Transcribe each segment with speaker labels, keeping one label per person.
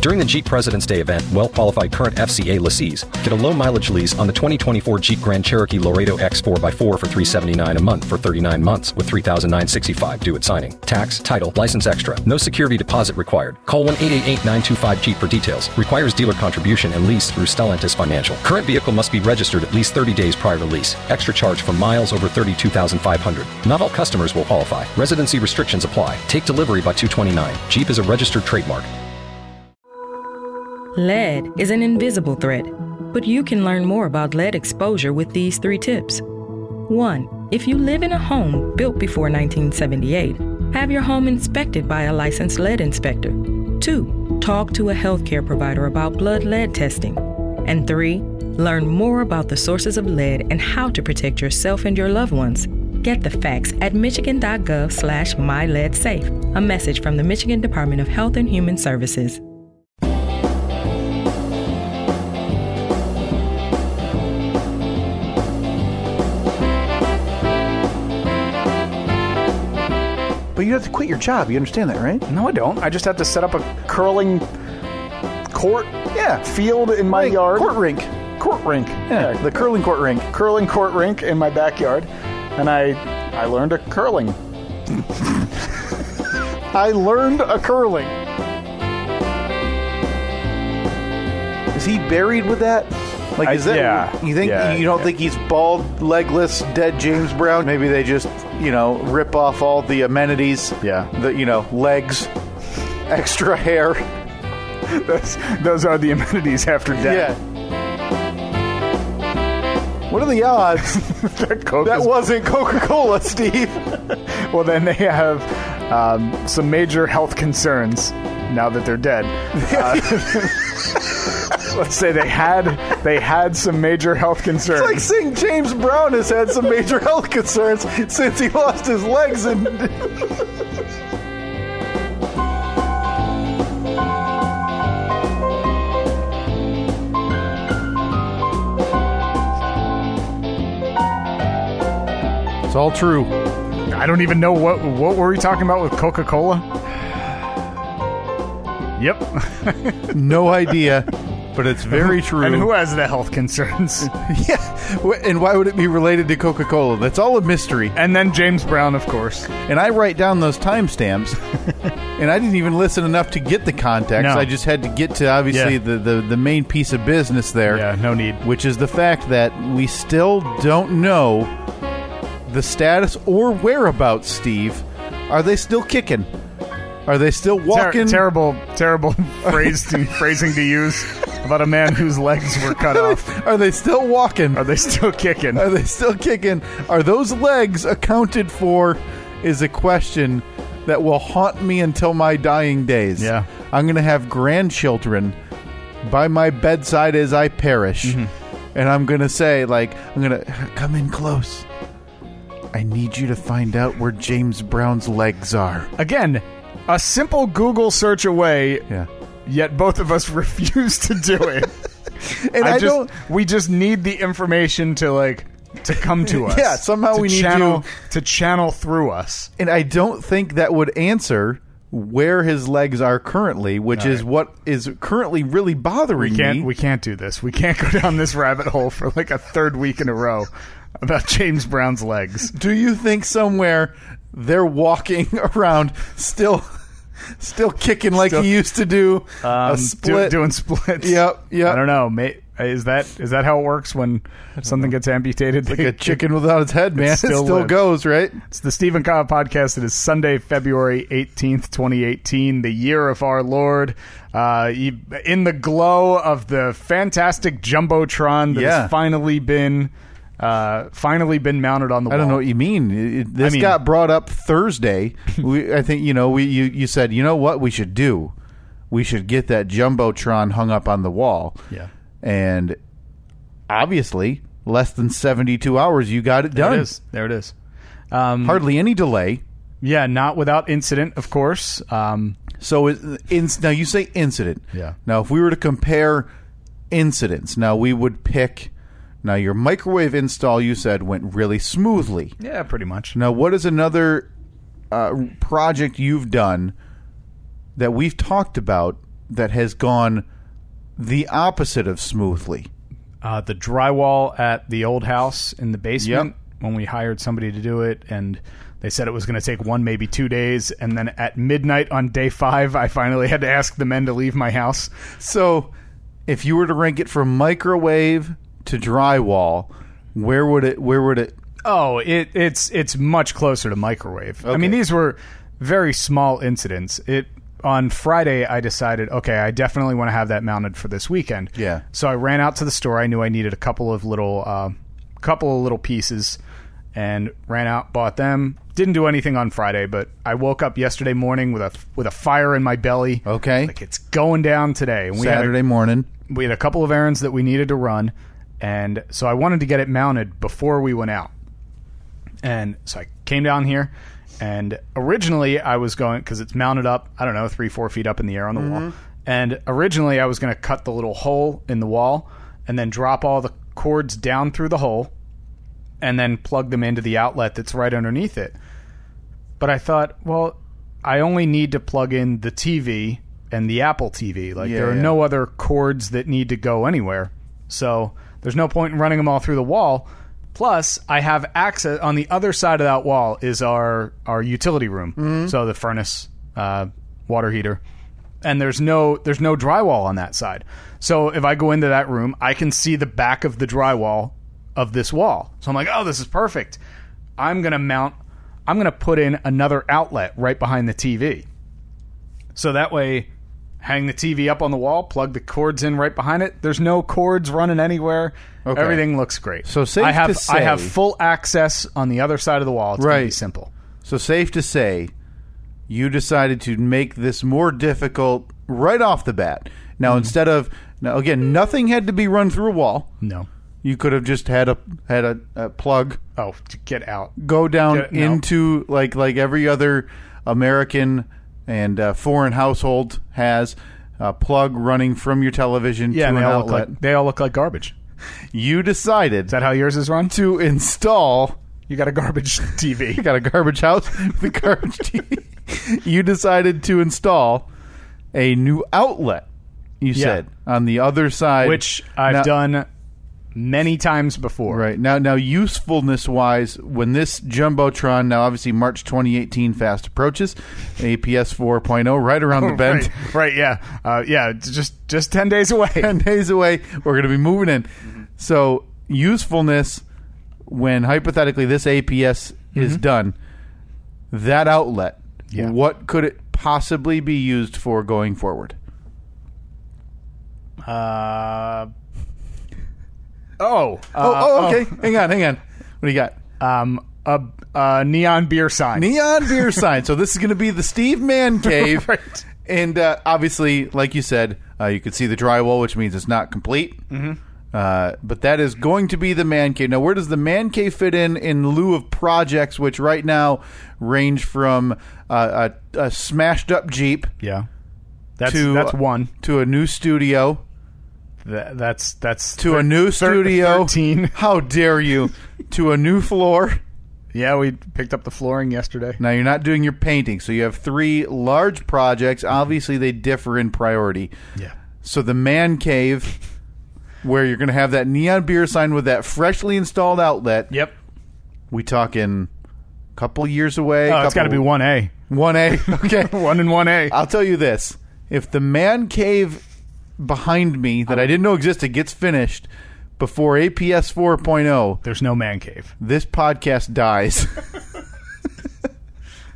Speaker 1: During the Jeep President's Day event, well qualified current FCA lessees get a low mileage lease on the 2024 Jeep Grand Cherokee Laredo X 4x4 for $379 a month for 39 months with $3,965 due at signing. Tax, title, license extra. No security deposit required. Call 1 888 925 Jeep for details. Requires dealer contribution and lease through Stellantis Financial. Current vehicle must be registered at least 30 days prior to lease. Extra charge for miles over 32,500. Not all customers will qualify. Residency restrictions apply. Take delivery by 229. Jeep is a registered trademark.
Speaker 2: Lead is an invisible threat, but you can learn more about lead exposure with these three tips. 1. If you live in a home built before 1978, have your home inspected by a licensed lead inspector. 2. Talk to a healthcare provider about blood lead testing. And 3. Learn more about the sources of lead and how to protect yourself and your loved ones. Get the facts at michigan.gov slash myleadsafe, a message from the Michigan Department of Health and Human Services.
Speaker 3: But you have to quit your job. You understand that, right?
Speaker 4: No, I don't. I just have to set up a curling court
Speaker 3: Yeah.
Speaker 4: field in my
Speaker 3: Like,
Speaker 4: yard.
Speaker 3: Court rink.
Speaker 4: Court rink.
Speaker 3: Yeah, the curling court rink.
Speaker 4: curling court rink in my backyard, and I I learned a curling. I learned a curling.
Speaker 3: Is he buried with that? Like,
Speaker 4: I-
Speaker 3: is that?
Speaker 4: yeah,
Speaker 3: You think
Speaker 4: yeah,
Speaker 3: you don't
Speaker 4: yeah.
Speaker 3: think he's bald, legless, dead James Brown? Maybe they just you know rip off all the amenities.
Speaker 4: Yeah.
Speaker 3: The you know legs, extra hair.
Speaker 4: Those, those are the amenities after death.
Speaker 3: What are the odds
Speaker 4: that Coke
Speaker 3: that
Speaker 4: is-
Speaker 3: wasn't Coca Cola, Steve?
Speaker 4: well, then they have um, some major health concerns now that they're dead. Uh, let's say they had they had some major health concerns.
Speaker 3: It's like saying James Brown has had some major health concerns since he lost his legs and
Speaker 5: It's all true.
Speaker 4: I don't even know what what were we talking about with Coca Cola. Yep,
Speaker 5: No idea, but it's very true.
Speaker 4: and who has the health concerns?
Speaker 5: yeah. wh- And why would it be related to Coca Cola? That's all a mystery.
Speaker 4: and then James Brown, of course.
Speaker 5: And I write down those timestamps, and I didn't even listen enough to get the context.
Speaker 4: No.
Speaker 5: I just had to get to obviously
Speaker 4: Yeah.
Speaker 5: the, the, the main piece of business there.
Speaker 4: Yeah, no need.
Speaker 5: Which is the fact that we still don't know the status or whereabouts, Steve. Are they still kicking? Are they still
Speaker 4: Ter-
Speaker 5: walking?
Speaker 4: terrible, terrible phrase to, phrasing to use about a man whose legs were cut off.
Speaker 5: Are they still walking?
Speaker 4: Are they still kicking?
Speaker 5: Are they still kicking? Are those legs accounted for? Is a question that will haunt me until my dying days.
Speaker 4: Yeah.
Speaker 5: I'm going to have grandchildren by my bedside as I perish.
Speaker 4: Mm-hmm.
Speaker 5: And I'm going to say, like, I'm going to come in close. I need you to find out where James Brown's legs are.
Speaker 4: Again, a simple Google search away.
Speaker 5: Yeah.
Speaker 4: Yet both of us refuse to do it.
Speaker 5: And I,
Speaker 4: just,
Speaker 5: don't.
Speaker 4: We just need the information to like to come to us.
Speaker 5: Yeah, somehow
Speaker 4: to
Speaker 5: we need
Speaker 4: channel,
Speaker 5: you-
Speaker 4: to channel through us.
Speaker 5: and I don't think that would answer where his legs are currently, which is what is currently really bothering
Speaker 4: We can't
Speaker 5: me.
Speaker 4: we can't do this. We can't go down this rabbit hole for like a third week in a row about James Brown's legs.
Speaker 5: Do you think somewhere they're walking around still, still kicking like
Speaker 4: Still-
Speaker 5: he used to do
Speaker 4: Um,
Speaker 5: a
Speaker 4: do-
Speaker 5: split?
Speaker 4: doing splits.
Speaker 5: Yep, yep.
Speaker 4: I don't know. May, is that is that how it works when something gets amputated?
Speaker 5: like a chicken without its head, man. It still,
Speaker 4: still lives.
Speaker 5: goes, right?
Speaker 4: It's the Stephen Cobb podcast. It is Sunday, February 18th, 2018, the year of our Lord. Uh, you- in the glow of the fantastic Jumbotron that
Speaker 5: Yeah.
Speaker 4: has finally been uh, finally been mounted on the
Speaker 5: I
Speaker 4: wall.
Speaker 5: don't know what you mean. It- it- this
Speaker 4: mean-
Speaker 5: got brought up Thursday. we, I think you know. We you you said you know what we should do. We should get that jumbotron hung up on the wall.
Speaker 4: Yeah.
Speaker 5: and obviously, less than seventy-two hours, you got it
Speaker 4: There
Speaker 5: done.
Speaker 4: it is. There it is. Um,
Speaker 5: Hardly any delay.
Speaker 4: yeah, not without incident, of course. Um,
Speaker 5: So is, in, now you say incident.
Speaker 4: Yeah.
Speaker 5: Now, if we were to compare incidents, now we would pick. Now, your microwave install you said went really smoothly.
Speaker 4: yeah, pretty much.
Speaker 5: Now, what is another uh, project you've done that we've talked about that has gone the opposite of smoothly.
Speaker 4: uh, the drywall at the old house in the basement when we hired somebody to do it and they said it was going to take one maybe two days and then at midnight on day five i finally had to ask the men to leave my house
Speaker 5: So, if you were to rank it from microwave to drywall, where would it? Where would it?
Speaker 4: oh it, it's it's much closer to microwave i mean these were very small incidents it on friday i decided okay i definitely want to have that mounted for this weekend
Speaker 5: Yeah.
Speaker 4: so i ran out to the store i knew i needed a couple of little uh, couple of little pieces and ran out bought them didn't do anything on friday but i woke up yesterday morning with a with a fire in my belly
Speaker 5: Okay.
Speaker 4: like it's going down today And we had a-
Speaker 5: Saturday morning.
Speaker 4: we had a couple of errands that we needed to run, and so I wanted to get it mounted before we went out. And so I came down here, and originally I was going because it's mounted up, I don't know, three, four feet up in the air on the wall.
Speaker 5: Mm-hmm.
Speaker 4: And originally I was going to cut the little hole in the wall and then drop all the cords down through the hole and then plug them into the outlet that's right underneath it. But I thought, well, I only need to plug in the TV and the Apple TV. Like
Speaker 5: Yeah,
Speaker 4: there are
Speaker 5: yeah.
Speaker 4: no other cords that need to go anywhere. So there's no point in running them all through the wall. Plus, I have access on the other side of that wall is our our utility room. So the furnace, uh, water heater, and there's no there's no drywall on that side. So if I go into that room, I can see the back of the drywall of this wall. So I'm like, oh, this is perfect. I'm gonna mount. I'm gonna put in another outlet right behind the TV. So that way, hang the TV up on the wall, plug the cords in right behind it. There's no cords running anywhere.
Speaker 5: Okay.
Speaker 4: Everything looks great.
Speaker 5: So safe
Speaker 4: I have
Speaker 5: to say-
Speaker 4: I have full access on the other side of the wall. It's gonna be
Speaker 5: Right.
Speaker 4: simple.
Speaker 5: So safe to say, you decided to make this more difficult right off the bat. Now
Speaker 4: Mm-hmm.
Speaker 5: instead of now again, nothing had to be run through a wall.
Speaker 4: No.
Speaker 5: You could have just had a had a, a plug
Speaker 4: Oh, get out.
Speaker 5: go down
Speaker 4: Yeah, no.
Speaker 5: into like like every other American and uh, foreign household has a plug running from your television
Speaker 4: Yeah,
Speaker 5: to
Speaker 4: and
Speaker 5: an
Speaker 4: they all, look
Speaker 5: outlet.
Speaker 4: like, they all look like garbage.
Speaker 5: you decided
Speaker 4: Is that how yours is run?
Speaker 5: to install
Speaker 4: You got a garbage TV.
Speaker 5: got a garbage house the garbage TV. you decided to install a new outlet you said on the other side
Speaker 4: which I've
Speaker 5: Now-
Speaker 4: done many times before.
Speaker 5: Right now, now usefulness wise, when this jumbotron now obviously March 2018 fast approaches, APS 4.0 oh, right around the bend,
Speaker 4: Right, right, yeah, uh, yeah. it's Just just ten days away.
Speaker 5: 10 days away, we're going to be moving in.
Speaker 4: Mm-hmm.
Speaker 5: So usefulness, when hypothetically this APS is done, that outlet,
Speaker 4: Mm-hmm. Yeah.
Speaker 5: what could it possibly be used for going forward?
Speaker 4: Uh, oh,
Speaker 5: Oh,
Speaker 4: uh,
Speaker 5: oh, okay. Hang on, hang on. What do you got?
Speaker 4: um, a, a neon beer sign.
Speaker 5: Neon beer sign. So this is going to be the Steve Man cave,
Speaker 4: Right.
Speaker 5: and uh, obviously, like you said, uh, you could see the drywall, which means it's not complete. Mm-hmm. Uh, but that is going to be the man cave. Now, where does the man cave fit in in lieu of projects, which right now range from uh, a, a smashed up Jeep
Speaker 4: yeah, that's
Speaker 5: To- uh,
Speaker 4: that's one.
Speaker 5: to a new studio
Speaker 4: Th- that's that's
Speaker 5: to
Speaker 4: thir-
Speaker 5: a new
Speaker 4: thir-
Speaker 5: studio?
Speaker 4: Thirteen.
Speaker 5: How dare you? to a new floor.
Speaker 4: Yeah, we picked up the flooring yesterday.
Speaker 5: Now you're not doing your painting, so you have three large projects. Obviously, they differ in priority.
Speaker 4: Yeah.
Speaker 5: So the man cave, where you're going to have that neon beer sign with that freshly installed outlet.
Speaker 4: Yep.
Speaker 5: We talking a couple years away.
Speaker 4: Oh, it's got to be one A,
Speaker 5: One A. Okay. Uh,
Speaker 4: one and one A.
Speaker 5: I'll tell you this: if the man cave behind me that I didn't know existed gets finished before APS 4.0,
Speaker 4: There's no man cave.
Speaker 5: oh, this podcast dies.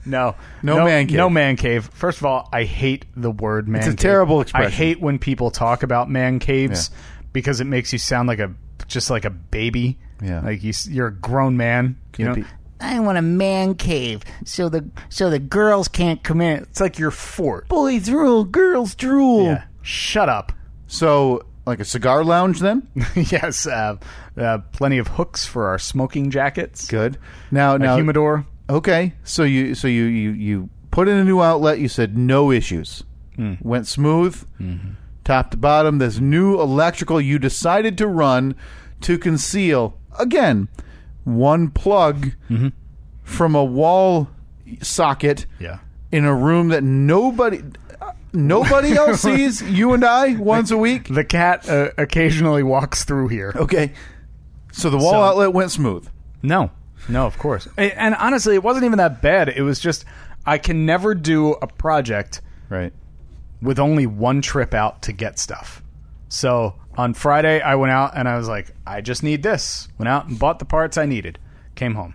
Speaker 4: No,
Speaker 5: No man cave.
Speaker 4: No man cave. First of all, I hate the word man.
Speaker 5: a
Speaker 4: cave.
Speaker 5: terrible expression.
Speaker 4: I hate when people talk about man caves because it makes you sound like a just like a baby.
Speaker 5: Yeah.
Speaker 4: like you, s- you're a grown man. You know,
Speaker 5: Could be-
Speaker 6: I want a man cave so the so the girls can't come in.
Speaker 4: it's like your fort.
Speaker 6: Boys drool, girls drool.
Speaker 4: Yeah. Shut up.
Speaker 5: so, like a cigar lounge, then.
Speaker 4: yes, uh, uh, plenty of hooks for our smoking jackets.
Speaker 5: Good. Now,
Speaker 4: A
Speaker 5: now,
Speaker 4: humidor.
Speaker 5: okay. So you, so you, you, you put in a new outlet. You said no issues.
Speaker 4: Mm.
Speaker 5: Went smooth,
Speaker 4: Mm-hmm.
Speaker 5: top to bottom. This new electrical you decided to run to conceal again one plug
Speaker 4: Mm-hmm.
Speaker 5: from a wall socket
Speaker 4: Yeah.
Speaker 5: in a room that nobody. nobody else sees you and I once a week.
Speaker 4: The cat uh, occasionally walks through here.
Speaker 5: Okay. So the wall
Speaker 4: So-
Speaker 5: outlet went smooth.
Speaker 4: No, no, of course. A- And honestly, it wasn't even that bad. It was just I can never do a project
Speaker 5: Right.
Speaker 4: with only one trip out to get stuff. So on Friday, I went out and I was like, I just need this. Went out and bought the parts I needed. Came home.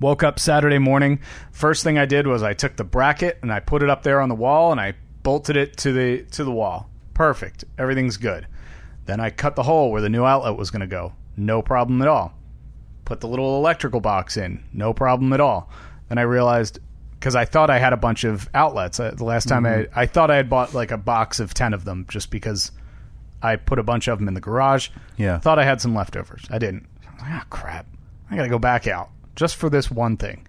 Speaker 4: Woke up Saturday morning. First thing I did was I took the bracket and I put it up there on the wall and I bolted it to the to the wall. Perfect. Everything's good. Then I cut the hole where the new outlet was going to go. No problem at all. Put the little electrical box in. No problem at all. Then I realized because I thought I had a bunch of outlets. Uh, the last time I I thought I had bought like a box of 10 of them just because I put a bunch of them in the garage.
Speaker 5: Yeah.
Speaker 4: Thought I had some leftovers. I didn't. I was like, ah, crap. I got to go back out just for this one thing.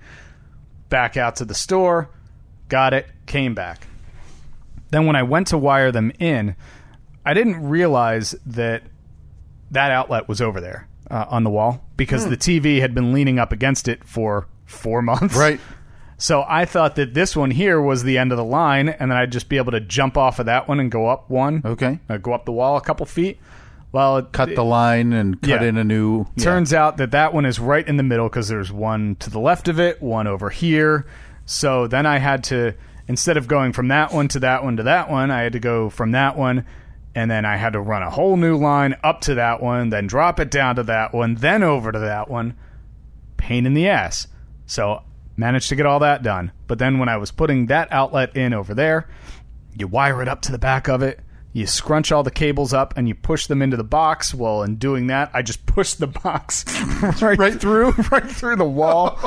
Speaker 4: Back out to the store, got it, came back. Then when I went to wire them in, I didn't realize that that outlet was over there uh, on the wall
Speaker 5: Hmm.
Speaker 4: because the TV had been leaning up against it for four months.
Speaker 5: Right.
Speaker 4: So I thought that this one here was the end of the line, and then I'd just be able to jump off of that one and go up one.
Speaker 5: Okay.
Speaker 4: Uh, go up the wall a couple feet. Well, it,
Speaker 5: Cut the line and cut
Speaker 4: Yeah.
Speaker 5: in a new.
Speaker 4: Turns out that that one is right in the middle because there's one to the left of it, one over here. So then I had to, instead of going from that one to that one to that one, I had to go from that one. And then I had to run a whole new line up to that one, then drop it down to that one, then over to that one. Pain in the ass. So managed to get all that done. But then when I was putting that outlet in over there, you wire it up to the back of it you scrunch all the cables up and you push them into the box well in doing that i just pushed the box right,
Speaker 5: Right through?
Speaker 4: right through the wall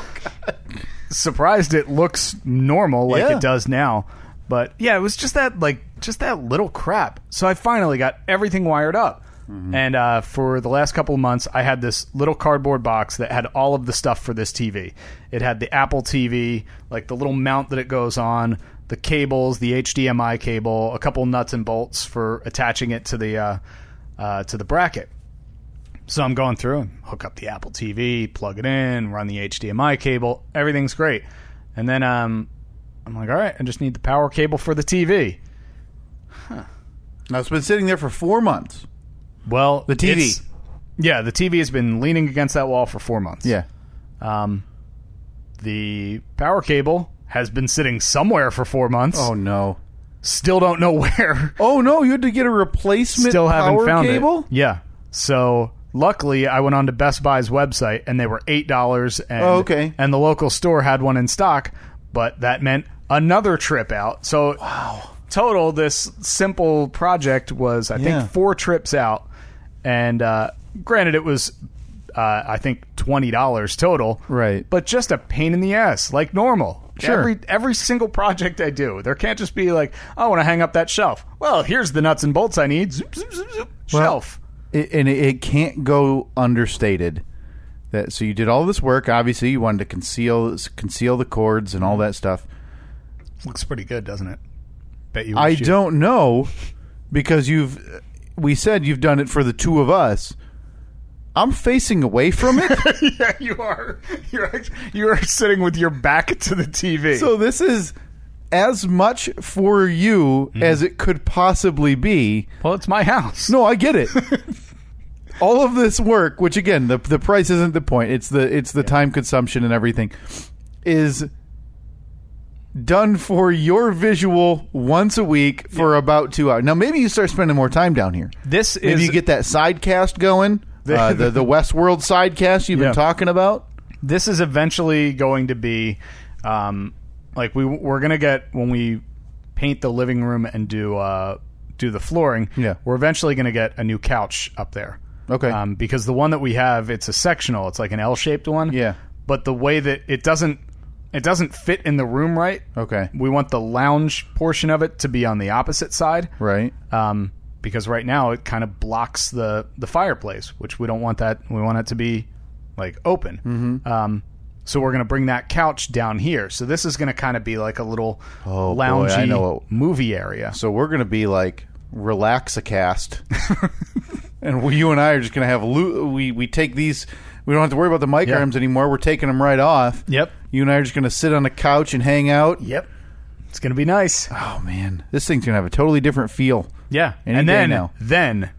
Speaker 4: surprised it looks normal like
Speaker 5: Yeah.
Speaker 4: it does now but yeah it was just that like just that little crap so i finally got everything wired up and uh, for the last couple of months i had this little cardboard box that had all of the stuff for this tv it had the apple tv like the little mount that it goes on the cables the hdmi cable a couple nuts and bolts for attaching it to the uh, uh, to the bracket so I'm going through and hook up the Apple TV, plug it in, run the HDMI cable. Everything's great. And then um, I'm like, all right, I just need the power cable for the TV.
Speaker 5: Now it's been sitting there for four months.
Speaker 4: Well,
Speaker 5: The TV.
Speaker 4: it's- Yeah, the TV has been leaning against that wall for four months. Um, the power cable has been sitting somewhere for four months.
Speaker 5: Oh no.
Speaker 4: Still don't know where.
Speaker 5: Oh no! You had to get a replacement
Speaker 4: Still haven't
Speaker 5: power
Speaker 4: found
Speaker 5: cable.
Speaker 4: it. Yeah. So luckily, I went on to Best Buy's website and they were eight dollars.
Speaker 5: Oh, okay.
Speaker 4: And the local store had one in stock, but that meant another trip out. So wow. Total, this simple project was I
Speaker 5: Yeah.
Speaker 4: think four trips out, and uh, granted, it was. Uh, I think twenty dollars total,
Speaker 5: Right.
Speaker 4: But just a pain in the ass, like normal.
Speaker 5: Sure.
Speaker 4: Every every single project I do, there can't just be like, I want to hang up that shelf. Well, here's the nuts and bolts I need. Zoop, zoop, zoop, zoop.
Speaker 5: Well-
Speaker 4: shelf.
Speaker 5: it, and it, it can't go understated. That so you did all this work. Obviously, you wanted to conceal conceal the cords and
Speaker 4: Mm-hmm.
Speaker 5: all that stuff.
Speaker 4: Looks pretty good, doesn't it? Bet you.
Speaker 5: I
Speaker 4: wish you-
Speaker 5: don't know because you've we said you've done it for the two of us. I'm facing away from it,
Speaker 4: yeah, you are. You're act- you are sitting with your back to the TV.
Speaker 5: so this is as much for you
Speaker 4: Mm-hmm.
Speaker 5: as it could possibly be.
Speaker 4: well, it's my house.
Speaker 5: No, I get it. All of this work, which again, the the price isn't the point. It's the it's the time consumption and everything is done for your visual once a week for about two hours. Now maybe you start spending more time down here.
Speaker 4: This
Speaker 5: Maybe
Speaker 4: is
Speaker 5: you get that side cast going. uh, the the Westworld side cast you've
Speaker 4: Yeah.
Speaker 5: been talking about.
Speaker 4: this is eventually going to be um, like we we're gonna get when we paint the living room and do uh, do the flooring.
Speaker 5: Yeah.
Speaker 4: we're eventually gonna get a new couch up there.
Speaker 5: Okay.
Speaker 4: um, because the one that we have it's a sectional. It's like an L shaped one.
Speaker 5: Yeah.
Speaker 4: but the way that it doesn't it doesn't fit in the room right.
Speaker 5: Okay.
Speaker 4: we want the lounge portion of it to be on the opposite side.
Speaker 5: Right.
Speaker 4: Um, because right now it kind of blocks the the fireplace, which we don't want that. We want it to be like open.
Speaker 5: Mm-hmm.
Speaker 4: Um, so we're gonna bring that couch down here. So this is gonna kind of be like a little
Speaker 5: Oh, boy,
Speaker 4: loungy
Speaker 5: I know what-
Speaker 4: movie area.
Speaker 5: So we're gonna be like relax a cast, and we, you and I are just gonna have lo- we we take these. We don't have to worry about the mic
Speaker 4: Yeah.
Speaker 5: arms anymore. We're taking them right off.
Speaker 4: Yep.
Speaker 5: You and I are just gonna sit on a couch and hang out.
Speaker 4: Yep. It's gonna be nice.
Speaker 5: Oh man, this thing's gonna have a totally different feel.
Speaker 4: Yeah,
Speaker 5: Any
Speaker 4: and
Speaker 5: day
Speaker 4: then,
Speaker 5: now.
Speaker 4: then,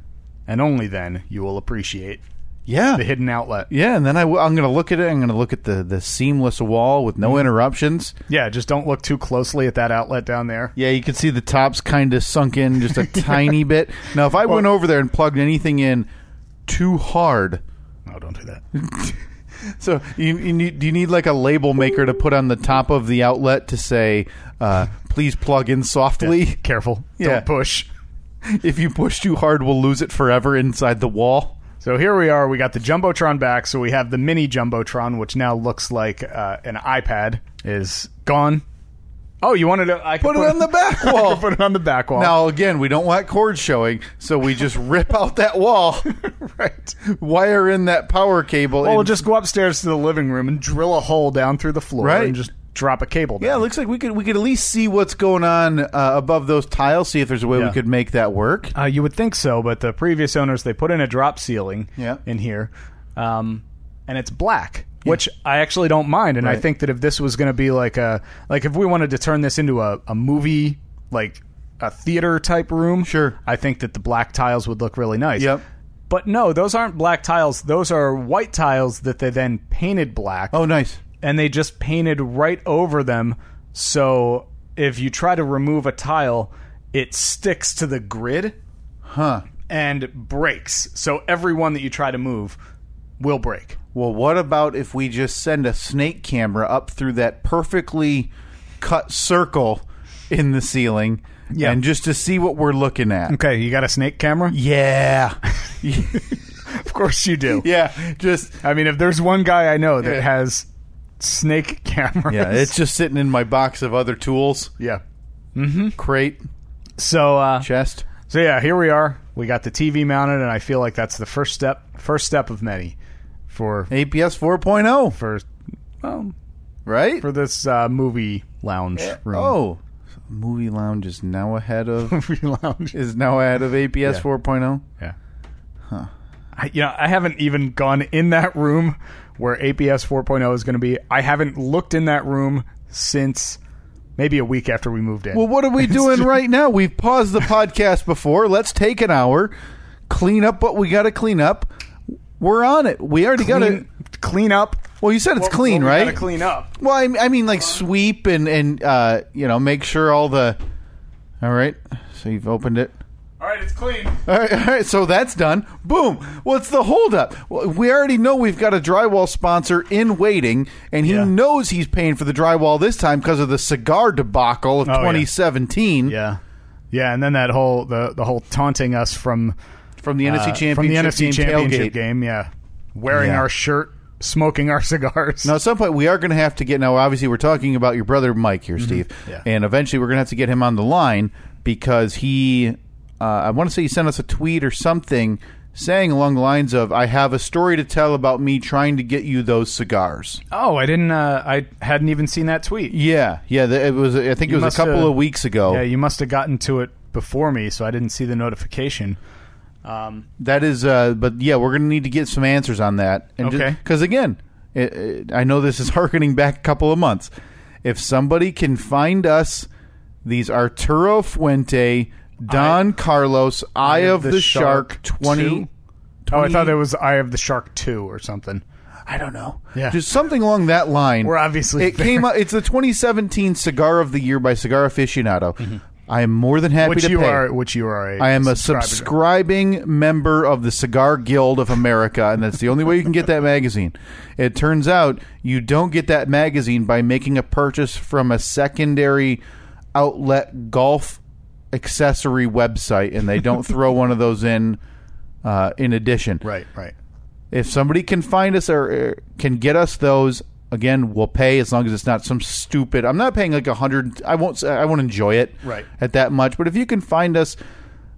Speaker 4: and only then, you will appreciate
Speaker 5: Yeah,
Speaker 4: the hidden outlet.
Speaker 5: yeah. And then I w- I'm gonna look at it. I'm gonna look at the the seamless wall with
Speaker 4: Mm.
Speaker 5: no interruptions.
Speaker 4: Yeah, just don't look too closely at that outlet down there.
Speaker 5: Yeah, you can see the top's kind of sunk in just a tiny bit. Now, if I went over there and plugged anything in too hard,
Speaker 4: No, don't do that.
Speaker 5: so you, you need, do you need like a label maker to put on the top of the outlet to say, uh, "Please plug in softly.
Speaker 4: Careful.
Speaker 5: Yeah.
Speaker 4: Don't push.
Speaker 5: If you push too hard, we'll lose it forever inside the wall."
Speaker 4: So here we are. We got the jumbotron back. So we have the mini jumbotron, which now looks like uh, an iPad is gone. Oh, you wanted to? I could
Speaker 5: Put it on the back
Speaker 4: I could
Speaker 5: wall.
Speaker 4: put it on the back wall.
Speaker 5: Now, again, we don't want cords showing, so we just rip out that wall,
Speaker 4: right.
Speaker 5: wire in that power cable.
Speaker 4: Well,
Speaker 5: and-
Speaker 4: we'll just go upstairs to the living room and drill a hole down through the floor
Speaker 5: Right.
Speaker 4: and just drop a cable.
Speaker 5: yeah, it
Speaker 4: Down.
Speaker 5: looks like we could we could at least see what's going on uh, above those tiles. See if there's a way
Speaker 4: Yeah.
Speaker 5: we could make that work.
Speaker 4: Uh, you would think so, but the previous owners they put in a drop ceiling
Speaker 5: Yeah.
Speaker 4: in here, um, and it's black, which I actually don't mind. And I
Speaker 5: Right.
Speaker 4: think that if this was going to be like a like if we wanted to turn this into a, a movie like a theater type room,
Speaker 5: Sure.
Speaker 4: I think that the black tiles would look really nice.
Speaker 5: Yep.
Speaker 4: But no, those aren't black tiles. Those are white tiles that they then painted black.
Speaker 5: Oh, nice.
Speaker 4: and they just painted right over them. So if you try to remove a tile, it sticks to the grid
Speaker 5: Huh.
Speaker 4: and breaks. So every one that you try to move will break.
Speaker 5: Well, what about if we just send a snake camera up through that perfectly cut circle in the ceiling
Speaker 4: Yeah.
Speaker 5: and just to see what we're looking at?
Speaker 4: Okay, you got a snake camera?
Speaker 5: Yeah.
Speaker 4: Of course you do.
Speaker 5: yeah. Just.
Speaker 4: I mean, if there's one guy I know that
Speaker 5: Yeah.
Speaker 4: has snake cameras.
Speaker 5: Yeah, it's just sitting in my box of other tools, Mm-hmm.
Speaker 4: yeah.
Speaker 5: crate,
Speaker 4: So uh
Speaker 5: chest.
Speaker 4: so yeah, here we are. We got the TV mounted and I feel like that's the first step first step of many for
Speaker 5: APS 4.0,
Speaker 4: for well,
Speaker 5: oh, right?
Speaker 4: for this uh, movie lounge room.
Speaker 5: Oh, So movie lounge is now ahead of
Speaker 4: movie lounge.
Speaker 5: is now ahead of APS 4.0.
Speaker 4: Yeah. Huh. I, you know, I haven't even gone in that room where APS 4.0 is going to be. I haven't looked in that room since maybe a week after we moved in.
Speaker 5: Well, what are we doing right now? We've paused the podcast before. Let's take an hour, clean up what we got to clean up. We're on it. We already got it.
Speaker 4: clean, clean up.
Speaker 5: Well, you said it's
Speaker 4: What-
Speaker 5: clean,
Speaker 4: what we
Speaker 5: right?
Speaker 4: gotta clean up.
Speaker 5: Well, I, I mean, like sweep and and uh, you know, make sure all the. All right, so you've opened it.
Speaker 4: All right, it's clean.
Speaker 5: All right, all right, so that's done. Boom. What's the holdup? Well, we already know we've got a drywall sponsor in waiting, and he
Speaker 4: Yeah.
Speaker 5: knows he's paying for the drywall this time because of the cigar debacle of
Speaker 4: Oh, yeah.
Speaker 5: 2017
Speaker 4: Yeah. Yeah, and then that whole the the whole taunting us from
Speaker 5: from the NFC
Speaker 4: uh,
Speaker 5: Championship
Speaker 4: from the NFC
Speaker 5: game
Speaker 4: Championship
Speaker 5: tailgate.
Speaker 4: game, yeah. Wearing
Speaker 5: Yeah.
Speaker 4: our shirt, smoking our cigars.
Speaker 5: Now, at some point, we are going to have to get. Now, obviously, we're talking about your brother Mike here, Steve,
Speaker 4: Yeah.
Speaker 5: and eventually, we're going to have to get him on the line because he. Uh, I want to say he sent us a tweet or something saying along the lines of, "I have a story to tell about me trying to get you those cigars."
Speaker 4: Oh, I didn't uh, I hadn't even seen that tweet.
Speaker 5: Yeah, yeah. th- It was. I think
Speaker 4: You
Speaker 5: it was
Speaker 4: must,
Speaker 5: a couple
Speaker 4: uh,
Speaker 5: of weeks ago.
Speaker 4: Yeah, you must have gotten to it before me, so I didn't see the notification. Um,
Speaker 5: that is. Uh, but yeah, we're going to need to get some answers on that. And
Speaker 4: Okay.
Speaker 5: Because again, it, it, I know this is harkening back a couple of months. If somebody can find us these Arturo Fuente, Don Carlos, Eye of the, Shark, twenty.
Speaker 4: two? Oh, I thought it was Eye of the Shark two or something.
Speaker 5: I don't know.
Speaker 4: Yeah.
Speaker 5: Just something along that line.
Speaker 4: We're obviously
Speaker 5: It
Speaker 4: there.
Speaker 5: came up. It's the 2017 Cigar of the Year by Cigar Aficionado. I am more than
Speaker 4: Mm-hmm.
Speaker 5: happy
Speaker 4: Which
Speaker 5: to
Speaker 4: you
Speaker 5: pay.
Speaker 4: are, which you are. A
Speaker 5: I am a
Speaker 4: subscriber to.
Speaker 5: subscribing member of the Cigar Guild of America, and that's the only way you can get that magazine. It turns out you don't get that magazine by making a purchase from a secondary outlet golf accessory website, and they don't throw one of those in uh, in addition.
Speaker 4: Right, right.
Speaker 5: If somebody can find us or uh, can get us those, again, we'll pay as long as it's not some stupid. I'm not paying like a hundred. I won't. I won't enjoy it
Speaker 4: Right.
Speaker 5: at that much. But if you can find us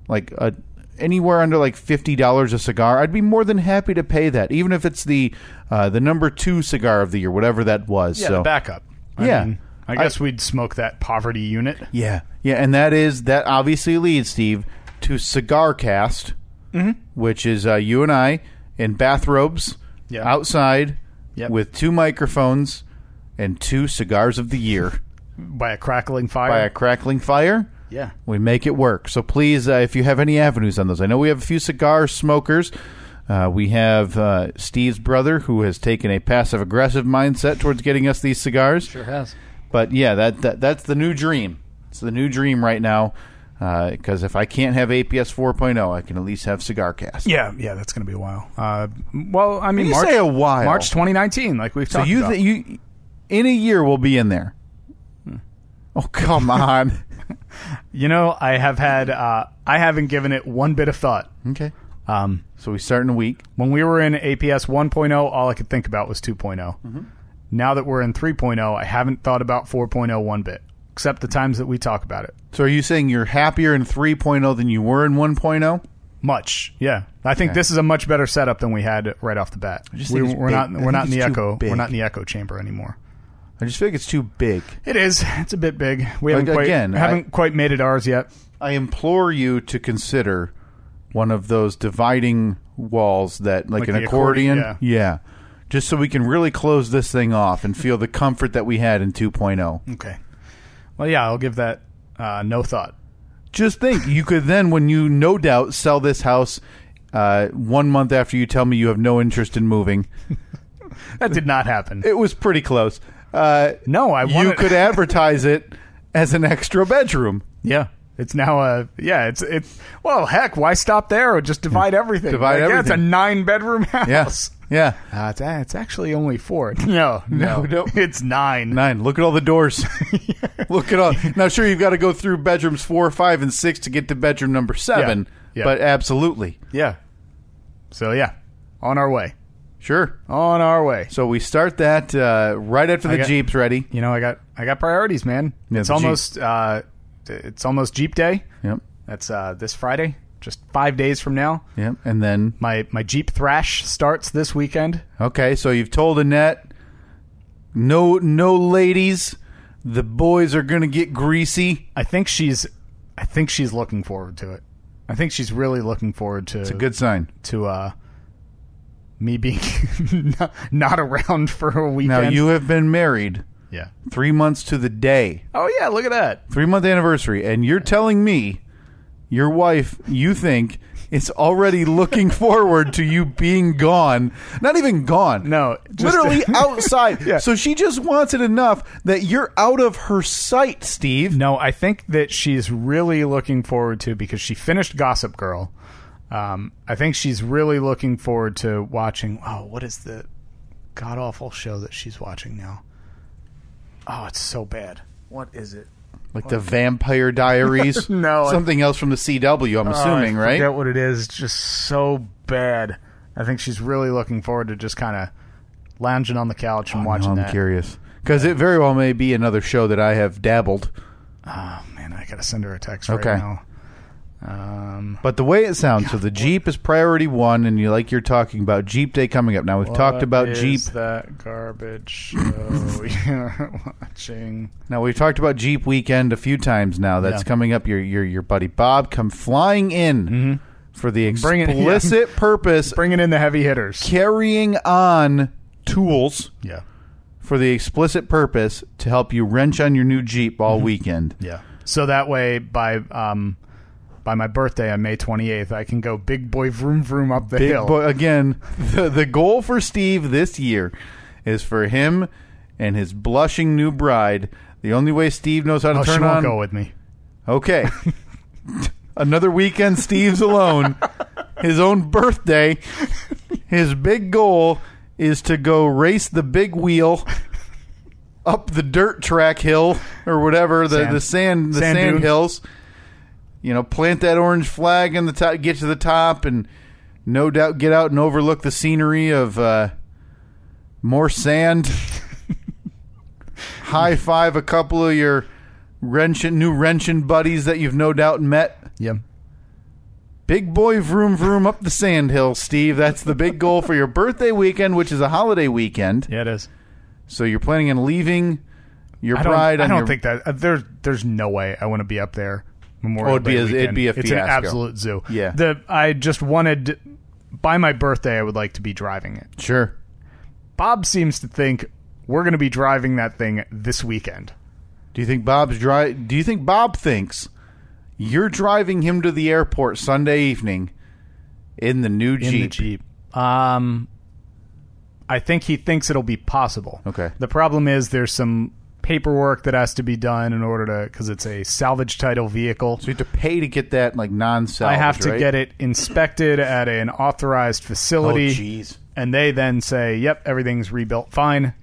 Speaker 5: like a, anywhere under like fifty dollars a cigar, I'd be more than happy to pay that, even if it's the uh, the number two cigar of the year, whatever that was.
Speaker 4: Yeah,
Speaker 5: so
Speaker 4: the backup. I
Speaker 5: Yeah.
Speaker 4: mean, I
Speaker 5: I-
Speaker 4: guess we'd smoke that poverty unit.
Speaker 5: Yeah, yeah, and that is that obviously leads Steve to Cigar Cast,
Speaker 4: Mm-hmm.
Speaker 5: which is uh, you and I in bathrobes
Speaker 4: Yeah.
Speaker 5: outside
Speaker 4: Yep.
Speaker 5: with two microphones and two cigars of the year.
Speaker 4: by a crackling fire.
Speaker 5: by a crackling fire.
Speaker 4: yeah.
Speaker 5: We make it work. So please, uh, if you have any avenues on those, I know we have a few cigar smokers. Uh, we have uh, Steve's brother who has taken a passive aggressive mindset towards getting us these cigars.
Speaker 4: Sure has.
Speaker 5: But yeah, that, that that's the new dream. It's the new dream right now. Because if I can't have APS 4.0, oh, I can at least have Cigar Cast.
Speaker 4: Yeah, yeah, that's going to be a while. Uh, well, I mean,
Speaker 5: you
Speaker 4: March,
Speaker 5: say a while?
Speaker 4: March 2019, like we've
Speaker 5: So
Speaker 4: talked
Speaker 5: you
Speaker 4: about.
Speaker 5: th- you in a year we'll be in there.
Speaker 4: Hmm.
Speaker 5: Oh come on.
Speaker 4: you know, I have had, uh, I haven't given it one bit of thought.
Speaker 5: okay.
Speaker 4: Um,
Speaker 5: So we start in a week.
Speaker 4: when we were in APS 1.0, oh, all I could think about was 2.0.
Speaker 5: Mm-hmm.
Speaker 4: Now that we're in 3.0, I haven't thought about 4.0 one bit, except the times that we talk about it.
Speaker 5: So are you saying you're happier in 3.0 than you were in oh? 1.0?
Speaker 4: Much, yeah. I think this is a much better setup than we had right off the bat.
Speaker 5: just
Speaker 4: We,
Speaker 5: think
Speaker 4: are
Speaker 5: it's
Speaker 4: not,
Speaker 5: big. I
Speaker 4: we're
Speaker 5: think
Speaker 4: not in
Speaker 5: it's
Speaker 4: the
Speaker 5: too
Speaker 4: echo, we're
Speaker 5: big.
Speaker 4: not in the echo chamber anymore.
Speaker 5: I just feel like it's too big.
Speaker 4: It is. It's a bit big. We
Speaker 5: Like,
Speaker 4: haven't quite,
Speaker 5: again, I-
Speaker 4: haven't quite made it ours yet.
Speaker 5: I implore you to consider one of those dividing walls that like,
Speaker 4: Like
Speaker 5: an
Speaker 4: the
Speaker 5: accordion.
Speaker 4: accordion,
Speaker 5: yeah. Just so we can really close this thing off and feel the comfort that we had in oh. 2.0.
Speaker 4: Okay. Well, yeah, I'll give that uh, no thought.
Speaker 5: Just think, you could then, when you no doubt sell this house uh, one month after you tell me you have no interest in moving,
Speaker 4: That did not happen.
Speaker 5: it was pretty close. Uh,
Speaker 4: No, I
Speaker 5: you
Speaker 4: wanted-
Speaker 5: could advertise it as an extra bedroom.
Speaker 4: Yeah. It's now a yeah. It's it's well heck. Why stop there or just divide everything?
Speaker 5: Divide
Speaker 4: Like, Yeah, it's a
Speaker 5: everything.
Speaker 4: nine bedroom
Speaker 5: Yeah.
Speaker 4: house.
Speaker 5: Yeah.
Speaker 4: Uh, it's, it's actually only four. No, no,
Speaker 5: no.
Speaker 4: It's nine.
Speaker 5: Nine. Look at all the doors. Look at all. Now, sure, you've got to go through bedrooms four, five, and six to get to bedroom number seven.
Speaker 4: Yeah.
Speaker 5: But absolutely,
Speaker 4: Yeah. So yeah, on our way.
Speaker 5: sure.
Speaker 4: On our way.
Speaker 5: So we start that uh, right after the
Speaker 4: got-
Speaker 5: jeep's ready.
Speaker 4: You know, I got I got priorities, man.
Speaker 5: Yeah,
Speaker 4: it's
Speaker 5: the Jeep.
Speaker 4: almost uh, it's almost Jeep Day.
Speaker 5: Yep.
Speaker 4: That's uh, this Friday, just five days from now.
Speaker 5: Yep. And then
Speaker 4: My my Jeep Thrash starts this weekend.
Speaker 5: okay, so you've told Annette, no, no ladies. The boys are gonna get greasy.
Speaker 4: I think she's I think she's looking forward to it. I think she's really looking forward to
Speaker 5: It's a good sign.
Speaker 4: to uh me being not, not around for a
Speaker 5: Now
Speaker 4: weekend.
Speaker 5: you have been married
Speaker 4: yeah.
Speaker 5: three months to the day.
Speaker 4: Oh yeah, look at that.
Speaker 5: three month anniversary, and you're telling me your wife, you think, is already looking forward to you being gone. Not even gone.
Speaker 4: No, just-
Speaker 5: literally outside.
Speaker 4: Yeah.
Speaker 5: So she just wants it enough that you're out of her sight, Steve.
Speaker 4: No, I think that she's really looking forward to because she finished Gossip Girl. Um, I think she's really looking forward to watching. Oh, what is the god awful show that she's watching now? Oh, it's so bad. What is it?
Speaker 5: Like the Vampire Diaries.
Speaker 4: No, I-
Speaker 5: Something else from the CW, I'm assuming,
Speaker 4: Oh, I
Speaker 5: right?
Speaker 4: Forget what it is. It's just so bad. I think she's really looking forward to just kind of lounging on the couch and
Speaker 5: Oh,
Speaker 4: watching
Speaker 5: I'm
Speaker 4: that.
Speaker 5: curious. Because it very well may be another show that I have dabbled.
Speaker 4: Oh man, I gotta send her a text
Speaker 5: Okay.
Speaker 4: right now. Um,
Speaker 5: But the way it sounds, so the Jeep is priority one, and you like you're talking about Jeep Day coming up. Now we've talked
Speaker 4: What
Speaker 5: about
Speaker 4: is
Speaker 5: Jeep
Speaker 4: That garbage show you're watching.
Speaker 5: Now we've talked about Jeep Weekend a few times now. That's
Speaker 4: Yeah.
Speaker 5: coming up. Your your your buddy Bob come flying in for the
Speaker 4: Bring Mm-hmm. it-
Speaker 5: explicit purpose of
Speaker 4: Bringing in the heavy hitters.
Speaker 5: carrying on tools
Speaker 4: Yeah,
Speaker 5: for the explicit purpose to help you wrench on your new Jeep all weekend.
Speaker 4: Mm-hmm. yeah. So that way, by um, by my birthday on May 28th, I can go big boy vroom vroom up the
Speaker 5: Big
Speaker 4: hill.
Speaker 5: boy- again, the, the goal for Steve this year is for him and his blushing new bride. The only way Steve knows how to
Speaker 4: oh, she
Speaker 5: turn
Speaker 4: won't
Speaker 5: on
Speaker 4: go with me.
Speaker 5: Okay. Another weekend, Steve's alone. His own birthday. His big goal is to go race the big wheel up the dirt track hill or whatever the
Speaker 4: Sand.
Speaker 5: the sand the
Speaker 4: Sand
Speaker 5: sand,
Speaker 4: dune.
Speaker 5: hills. You know, plant that orange flag in the top, get to the top, and no doubt get out and overlook the scenery of uh, more sand. High five a couple of your wrenching new wrenching buddies that you've no doubt met.
Speaker 4: Yeah.
Speaker 5: Big boy vroom vroom up the sand hill, Steve. That's the big goal for your birthday weekend, which is a holiday weekend.
Speaker 4: Yeah, it is.
Speaker 5: So you're planning on leaving your
Speaker 4: I don't,
Speaker 5: bride.
Speaker 4: I
Speaker 5: on
Speaker 4: don't
Speaker 5: your-
Speaker 4: think that uh, there's there's no way I want to be up there. Memorial
Speaker 5: Oh, it'd be
Speaker 4: Day
Speaker 5: a- it'd
Speaker 4: weekend.
Speaker 5: be a
Speaker 4: It's an
Speaker 5: fiasco.
Speaker 4: absolute zoo.
Speaker 5: Yeah.
Speaker 4: The I just wanted by my birthday I would like to be driving it.
Speaker 5: Sure.
Speaker 4: Bob seems to think we're going to be driving that thing this weekend.
Speaker 5: Do you think Bob's dri Do you think Bob thinks you're driving him to the airport Sunday evening in the new
Speaker 4: in
Speaker 5: Jeep?
Speaker 4: the Jeep. Um, I think he thinks it'll be possible.
Speaker 5: Okay.
Speaker 4: The problem is there's some paperwork that has to be done in order to because it's a salvage title vehicle.
Speaker 5: So you have to pay to get that like non-salvage.
Speaker 4: I have to
Speaker 5: right?
Speaker 4: get it inspected at an authorized
Speaker 5: Oh,
Speaker 4: facility.
Speaker 5: jeez.
Speaker 4: and they then say, "Yep, everything's rebuilt fine."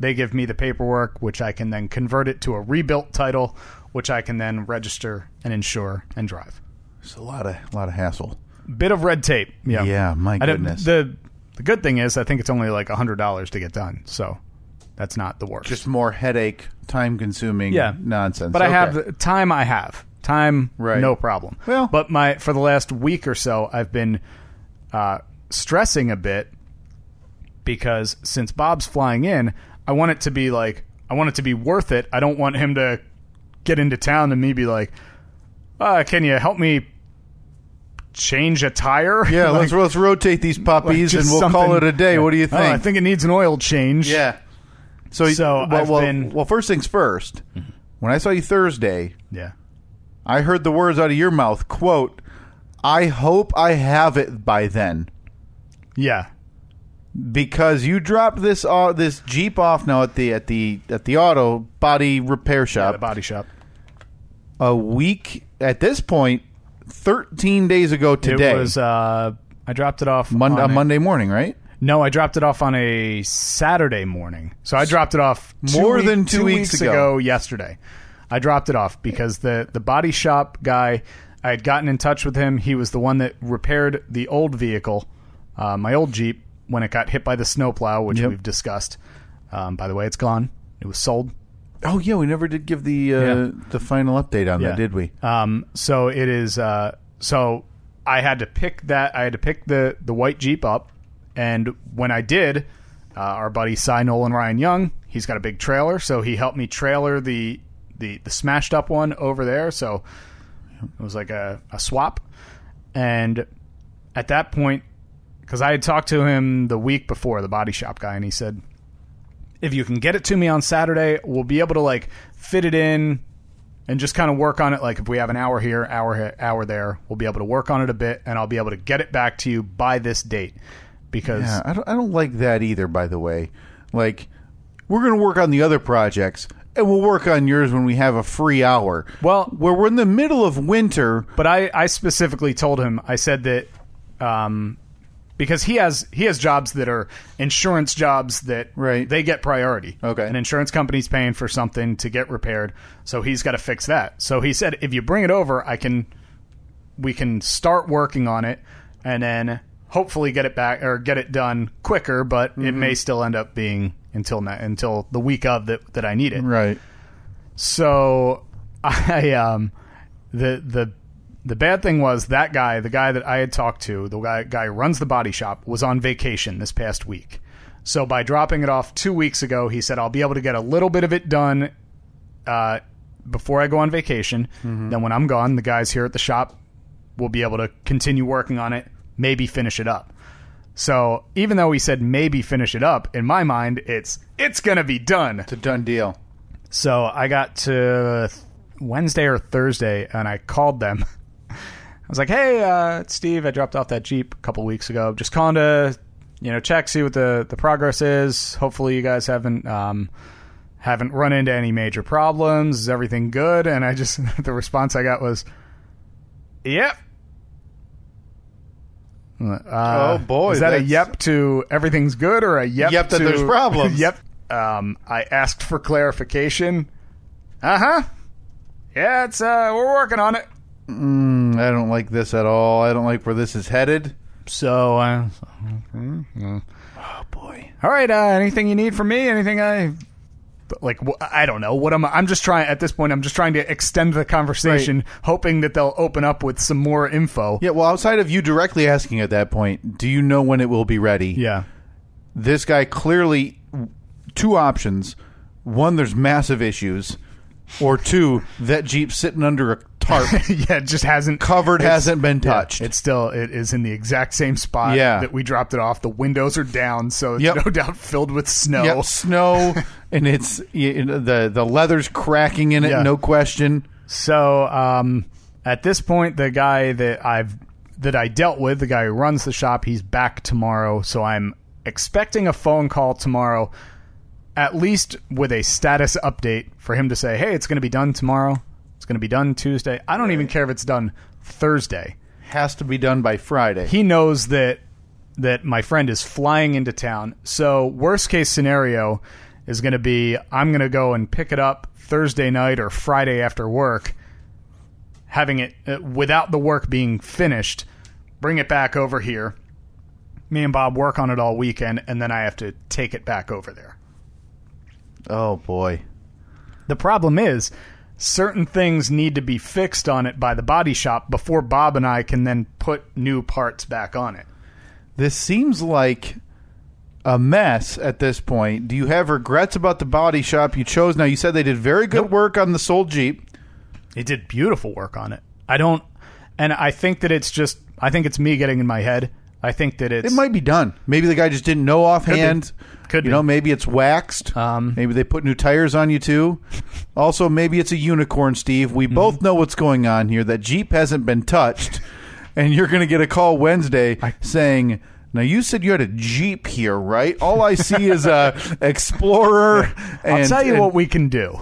Speaker 4: They give me the paperwork, which I can then convert it to a rebuilt title, which I can then register and insure and drive.
Speaker 5: It's a lot of lot of hassle.
Speaker 4: Bit of red tape. Yeah,
Speaker 5: Yeah, my
Speaker 4: I don't-
Speaker 5: goodness.
Speaker 4: The the good thing is, I think it's only like hundred dollars to get done, so that's not the worst.
Speaker 5: Just more headache, time-consuming
Speaker 4: yeah,
Speaker 5: nonsense.
Speaker 4: But I
Speaker 5: Okay.
Speaker 4: have the- time. I have time.
Speaker 5: Right.
Speaker 4: No problem.
Speaker 5: Well-
Speaker 4: but my for the last week or so, I've been uh, stressing a bit because since Bob's flying in, I want it to be like I want it to be worth it. I don't want him to get into town and me be like, uh, "Can you help me change a tire?"
Speaker 5: Yeah,
Speaker 4: Like,
Speaker 5: let's let's rotate these puppies
Speaker 4: just
Speaker 5: and we'll call
Speaker 4: something-
Speaker 5: it a day. What do you
Speaker 4: "Oh,
Speaker 5: think?
Speaker 4: I think it needs an oil change.
Speaker 5: yeah. So,
Speaker 4: So
Speaker 5: well,
Speaker 4: I've
Speaker 5: well,
Speaker 4: been- Mm-hmm.
Speaker 5: well, first things first. When I saw you Thursday,
Speaker 4: yeah.
Speaker 5: I heard the words out of your mouth. "Quote: I hope I have it by then."
Speaker 4: Yeah.
Speaker 5: because you dropped this uh, this Jeep off now at the at the at the auto body repair
Speaker 4: At
Speaker 5: shop
Speaker 4: the body shop.
Speaker 5: a week at this point, thirteen days ago today,
Speaker 4: It was. Uh, I dropped it off
Speaker 5: Mon-
Speaker 4: on
Speaker 5: on
Speaker 4: a-
Speaker 5: Monday morning, right?
Speaker 4: No, I dropped it off on a Saturday morning. So I dropped it off two
Speaker 5: More
Speaker 4: week-
Speaker 5: than two weeks
Speaker 4: weeks
Speaker 5: ago.
Speaker 4: ago. yesterday. I dropped it off because the the body shop guy I had gotten in touch with him. He was the one that repaired the old vehicle, uh, my old Jeep, when it got hit by the snowplow, which
Speaker 5: Yep.
Speaker 4: we've discussed. Um, by the way, it's gone. It was sold.
Speaker 5: Oh yeah, we never did give the uh,
Speaker 4: Yeah.
Speaker 5: the final update on that,
Speaker 4: Yeah.
Speaker 5: did we?
Speaker 4: Um, so it is. Uh, so I had to pick that. I had to pick the the white Jeep up, and when I did, uh, our buddy Cy Nolan Ryan Young, he's got a big trailer, so he helped me trailer the the the smashed up one over there. So it was like a, a swap, and at that point, because I had talked to him the week before, the body shop guy, and he said. If you can get it to me on Saturday, we'll be able to like fit it in, and just kind of work on it. Like if we have an hour here, hour he- hour there, we'll be able to work on it a bit, and I'll be able to get it back to you by this date because
Speaker 5: Yeah, Uh, I don't I don't like that either. By the way, like we're gonna work on the other projects. And we'll work on yours when we have a free hour.
Speaker 4: Well-
Speaker 5: where we're in the middle of winter,
Speaker 4: But I, I specifically told him I said that um, because he has he has jobs that are insurance jobs that
Speaker 5: Right.
Speaker 4: they get priority.
Speaker 5: Okay.
Speaker 4: An insurance company's paying for something to get repaired, so he's got to fix that. So he said if you bring it over, I can we can start working on it and then hopefully get it back or get it done quicker, but it
Speaker 5: Mm-hmm.
Speaker 4: may still end up being until na- until the week of that that I need it.
Speaker 5: right?
Speaker 4: So I um the the the bad thing was that guy, the guy that I had talked to, the guy guy who runs the body shop, was on vacation this past week. So by dropping it off two weeks ago, he said I'll be able to get a little bit of it done uh, before I go on vacation. Then when I'm gone, the guys here at the shop will be able to continue working on it, maybe finish it up. So even though he said maybe finish it up, in my mind it's it's gonna be done.
Speaker 5: It's a done deal.
Speaker 4: So I got to Wednesday or Thursday, and I called them. I was like, "Hey, uh, it's Steve, I dropped off that Jeep a couple weeks ago. Just calling to, you know, check see what the the progress is. Hopefully, you guys haven't um, haven't run into any major problems. Is everything good?" And I just the response I got was, "Yep." Uh,
Speaker 5: Oh, boy,
Speaker 4: Is that a
Speaker 5: that's-
Speaker 4: yep to everything's good or a yep?
Speaker 5: Yep, that
Speaker 4: to-
Speaker 5: there's problems.
Speaker 4: yep. Um, I asked for clarification. Uh huh. Yeah, it's uh, we're working on it.
Speaker 5: Mm, I don't like this at all. I don't like where this is headed.
Speaker 4: So, uh,
Speaker 5: Boy.
Speaker 4: all right. Uh, anything you need from me? Anything I but, like? Wh- I don't know. What am I? I'm just trying at this point. I'm just trying to extend the conversation, hoping that they'll open up with some more info.
Speaker 5: Yeah, well, outside of you directly asking at that point, do you know when it will be ready?
Speaker 4: Yeah.
Speaker 5: This guy clearly two options. One, there's massive issues, or two, that Jeep's sitting under a tarp
Speaker 4: yeah, it just hasn't
Speaker 5: covered
Speaker 4: it's-
Speaker 5: hasn't been
Speaker 4: yeah,
Speaker 5: touched.
Speaker 4: it's still it is in the exact same spot
Speaker 5: Yeah.
Speaker 4: that we dropped it off. The windows are down, so it's
Speaker 5: Yep.
Speaker 4: no doubt filled with snow.
Speaker 5: Yep, snow and it's you know, the the leather's cracking in it,
Speaker 4: Yeah.
Speaker 5: no question.
Speaker 4: So um, at this point, the guy that I've that I dealt with, the guy who runs the shop, he's back tomorrow. So I'm expecting a phone call tomorrow, at least with a status update for him to say, "Hey, it's going to be done tomorrow. It's going to be done Tuesday. I don't even care if it's done Thursday."
Speaker 5: Has to be done by Friday.
Speaker 4: he knows that that my friend is flying into town. So worst case scenario is going to be I'm going to go and pick it up Thursday night or Friday after work, having it uh, without the work being finished, bring it back over here. Me and Bob work on it all weekend, and then I have to take it back over there.
Speaker 5: oh boy.
Speaker 4: The problem is, certain things need to be fixed on it by the body shop before Bob and I can then put new parts back on it.
Speaker 5: This seems like a mess at this point. Do you have regrets about the body shop you chose? Now you said they did very good work on the sold Jeep.
Speaker 4: It did beautiful work on it. I don't, and I think that it's just. I think it's me getting in my head. I think that it's.
Speaker 5: It might be done. Maybe the guy just didn't know offhand.
Speaker 4: Could
Speaker 5: you
Speaker 4: be.
Speaker 5: know? Maybe it's waxed.
Speaker 4: Um,
Speaker 5: maybe they put new tires on you too. also, maybe it's a unicorn, Steve.
Speaker 4: Mhm.
Speaker 5: We both know what's going on here. That Jeep hasn't been touched, and you're going to get a call Wednesday saying. Now you said you had a Jeep here, right? All I see is a Explorer.
Speaker 4: I'll
Speaker 5: And,
Speaker 4: tell you
Speaker 5: and-
Speaker 4: what we can do.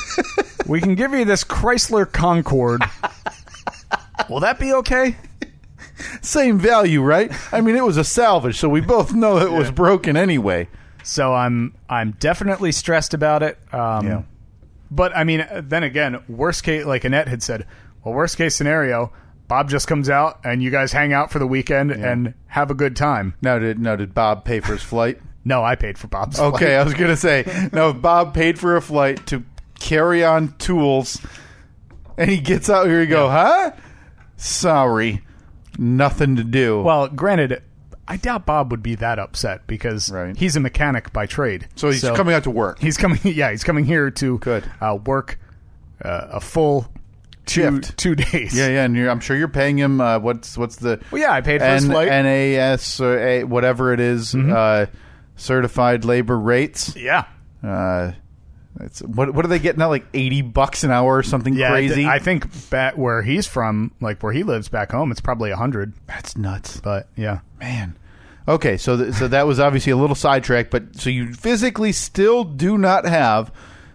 Speaker 4: we can give you this Chrysler Concorde. Will that be okay?
Speaker 5: same value, right? I mean, it was a salvage, so we both know it was broken anyway.
Speaker 4: So I'm I'm definitely stressed about it. Um,
Speaker 5: Yeah.
Speaker 4: But I mean, then again, worst case, like Annette had said, well, worst case scenario, Bob just comes out and you guys hang out for the weekend and have a good time.
Speaker 5: Now did now did Bob pay for his flight?
Speaker 4: No, I paid for Bob's. flight.
Speaker 5: Okay, I was gonna say now if Bob paid for a flight to carry on tools, and he gets out here. You go, huh? Sorry, nothing to do.
Speaker 4: Well, granted, I doubt Bob would be that upset because
Speaker 5: Right.
Speaker 4: he's a mechanic by trade.
Speaker 5: so he's coming out to work.
Speaker 4: He's coming. Yeah, he's coming here to
Speaker 5: Good.
Speaker 4: Uh, work uh, a full two,
Speaker 5: Shift.
Speaker 4: two days.
Speaker 5: Yeah, yeah, and you're, I'm sure you're paying him. Uh, what's what's the?
Speaker 4: Well, yeah, I paid for his flight.
Speaker 5: NAS or a, whatever it is, uh, certified labor rates.
Speaker 4: yeah.
Speaker 5: Uh, it's, what what are they getting now? Like eighty bucks an hour or something
Speaker 4: Yeah, I thi-
Speaker 5: crazy?
Speaker 4: I, think back where he's from, like where he lives back home, it's probably a hundred.
Speaker 5: That's nuts,
Speaker 4: But yeah,
Speaker 5: man. Okay, so th- so that was obviously a little sidetrack, but so you physically still do not have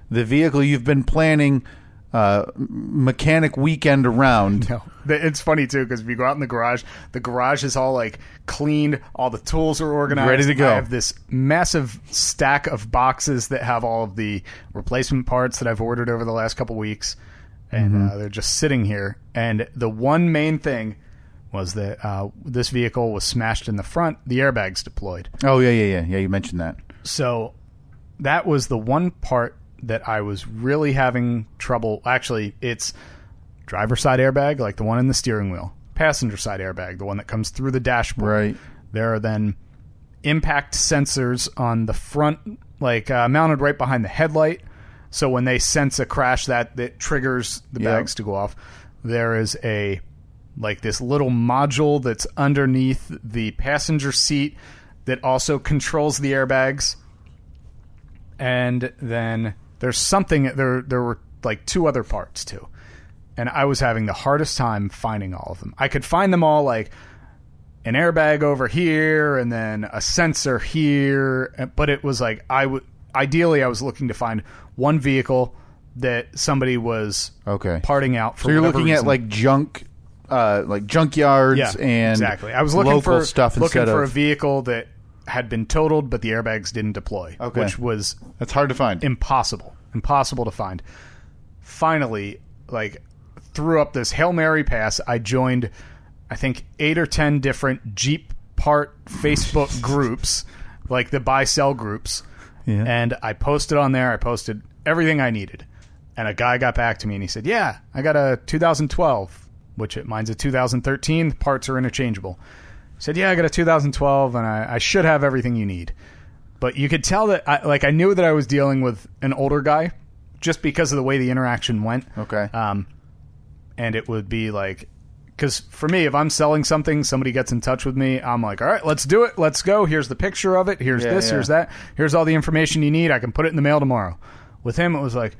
Speaker 5: the vehicle you've been planning uh, mechanic weekend around.
Speaker 4: no, Th- it's funny too because if you go out in the garage, the garage is all like cleaned, all the tools are organized,
Speaker 5: Ready to go.
Speaker 4: I have this massive stack of boxes that have all of the replacement parts that I've ordered over the last couple weeks, and
Speaker 5: Mm-hmm.
Speaker 4: uh, they're just sitting here. And the one main thing was that uh, this vehicle was smashed in the front, the airbags deployed.
Speaker 5: Oh yeah, yeah, yeah, yeah. You mentioned that.
Speaker 4: So that was the one part that I was really having trouble. Actually, it's driver side airbag, like the one in the steering wheel, passenger side airbag, the one that comes through the dashboard.
Speaker 5: Right.
Speaker 4: There are then impact sensors on the front, like uh, mounted right behind the headlight. So when they sense a crash, that that triggers the
Speaker 5: Yeah.
Speaker 4: bags to go off. There is a like this little module that's underneath the passenger seat that also controls the airbags. And then there's something there. There were like two other parts too, and I was having the hardest time finding all of them. I could find them all like an airbag over here and then a sensor here and- but it was like i would ideally i was looking to find one vehicle that somebody was
Speaker 5: Okay.
Speaker 4: parting out for
Speaker 5: So you're
Speaker 4: whatever
Speaker 5: looking at
Speaker 4: reason.
Speaker 5: like junk, uh, like junkyards
Speaker 4: yeah
Speaker 5: and
Speaker 4: exactly i was looking
Speaker 5: local
Speaker 4: for
Speaker 5: stuff
Speaker 4: looking
Speaker 5: instead
Speaker 4: for
Speaker 5: of
Speaker 4: a vehicle that had been totaled but the airbags didn't deploy
Speaker 5: Okay.
Speaker 4: which was
Speaker 5: that's hard to find.
Speaker 4: impossible impossible to find finally like threw up this hail mary pass i joined i think eight or ten different jeep part facebook groups like the buy sell groups
Speaker 5: Yeah.
Speaker 4: and i posted on there i posted everything i needed and a guy got back to me and he said yeah i got a 2012 which it mine's a 2013 the parts are interchangeable he said yeah i got a 2012 and i, I should have everything you need but you could tell that I, like I knew that I was dealing with an older guy just because of the way the interaction went.
Speaker 5: Okay.
Speaker 4: Um, and it would be like because for me if i'm selling something somebody gets in touch with me i'm like all right let's do it let's go here's the picture of it here's
Speaker 7: Yeah,
Speaker 4: this
Speaker 7: yeah.
Speaker 4: here's that here's all the information you need i can put it in the mail tomorrow with him it was like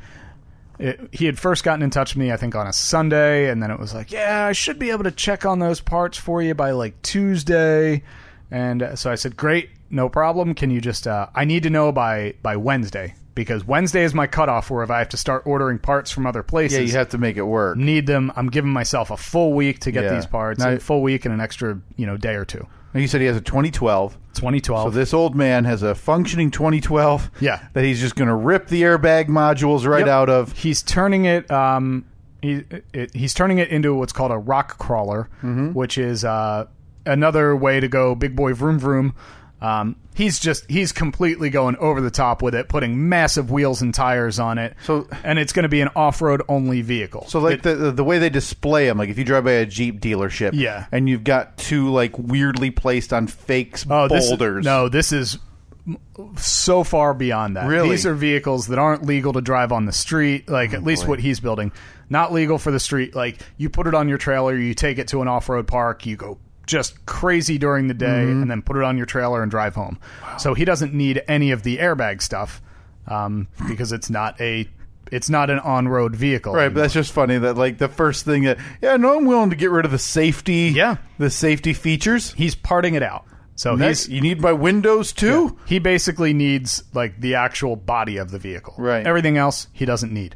Speaker 4: it, he had first gotten in touch with me, I think, on a Sunday, and then it was like, yeah, I should be able to check on those parts for you by like Tuesday, and uh, so I said, great, no problem. Can you just? Uh, I need to know by by Wednesday because Wednesday is my cutoff where if I have to start ordering parts from other places,
Speaker 5: Yeah, you have to make it work.
Speaker 4: need them. I'm giving myself a full week to get
Speaker 5: Yeah.
Speaker 4: these parts,
Speaker 5: Now-
Speaker 4: a full week and an extra you know day or two.
Speaker 5: And you said he has a 2012. So
Speaker 4: 2012.
Speaker 5: this old man has a functioning 2012.
Speaker 4: Yeah.
Speaker 5: That he's just going to rip the airbag modules right
Speaker 4: Yep.
Speaker 5: out of.
Speaker 4: He's turning it. Um, he it, he's turning it into what's called a rock crawler,
Speaker 5: Mm-hmm.
Speaker 4: which is uh, another way to go big boy vroom vroom. Um, he's just he's completely going over the top with it, putting massive wheels and tires on it.
Speaker 5: So-
Speaker 4: and it's going to be an off road only vehicle.
Speaker 5: So like the- the the way they display them, like if you drive by a Jeep dealership,
Speaker 4: Yeah.
Speaker 5: and you've got two like weirdly placed on fake s-
Speaker 4: oh, this is-
Speaker 5: boulders.
Speaker 4: no, this is so far beyond that.
Speaker 5: Really? Oh,
Speaker 4: These are vehicles that aren't legal to drive on the street, like at least what he's building. Not legal for the street. Like you put it on your trailer, you take it to an off road park, you go just crazy during the day,
Speaker 5: Mm-hmm.
Speaker 4: and then put it on your trailer and drive home. So he doesn't need any of the airbag stuff um, because it's not a it's not an on road vehicle.
Speaker 5: Right, but that's just funny that like the first thing that yeah, no, I'm willing to get rid of the safety.
Speaker 4: Yeah.
Speaker 5: the safety features.
Speaker 4: he's parting it out. So
Speaker 5: Nice.
Speaker 4: he's
Speaker 5: You need my windows too.
Speaker 4: He basically needs like the actual body of the vehicle.
Speaker 5: Right.
Speaker 4: Everything else he doesn't need.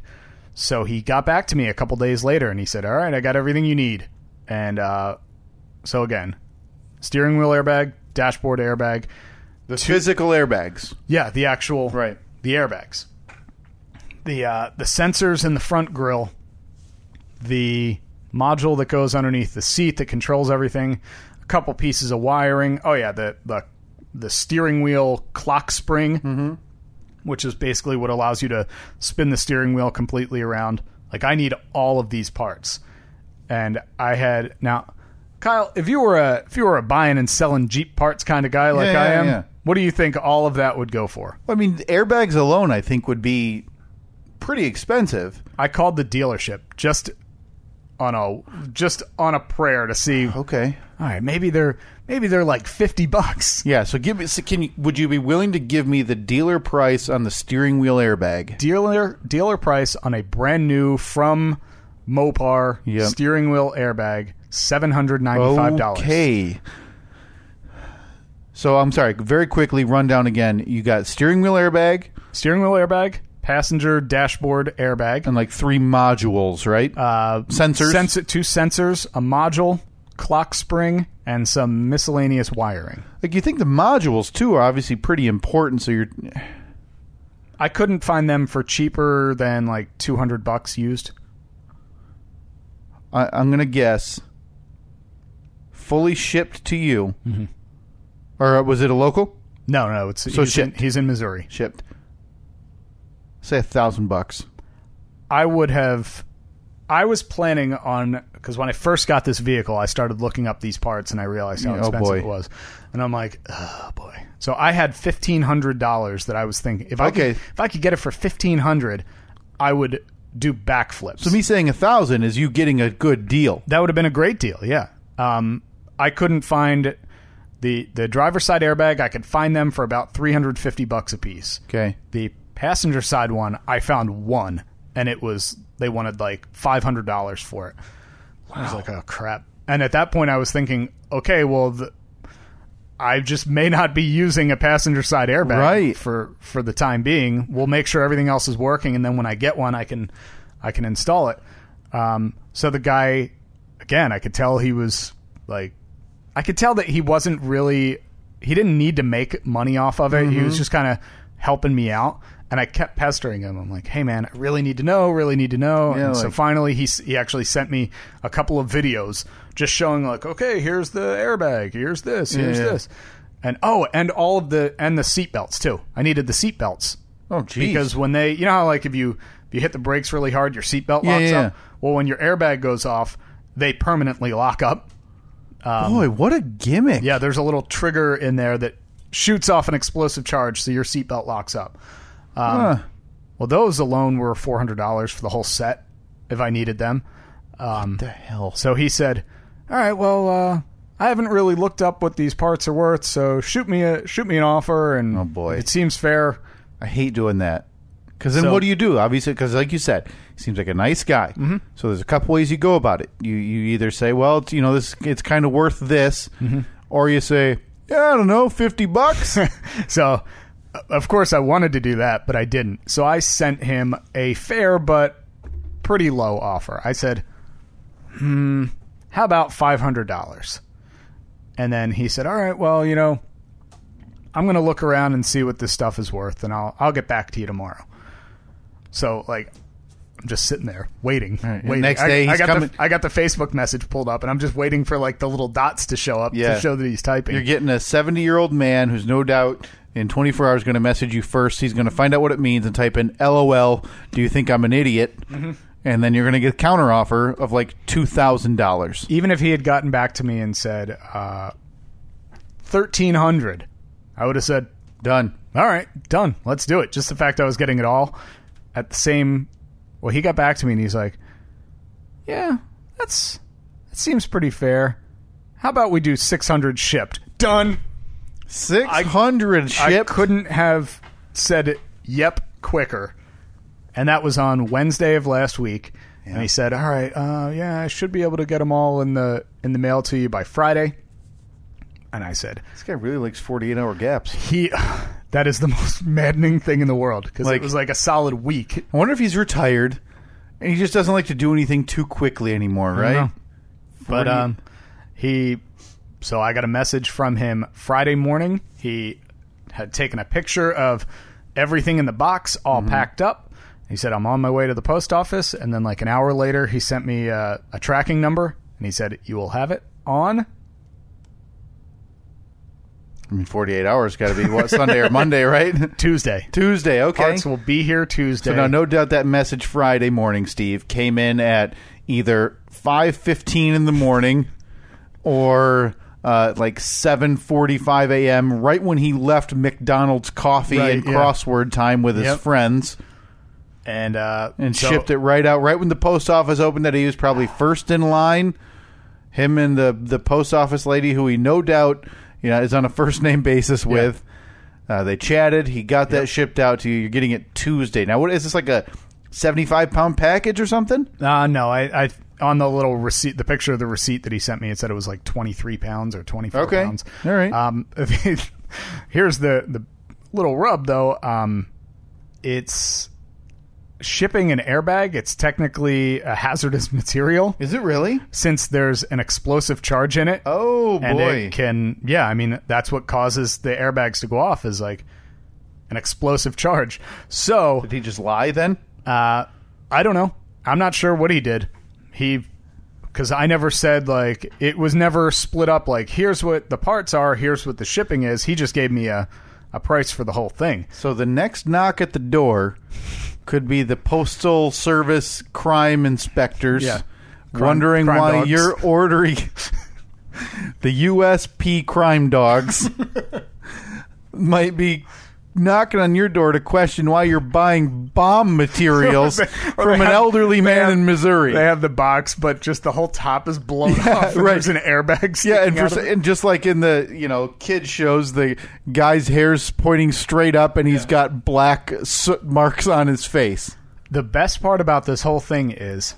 Speaker 4: So he got back to me a couple days later and he said, "All right, I got everything you need." And uh, so again, steering wheel airbag, dashboard airbag.
Speaker 5: The physical airbags.
Speaker 4: Yeah, the actual
Speaker 5: Right.
Speaker 4: the airbags, the uh, the sensors in the front grill, the module that goes underneath the seat that controls everything, a couple pieces of wiring. Oh yeah, the the the steering wheel clock spring,
Speaker 5: Mm-hmm.
Speaker 4: which is basically what allows you to spin the steering wheel completely around. Like I need all of these parts, and I had now. Kyle, if you were a if you were a buying and selling Jeep parts kind of guy like
Speaker 5: Yeah,
Speaker 4: I
Speaker 5: yeah,
Speaker 4: am,
Speaker 5: yeah.
Speaker 4: what do you think all of that would go for?
Speaker 5: I mean, airbags alone, I think, would be pretty expensive.
Speaker 4: I called the dealership just on a just on a prayer to see. All
Speaker 5: Oh, Okay.
Speaker 4: right, maybe they're maybe they're like fifty bucks.
Speaker 5: Yeah. So give me. So can you? Would you be willing to give me the dealer price on the steering wheel airbag?
Speaker 4: Dealer dealer price on a brand new from Mopar
Speaker 5: Yep.
Speaker 4: steering wheel airbag seven hundred ninety five dollars.
Speaker 5: Okay. So I'm sorry. Very quickly, run down again. You got steering wheel airbag
Speaker 4: Steering wheel airbag, passenger dashboard airbag,
Speaker 5: and like three modules, right? Uh, sensors.
Speaker 4: Sens- two sensors, a module, clock spring, and some miscellaneous wiring.
Speaker 5: like you think the modules too are obviously pretty important. So you're
Speaker 4: I couldn't find them for cheaper than like two hundred bucks used.
Speaker 5: I, I'm gonna guess fully shipped to you, or uh, was it a local
Speaker 4: No, no, it's
Speaker 5: So
Speaker 4: he's, in,
Speaker 5: shipped.
Speaker 4: he's in Missouri.
Speaker 5: shipped? Say a thousand bucks.
Speaker 4: I would have. I was planning on because when I first got this vehicle, I started looking up these parts and I realized how
Speaker 5: Yeah, oh
Speaker 4: expensive
Speaker 5: boy.
Speaker 4: it was, and I'm like, oh boy. So I had fifteen hundred dollars that I was thinking if I
Speaker 5: Okay.
Speaker 4: could, if I could get it for fifteen hundred, I would do backflips.
Speaker 5: So me saying a thousand is you getting a good deal.
Speaker 4: That would have been a great deal. Yeah. Um, I couldn't find the the driver's side airbag. I could find them for about three hundred fifty bucks a piece.
Speaker 5: Okay.
Speaker 4: The passenger side one, I found one, and it was they wanted like five hundred dollars for it. I was like, oh crap! And at that point, I was thinking, okay, well, the, I just may not be using a passenger side airbag
Speaker 5: Right.
Speaker 4: for for the time being. We'll make sure everything else is working, and then when I get one, I can I can install it. Um, so the guy, again, I could tell he was like, I could tell that he wasn't really, he didn't need to make money off of it. He
Speaker 5: Mm-hmm.
Speaker 4: was just kind of helping me out. And I kept pestering him. I'm like, hey, man, I really need to know, really need to know.
Speaker 5: Yeah,
Speaker 4: and so
Speaker 5: like-
Speaker 4: finally, he, s- he actually sent me a couple of videos just showing, like, okay, here's the airbag, here's this, here's
Speaker 5: yeah.
Speaker 4: this. And oh, and all of the, and the seatbelts too. I needed the seatbelts
Speaker 5: Oh, geez.
Speaker 4: because when they you know how like if you if you hit the brakes really hard your seatbelt
Speaker 5: Yeah,
Speaker 4: locks
Speaker 5: yeah,
Speaker 4: up
Speaker 5: yeah.
Speaker 4: well when your airbag goes off they permanently lock up
Speaker 5: boy, what a gimmick!
Speaker 4: yeah there's a little trigger in there that shoots off an explosive charge so your seatbelt locks up Um,
Speaker 5: Huh.
Speaker 4: well those alone were $400 for the whole set if i needed them Um,
Speaker 5: The hell?
Speaker 4: so he said, "All right, well, uh, I haven't really looked up what these parts are worth, so shoot me a shoot me an offer, and
Speaker 5: Oh, boy.
Speaker 4: if it seems fair."
Speaker 5: I hate doing that. Because then
Speaker 4: So-
Speaker 5: what do you do? Obviously, because like you said, he seems like a nice guy. Mm-hmm. So there's a couple ways you go about it. You you either say, well, it's, you know, this it's kind of worth this, or you say, yeah, I don't know, fifty bucks.
Speaker 4: So, uh, of course, I wanted to do that, but I didn't. So I sent him a fair but pretty low offer. I said, "Hmm, how about five hundred dollars?" And then he said, "All right, well, you know, I'm going to look around and see what this stuff is worth, and I'll I'll get back to you tomorrow." So, like. I'm just sitting there waiting.
Speaker 5: and
Speaker 4: waiting.
Speaker 5: next
Speaker 4: I-
Speaker 5: day
Speaker 4: I,
Speaker 5: he's
Speaker 4: got
Speaker 5: coming-
Speaker 4: The, I got the Facebook message pulled up, and I'm just waiting for like the little dots to show up
Speaker 5: Yeah.
Speaker 4: to show that he's typing.
Speaker 5: You're getting a seventy year old man who's no doubt in twenty four hours going to message you first. He's going to find out what it means and type in LOL. Do you think I'm an idiot?
Speaker 4: Mm-hmm.
Speaker 5: And then you're going to get a counter offer of like two thousand dollars.
Speaker 4: even if he had gotten back to me and said uh, 1300 i would have said
Speaker 5: Done.
Speaker 4: all right done let's do it just the fact i was getting it all at the same well he got back to me and he's like yeah that's that seems pretty fair how about we do 600 shipped done
Speaker 5: Six hundred
Speaker 4: i
Speaker 5: ship.
Speaker 4: couldn't have said yep quicker and that was on wednesday of last week and he said all right uh, yeah i should be able to get them all in the in the mail to you by friday and i said
Speaker 5: This guy really likes forty eight hour gaps.
Speaker 4: he that is the most maddening thing in the world because
Speaker 5: Like-
Speaker 4: it was like a solid week
Speaker 5: I wonder if he's retired and he just doesn't like to do anything too quickly anymore, right?
Speaker 4: know. but
Speaker 5: 40
Speaker 4: um he so i got a message from him friday morning he had taken a picture of everything in the box all
Speaker 5: Mm-hmm.
Speaker 4: packed up he said i'm on my way to the post office and then like an hour later he sent me uh, a tracking number and he said you will have it on
Speaker 5: I mean, forty eight hours got to be what Sunday or Monday, right?
Speaker 4: tuesday
Speaker 5: Tuesday, okay.
Speaker 4: parts will be here tuesday
Speaker 5: So now, no doubt that message Friday morning, Steve, came in at either five fifteen in the morning or uh, like seven forty five a.m. Right when he left McDonald's coffee
Speaker 4: Right,
Speaker 5: and
Speaker 4: yeah.
Speaker 5: crossword time with his
Speaker 4: Yep.
Speaker 5: friends,
Speaker 4: and uh
Speaker 5: and
Speaker 4: so-
Speaker 5: shipped it right out. Right when the post office opened, that he was probably first in line. Him and the the post office lady, who he no doubt you know is on a first name basis with. Uh, they chatted. He got that shipped out to you. You're getting it Tuesday. Now, what is this like a 75 pound package or something?
Speaker 4: Uh, no, I, I on the little receipt, the picture of the receipt that he sent me, it said it was like twenty three pounds or twenty four
Speaker 5: Okay.
Speaker 4: pounds.
Speaker 5: All right.
Speaker 4: Um, here's the the little rub though. Um, it's shipping an airbag. It's technically a hazardous material
Speaker 5: Is it really?
Speaker 4: since there's an explosive charge in it.
Speaker 5: Oh
Speaker 4: and
Speaker 5: boy!
Speaker 4: it can yeah. I mean, that's what causes the airbags to go off is like an explosive charge. So
Speaker 5: Did he just lie then?
Speaker 4: uh, I don't know. I'm not sure what he did. He, because I never said like it was never split up. Like here's what the parts are. Here's what the shipping is. He just gave me a, a price for the whole thing.
Speaker 5: So the next knock at the door could be the postal service crime inspectors
Speaker 4: Yeah.
Speaker 5: wondering
Speaker 4: crime
Speaker 5: why
Speaker 4: dogs.
Speaker 5: you're ordering the USP crime dogs might be knocking on your door to question why you're buying bomb materials
Speaker 4: They- or
Speaker 5: from
Speaker 4: they
Speaker 5: an
Speaker 4: have-
Speaker 5: elderly
Speaker 4: they
Speaker 5: man
Speaker 4: have-
Speaker 5: in Missouri.
Speaker 4: They have the box, but just the whole top is blown off. And
Speaker 5: right.
Speaker 4: There's an airbag.
Speaker 5: yeah, and,
Speaker 4: sticking out
Speaker 5: for,
Speaker 4: of it.
Speaker 5: and just like in the you know kid shows, the guy's hair's pointing straight up, and he's got black soot marks on his face.
Speaker 4: the best part about this whole thing is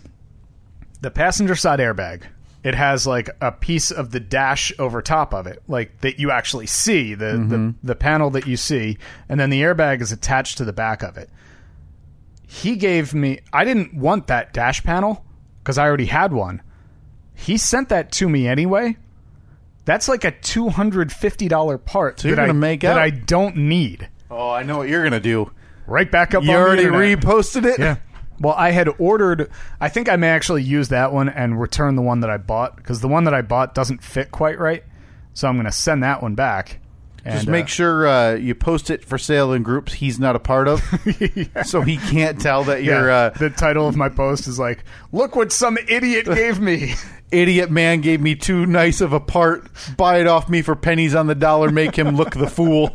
Speaker 4: the passenger side airbag. It has like a piece of the dash over top of it, like that you actually see the, the
Speaker 5: Mm-hmm.
Speaker 4: the panel that you see, and then the airbag is attached to the back of it. He gave me. I didn't want that dash panel because I already had one. He sent that to me anyway. That's like a two hundred fifty dollar part
Speaker 5: you're
Speaker 4: that I
Speaker 5: gonna make
Speaker 4: that
Speaker 5: out.
Speaker 4: I don't need.
Speaker 5: Oh, I know what you're gonna do.
Speaker 4: Right back up.
Speaker 5: You
Speaker 4: on
Speaker 5: already
Speaker 4: the internet.
Speaker 5: reposted it.
Speaker 4: Yeah. Well, I had ordered. I think I may actually use that one and return the one that I bought because the one that I bought doesn't fit quite right. So I'm going to send that one back. And,
Speaker 5: Just make
Speaker 4: uh,
Speaker 5: sure uh, you post it for sale in groups he's not a part of, so he can't tell that
Speaker 4: yeah,
Speaker 5: you're. Uh,
Speaker 4: the title of my post is like, "Look what some idiot gave me."
Speaker 5: idiot man gave me too nice of a part. Buy it off me for pennies on the dollar. Make him look the fool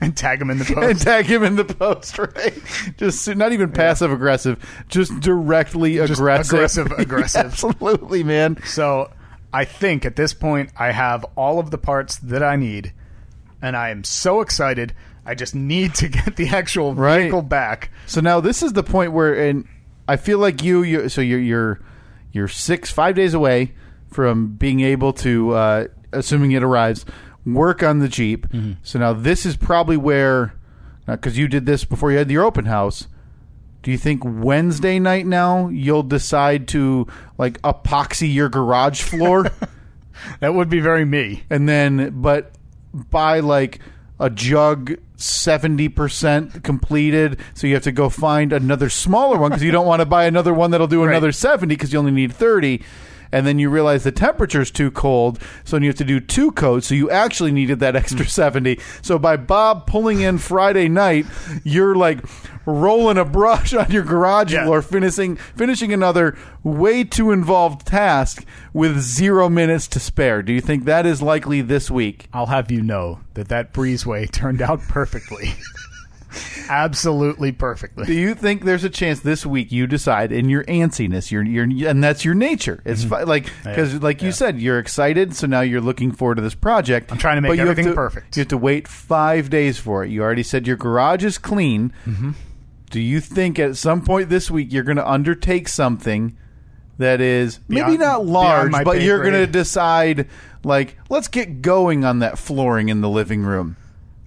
Speaker 4: and tag him in the
Speaker 5: and
Speaker 4: post.
Speaker 5: tag him in the post. Right? Just not even passive aggressive, just directly aggressive.
Speaker 4: aggressive, aggressive.
Speaker 5: Absolutely, man.
Speaker 4: so I think at this point I have all of the parts that I need, and I am so excited. I just need to get the actual
Speaker 5: Right.
Speaker 4: vehicle back.
Speaker 5: So now this is the point where, and I feel like you, you so you're you're you're six five days away from being able to, uh, assuming it arrives, work on the Jeep. So now this is probably where, because you did this before you had your open house. Do you think Wednesday night now you'll decide to like epoxy your garage floor?
Speaker 4: That would be very me.
Speaker 5: and then but by like a jug 70% completed so you have to go find another smaller one because you don't want to buy another one that'll do another 70 because you only need 30 and then you realize the temperature's too cold so then you have to do two coats so you actually needed that extra 70 so by bob pulling in friday night you're like rolling a brush on your garage
Speaker 4: Yeah.
Speaker 5: floor finishing finishing another way too involved task with zero minutes to spare. Do you think that is likely this week?
Speaker 4: I'll have you know that that breezeway turned out perfectly. Absolutely perfectly.
Speaker 5: Do you think there's a chance this week you decide in your antsiness, your your and that's your nature.
Speaker 4: Mm-hmm.
Speaker 5: It's fi- like because like you said, you're excited, so now you're looking forward to this project. I'm
Speaker 4: trying to make
Speaker 5: but you have
Speaker 4: everything
Speaker 5: to-
Speaker 4: perfect.
Speaker 5: You have to wait five days for it. You already said your garage is clean.
Speaker 4: Mm-hmm.
Speaker 5: Do you think at some point this week you're going to undertake something that is maybe
Speaker 4: Beyond-
Speaker 5: not
Speaker 4: beyond
Speaker 5: large,
Speaker 4: my
Speaker 5: but
Speaker 4: pay
Speaker 5: you're
Speaker 4: grade.
Speaker 5: going to decide like let's get going on that flooring in the living room?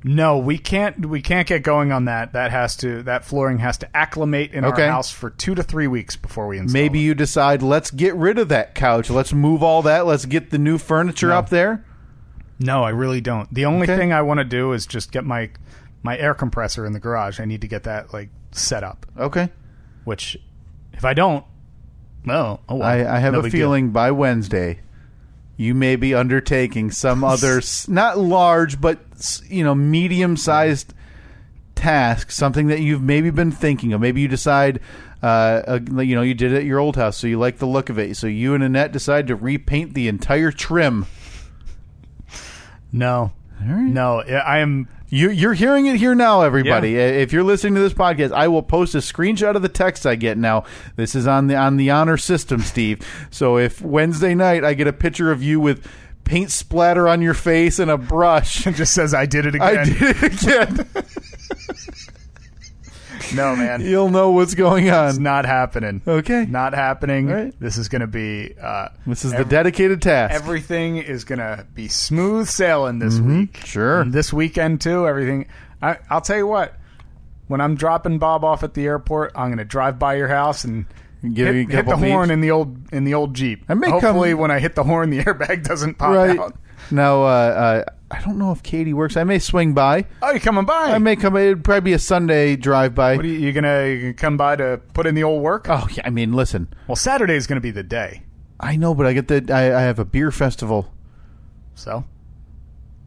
Speaker 4: No, we can't. We can't get going on that. That has to. That flooring has to acclimate in
Speaker 5: Okay.
Speaker 4: our house for two to three weeks before we install.
Speaker 5: Maybe
Speaker 4: it.
Speaker 5: you decide let's get rid of that couch, let's move all that, let's get the new furniture up there.
Speaker 4: No, I really don't. The only
Speaker 5: Okay.
Speaker 4: thing I want to do is just get my my air compressor in the garage. I need to get that like set up.
Speaker 5: Okay.
Speaker 4: Which, if I don't, no. Oh, well,
Speaker 5: I, I have
Speaker 4: no
Speaker 5: a
Speaker 4: big deal.
Speaker 5: feeling by Wednesday, you may be undertaking some other, s- not large, but s- you know, medium-sized task, something that you've maybe been thinking of. Maybe you decide, uh, uh, you know, you did it at your old house, so you like the look of it. So you and Annette decide to repaint the entire trim.
Speaker 4: No, no. I I am.
Speaker 5: You, you're hearing it here now, everybody.
Speaker 4: Yeah.
Speaker 5: If you're listening to this podcast, I will post a screenshot of the text I get now. This is on the on the honor system, Steve. So if Wednesday night I get a picture of you with paint splatter on your face and a brush,
Speaker 4: Just says I did it again.
Speaker 5: I did it again.
Speaker 4: No, man.
Speaker 5: You'll know what's going
Speaker 4: It's
Speaker 5: on.
Speaker 4: not happening.
Speaker 5: Okay.
Speaker 4: Not happening.
Speaker 5: All right.
Speaker 4: This is going to be. Uh,
Speaker 5: This is the dedicated task.
Speaker 4: everything is going to be smooth sailing this week.
Speaker 5: Mm-hmm. Sure.
Speaker 4: And this weekend, too. Everything. I, I'll tell you what. When I'm dropping Bob off at the airport, I'm going to drive by your house and
Speaker 5: Give you a
Speaker 4: hit, hit the
Speaker 5: couple
Speaker 4: horn
Speaker 5: beeps.
Speaker 4: in the old in the old Jeep.
Speaker 5: I may come-
Speaker 4: Hopefully, when I hit the horn, the airbag doesn't pop
Speaker 5: right
Speaker 4: out.
Speaker 5: now, uh, uh, I don't know if Katie works. I may swing by.
Speaker 4: Oh, you coming by?
Speaker 5: I may come. It'd probably be a Sunday drive by.
Speaker 4: what are you, you gonna you gonna come by to put in the old work?
Speaker 5: oh, yeah. I mean, listen.
Speaker 4: Well, Saturday's gonna be the day.
Speaker 5: I know, but I get the. I, I have a beer festival.
Speaker 4: So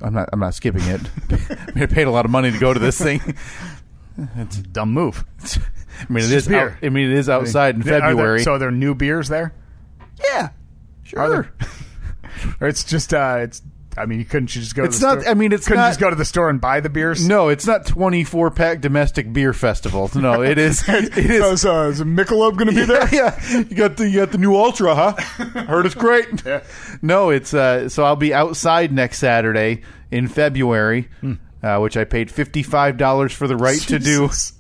Speaker 5: I'm not. I'm not skipping it. I mean, I paid a lot of money to go to this thing.
Speaker 4: dumb move.
Speaker 5: I mean, it
Speaker 4: just
Speaker 5: is. Out,
Speaker 4: beer.
Speaker 5: I mean, it is outside in
Speaker 4: Are there-
Speaker 5: February.
Speaker 4: so are there new beers there?
Speaker 5: yeah, sure.
Speaker 4: Or it's just uh, it's. I mean, you couldn't you just go?
Speaker 5: It's
Speaker 4: to the
Speaker 5: not-
Speaker 4: Store?
Speaker 5: I mean, it's
Speaker 4: couldn't you
Speaker 5: not-
Speaker 4: just go to the store and buy the beers.
Speaker 5: No, it's not 24 pack domestic beer festival. No, it is. It
Speaker 4: So,
Speaker 5: is.
Speaker 4: so is Michelob going to be there?
Speaker 5: Yeah, yeah. you got the you got the new Ultra, huh? Heard it's great. No, it's uh, so I'll be outside next Saturday in February,
Speaker 4: Hmm.
Speaker 5: uh, which I paid fifty five dollars for the right to do
Speaker 4: Jesus.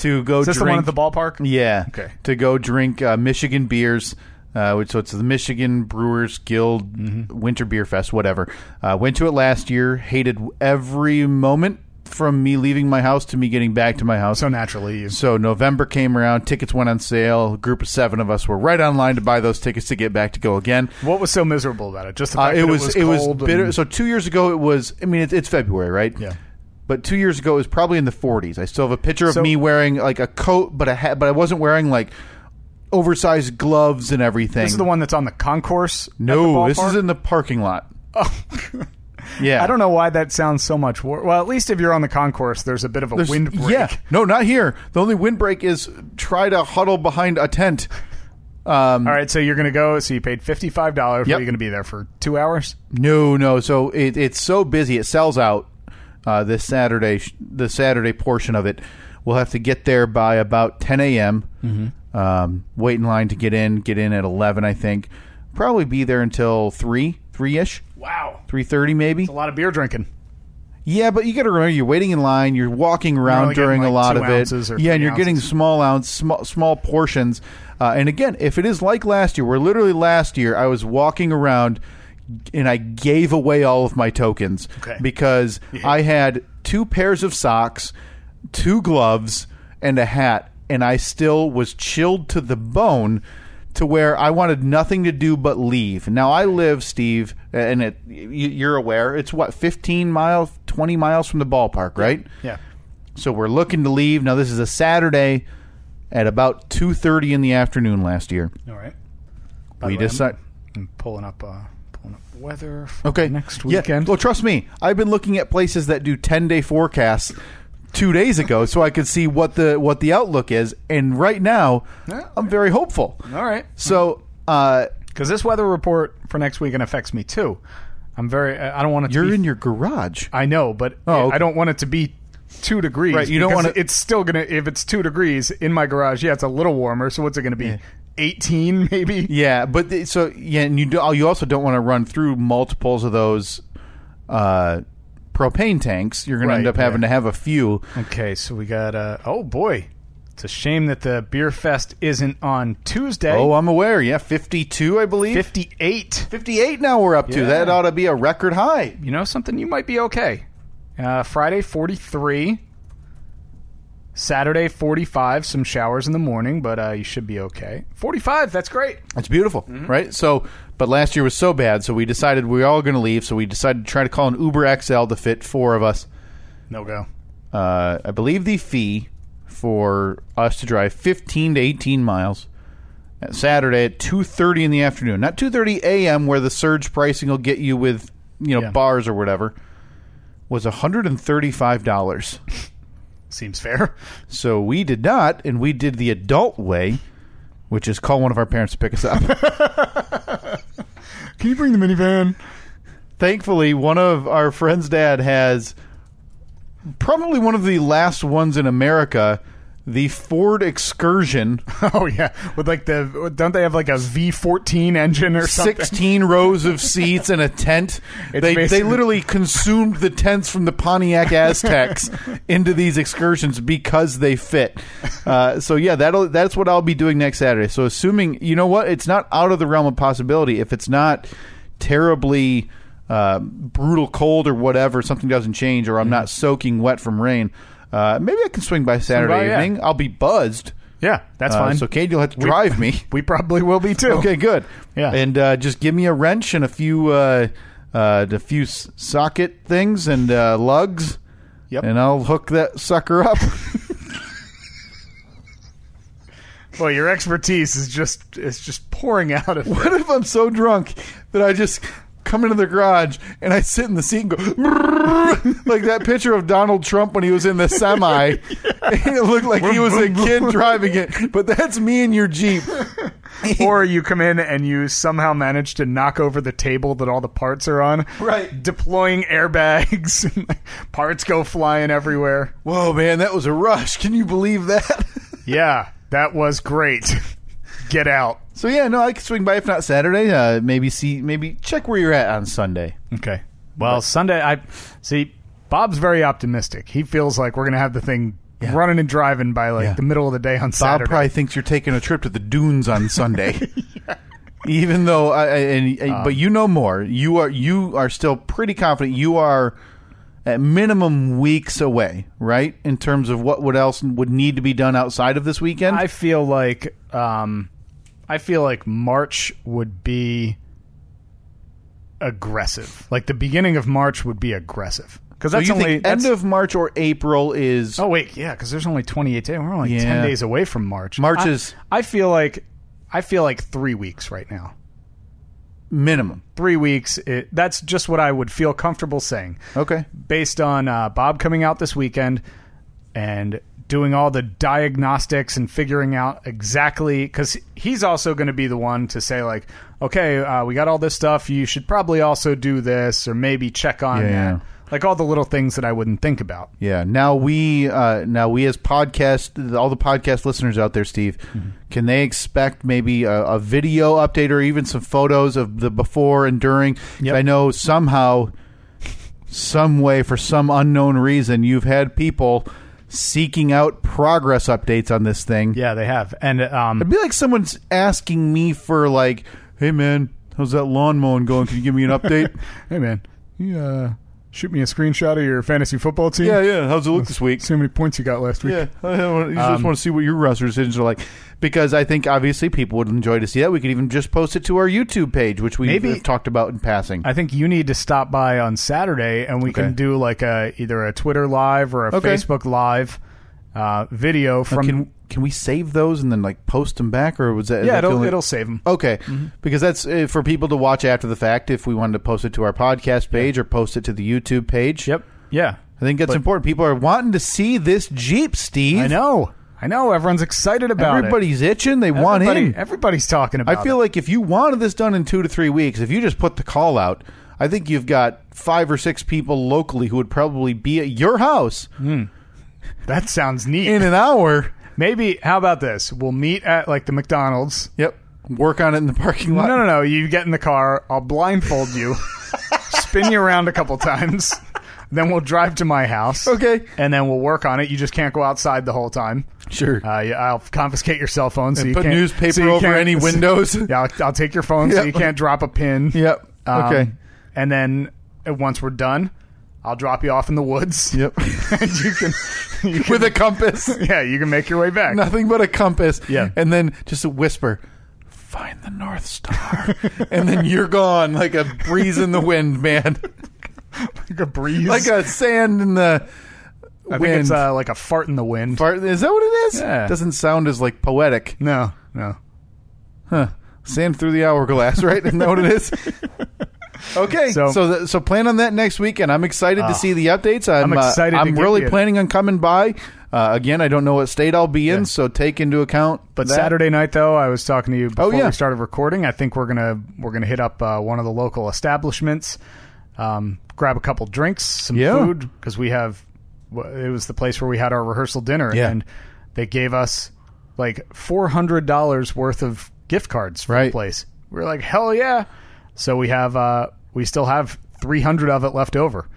Speaker 5: to go.
Speaker 4: Is this the one at
Speaker 5: drink-
Speaker 4: the ballpark?
Speaker 5: Yeah.
Speaker 4: Okay.
Speaker 5: To go drink uh, Michigan beers. Uh, which, so it's the Michigan Brewers Guild
Speaker 4: Mm-hmm.
Speaker 5: Winter Beer Fest, whatever. Uh, went to it last year. Hated every moment from me leaving my house to me getting back to my house.
Speaker 4: So naturally, you.
Speaker 5: So November came around. Tickets went on sale. A group of seven of us were right online to buy those tickets to get back to go again.
Speaker 4: What was so miserable about it? Just the
Speaker 5: Uh,
Speaker 4: fact
Speaker 5: it
Speaker 4: that
Speaker 5: was it
Speaker 4: it was
Speaker 5: was
Speaker 4: cold
Speaker 5: bitter.
Speaker 4: and-
Speaker 5: So two years ago, it was. I mean, it's, it's February, right?
Speaker 4: Yeah.
Speaker 5: But two years ago, it was probably in the 40s. I still have a picture of
Speaker 4: So-
Speaker 5: me wearing like a coat, but a hat, but I wasn't wearing like oversized gloves and everything.
Speaker 4: this is the one that's on the concourse. at
Speaker 5: No,
Speaker 4: the
Speaker 5: this
Speaker 4: ballpark? Oh.
Speaker 5: is in the parking lot. Yeah,
Speaker 4: I don't know why that sounds so much worse. Well, at least if you're on the concourse, there's a bit of a
Speaker 5: There's-
Speaker 4: windbreak.
Speaker 5: Yeah, no, not here. The only windbreak is try to huddle behind a tent. Um,
Speaker 4: All right, so you're going to go. So you paid fifty five dollars.
Speaker 5: Yep.
Speaker 4: Are you going to be there for two hours?
Speaker 5: No, no. So it, it's so busy, it sells out uh, this Saturday. sh- The Saturday portion of it, we'll have to get there by about 10 a.m.
Speaker 4: Mm-hmm.
Speaker 5: Um, wait in line to get in. Get in at 11, I think. Probably be there until three, three ish,
Speaker 4: Wow,
Speaker 5: three thirty maybe.
Speaker 4: a lot of beer drinking.
Speaker 5: Yeah, but you got to remember, you're waiting in line, you're walking around
Speaker 4: only getting,
Speaker 5: during a
Speaker 4: like,
Speaker 5: lot
Speaker 4: two
Speaker 5: of it.
Speaker 4: ounces or
Speaker 5: Yeah, and
Speaker 4: three
Speaker 5: you're getting
Speaker 4: ounces.
Speaker 5: small ounce, small, small portions. Uh, and again, if it is like last year, where literally last year I was walking around and I gave away all of my tokens
Speaker 4: Okay.
Speaker 5: because I had two pairs of socks, two gloves, and a hat, and I still was chilled to the bone. To where I wanted nothing to do but leave. Now I live, Steve, and it, y- you're aware. It's what 15 miles, 20 miles from the ballpark, right?
Speaker 4: Yeah.
Speaker 5: So we're looking to leave. Now this is a Saturday at about 2:30 in the afternoon last year.
Speaker 4: All right.
Speaker 5: we
Speaker 4: the way,
Speaker 5: decide
Speaker 4: I'm pulling up, uh, pulling up weather. For
Speaker 5: Okay.
Speaker 4: Next
Speaker 5: Yeah.
Speaker 4: weekend.
Speaker 5: Well, trust me. I've been looking at places that do 10-day forecasts 2 days ago so I could see what the what the outlook is and right now I'm very hopeful.
Speaker 4: All right.
Speaker 5: So, uh
Speaker 4: Because this weather report for next weekend affects me too. I'm very. I I don't want it. to
Speaker 5: you're
Speaker 4: be,
Speaker 5: in your garage.
Speaker 4: I know, but
Speaker 5: Oh, okay.
Speaker 4: I don't want it to be two degrees.
Speaker 5: Right, you don't
Speaker 4: because
Speaker 5: wanna-
Speaker 4: It's still gonna. If it's two degrees in my garage, yeah, it's a little warmer. So what's it gonna be? Eighteen, maybe.
Speaker 5: Yeah, but the, so yeah, and you do, you also don't want to run through multiples of those uh propane tanks. You're going to end
Speaker 4: Right,
Speaker 5: up having
Speaker 4: yeah.
Speaker 5: to have a few.
Speaker 4: Okay, so we got. Uh, oh boy, it's a shame that the beer fest isn't on Tuesday.
Speaker 5: Oh, I'm aware. Yeah, 52, I believe.
Speaker 4: 58.
Speaker 5: 58 now we're up to.
Speaker 4: Yeah.
Speaker 5: That ought to be a record high.
Speaker 4: You know something? You might be okay. Uh, Friday, 43. Saturday, 45. Some showers in the morning, but uh, you should be okay. 45, that's great.
Speaker 5: It's beautiful, right? So, but last year was so bad, so we decided we were all going to leave, so we decided to try to call an Uber XL to fit four of us.
Speaker 4: No go.
Speaker 5: Uh, I believe the fee for us to drive 15 to 18 miles at Saturday at 2:30 in the afternoon. Not 2:30 a.m. where the surge pricing will get you with, you know,
Speaker 4: Yeah.
Speaker 5: bars or whatever was $135.
Speaker 4: Seems fair.
Speaker 5: So we did not, and we did the adult way, which is call one of our parents to pick us up.
Speaker 4: Can you bring the minivan?
Speaker 5: Thankfully, one of our friend's dad has probably one of the last ones in America, the Ford Excursion,
Speaker 4: Oh, yeah. With like the. Don't they have like a V14 engine or something?
Speaker 5: 16 rows of seats and a tent.
Speaker 4: It's
Speaker 5: They, they
Speaker 4: basically-
Speaker 5: literally consumed the tents from the Pontiac Aztecs into these excursions because they fit. Uh, so yeah, that'll that's what I'll be doing next Saturday. So assuming you know what, it's not out of the realm of possibility if it's not terribly uh, brutal cold or whatever, something doesn't change,
Speaker 4: Mm-hmm.
Speaker 5: or I'm not soaking wet from rain. Uh, maybe I can swing by Saturday
Speaker 4: by, yeah.
Speaker 5: evening. I'll be buzzed.
Speaker 4: Yeah, that's
Speaker 5: Uh,
Speaker 4: fine.
Speaker 5: So Kate, you'll have to drive me.
Speaker 4: we probably will be too.
Speaker 5: Okay, good.
Speaker 4: Yeah.
Speaker 5: and uh, just give me a wrench and a few, uh, uh, a few s- socket things and uh, lugs.
Speaker 4: Yep.
Speaker 5: And I'll hook that sucker up.
Speaker 4: Well, your expertise is just is just pouring out of
Speaker 5: what if I'm so drunk that I just come into the garage and I sit in the seat and go like that picture of Donald Trump when he was in the semi? And it looked like he was a kid driving it, but that's me and your Jeep.
Speaker 4: or you come in and you somehow manage to knock over the table that all the parts are on.
Speaker 5: Right.
Speaker 4: Deploying airbags, and parts go flying everywhere.
Speaker 5: Whoa, man, that was a rush. Can you believe that?
Speaker 4: Yeah, that was great. Get out.
Speaker 5: So yeah, no, I could swing by if not Saturday. Uh, maybe see, maybe check where you're at on Sunday.
Speaker 4: Okay. Well, Sunday, I see Bob's very optimistic. He feels like we're going to have the thing running and driving by like
Speaker 5: Yeah.
Speaker 4: the middle of the day on
Speaker 5: Bob
Speaker 4: Saturday.
Speaker 5: probably thinks you're taking a trip to the dunes on Sunday. Even though, I, I, and, and-
Speaker 4: Um,
Speaker 5: but you know more. You are you are still pretty confident. You are at minimum weeks away, right? In terms of what would else would need to be done outside of this weekend.
Speaker 4: I feel like um, I feel like March would be aggressive. Like the beginning of March would be aggressive because
Speaker 5: so
Speaker 4: that's
Speaker 5: you
Speaker 4: only
Speaker 5: think
Speaker 4: that's-
Speaker 5: end of March or April is
Speaker 4: Oh wait, yeah, because there's only 28 days. We're only 10
Speaker 5: Yeah.
Speaker 4: days away from March.
Speaker 5: March
Speaker 4: I-
Speaker 5: is-
Speaker 4: I feel like I feel like three weeks right now.
Speaker 5: minimum.
Speaker 4: Three weeks. It, that's just what I would feel comfortable saying
Speaker 5: Okay.
Speaker 4: based on uh, Bob coming out this weekend and doing all the diagnostics and figuring out exactly because he's also going to be the one to say like okay uh, we got all this stuff you should probably also do this or maybe check on
Speaker 5: Yeah,
Speaker 4: that
Speaker 5: yeah.
Speaker 4: like all the little things that i wouldn't think about
Speaker 5: Yeah. Now we uh, now we as podcast all the podcast listeners out there, Steve,
Speaker 4: Mm-hmm.
Speaker 5: can they expect maybe a, a video update or even some photos of the before and during? 'Cause
Speaker 4: Yep.
Speaker 5: I know somehow, some way, for some unknown reason, you've had people seeking out progress updates on this thing.
Speaker 4: yeah they have and um,
Speaker 5: It'd be like someone's asking me for like, "Hey man, how's that lawn mowing going? Can you give me an update?"
Speaker 4: hey man you uh, shoot me a screenshot of your fantasy football team
Speaker 5: yeah, yeah. How's it look this week?
Speaker 4: see how many points you got last week Um,
Speaker 5: Yeah, I don't wanna- you just want to see what your roster decisions are like, because I think obviously people would enjoy to see that. We could even just post it to our YouTube page, which we
Speaker 4: Maybe-
Speaker 5: have talked about in passing.
Speaker 4: I think you need to stop by on Saturday, and we
Speaker 5: Okay.
Speaker 4: can do like a either a Twitter live or a
Speaker 5: Okay.
Speaker 4: Facebook live uh, video from.
Speaker 5: can can we save those and then like post them back, or was that is
Speaker 4: yeah,
Speaker 5: that the
Speaker 4: it'll
Speaker 5: only-
Speaker 4: it'll save Mm-hmm. them.
Speaker 5: okay? Because that's uh, for people to watch after the fact. If we wanted to post it to our podcast page or post it to the YouTube page,
Speaker 4: Yep. Yeah.
Speaker 5: I think that's important. People are wanting to see this Jeep, Steve.
Speaker 4: I know. I know. Everyone's excited about it.
Speaker 5: Everybody's itching. They want
Speaker 4: Everybody-
Speaker 5: in.
Speaker 4: Everybody's talking about.
Speaker 5: I feel
Speaker 4: it.
Speaker 5: like if you wanted this done in two to three weeks, if you just put the call out, I think you've got five or six people locally who would probably be at your house
Speaker 4: Mm. that sounds neat.
Speaker 5: in an hour.
Speaker 4: Maybe. How about this? We'll meet at like the McDonald's.
Speaker 5: Yep. Work on it in the parking lot.
Speaker 4: No, no, no. You get in the car. I'll blindfold you, spin you around a couple times. Then we'll drive to my house.
Speaker 5: Okay.
Speaker 4: And then we'll work on it. You just can't go outside the whole time.
Speaker 5: Sure.
Speaker 4: Uh, yeah, I'll confiscate your cell phone so
Speaker 5: And
Speaker 4: you
Speaker 5: put
Speaker 4: can't
Speaker 5: newspaper
Speaker 4: so you
Speaker 5: over
Speaker 4: can't-
Speaker 5: any windows.
Speaker 4: Yeah, I'll, I'll take your phone so
Speaker 5: Yep.
Speaker 4: you can't drop a pin.
Speaker 5: Yep.
Speaker 4: Um,
Speaker 5: okay.
Speaker 4: And then uh, once we're done, I'll drop you off in the woods.
Speaker 5: Yep.
Speaker 4: and you can, you can
Speaker 5: With a compass.
Speaker 4: yeah, you can make your way back.
Speaker 5: Nothing but a compass.
Speaker 4: Yeah.
Speaker 5: And then just a whisper. Find the North Star. and then you're gone like a breeze in the wind, man.
Speaker 4: Like a breeze.
Speaker 5: Like a sand in the
Speaker 4: I
Speaker 5: wind.
Speaker 4: think it's uh, like a fart in the wind.
Speaker 5: Fart- Is that what it is?
Speaker 4: Yeah.
Speaker 5: Doesn't sound as like poetic.
Speaker 4: No, no.
Speaker 5: Sand through the hourglass, right? Isn't that what it is? Okay,
Speaker 4: So- Ah.
Speaker 5: so so, th- so plan on that next week, and I'm excited to see the updates. I'm,
Speaker 4: I'm excited
Speaker 5: Uh,
Speaker 4: to
Speaker 5: I'm
Speaker 4: get
Speaker 5: really
Speaker 4: you.
Speaker 5: planning on coming by. Uh, again, I don't know what state I'll be in, so take into account.
Speaker 4: But
Speaker 5: that. Oh,
Speaker 4: Saturday night, though, I was talking to you before
Speaker 5: yeah.
Speaker 4: we started recording. I think we're gonna we're gonna hit up uh, one of the local establishments, um, grab a couple drinks, some
Speaker 5: Yeah.
Speaker 4: food, because we have. w- It was the place where we had our rehearsal dinner,
Speaker 5: Yeah.
Speaker 4: and they gave us like four hundred dollars worth of gift cards for the
Speaker 5: Right.
Speaker 4: place. We were like, hell yeah! So we have uh, we still have three hundred of it left over.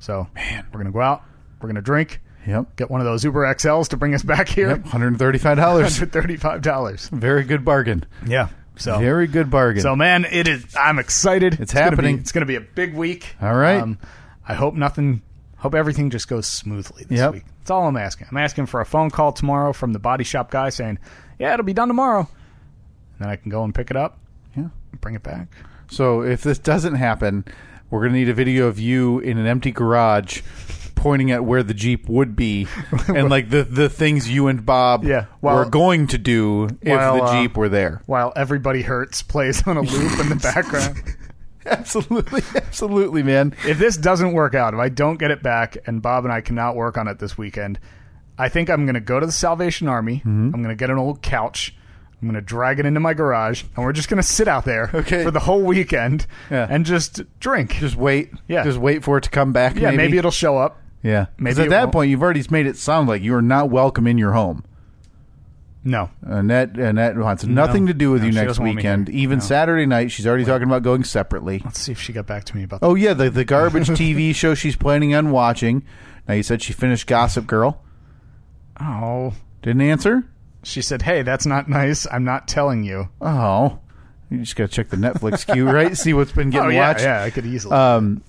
Speaker 4: So man, we're gonna go out. We're gonna drink.
Speaker 5: Yep.
Speaker 4: Get one of those Uber XLs to bring us back here.
Speaker 5: Yep, $135.
Speaker 4: Thirty-five dollars.
Speaker 5: Very good bargain.
Speaker 4: Yeah. So
Speaker 5: Very good bargain.
Speaker 4: so man, it is. I'm excited. It's, Gonna
Speaker 5: happening.
Speaker 4: be, it's gonna be a big week. Um,
Speaker 5: All right.
Speaker 4: I hope nothing. Hope everything just goes smoothly this
Speaker 5: Yep.
Speaker 4: week. That's all I'm asking. I'm asking for a phone call tomorrow from the body shop guy saying, "Yeah, it'll be done tomorrow," and then I can go and pick it up.
Speaker 5: Yeah.
Speaker 4: Bring it back.
Speaker 5: So if this doesn't happen, we're gonna need a video of you in an empty garage, pointing at where the jeep would be, and like the the things you and Bob
Speaker 4: Yeah,
Speaker 5: were
Speaker 4: while-
Speaker 5: going to do if
Speaker 4: while,
Speaker 5: the
Speaker 4: uh,
Speaker 5: jeep were there.
Speaker 4: While everybody hurts plays on a loop in the background.
Speaker 5: Absolutely, absolutely, man.
Speaker 4: if this doesn't work out, if I don't get it back, and Bob and I cannot work on it this weekend, I think I'm going to go to the Salvation Army.
Speaker 5: Mm-hmm.
Speaker 4: I'm going to get an old couch. I'm going to drag it into my garage, and we're just going to sit out there
Speaker 5: Okay.
Speaker 4: for the whole weekend
Speaker 5: Yeah.
Speaker 4: and just drink.
Speaker 5: Just wait.
Speaker 4: Yeah.
Speaker 5: Just wait for it to come back.
Speaker 4: yeah,
Speaker 5: maybe,
Speaker 4: maybe. it'll show up.
Speaker 5: Yeah.
Speaker 4: maybe
Speaker 5: Because at
Speaker 4: it
Speaker 5: that
Speaker 4: won't.
Speaker 5: point, you've already made it sound like you are not welcome in your home.
Speaker 4: No,
Speaker 5: Annette, Annette wants nothing to do with
Speaker 4: No,
Speaker 5: you
Speaker 4: she
Speaker 5: next
Speaker 4: doesn't want me
Speaker 5: weekend.
Speaker 4: here.
Speaker 5: Even
Speaker 4: No.
Speaker 5: Saturday night, she's already talking about going separately.
Speaker 4: let's see if she got back to me about that.
Speaker 5: Oh yeah, the the garbage TV show she's planning on watching. Now you said she finished Gossip Girl.
Speaker 4: Oh,
Speaker 5: Didn't answer.
Speaker 4: she said, "Hey, that's not nice. I'm not telling you."
Speaker 5: Oh, you just gotta check the Netflix queue, right? See what's been getting
Speaker 4: oh yeah,
Speaker 5: watched.
Speaker 4: yeah, I could easily.
Speaker 5: Um,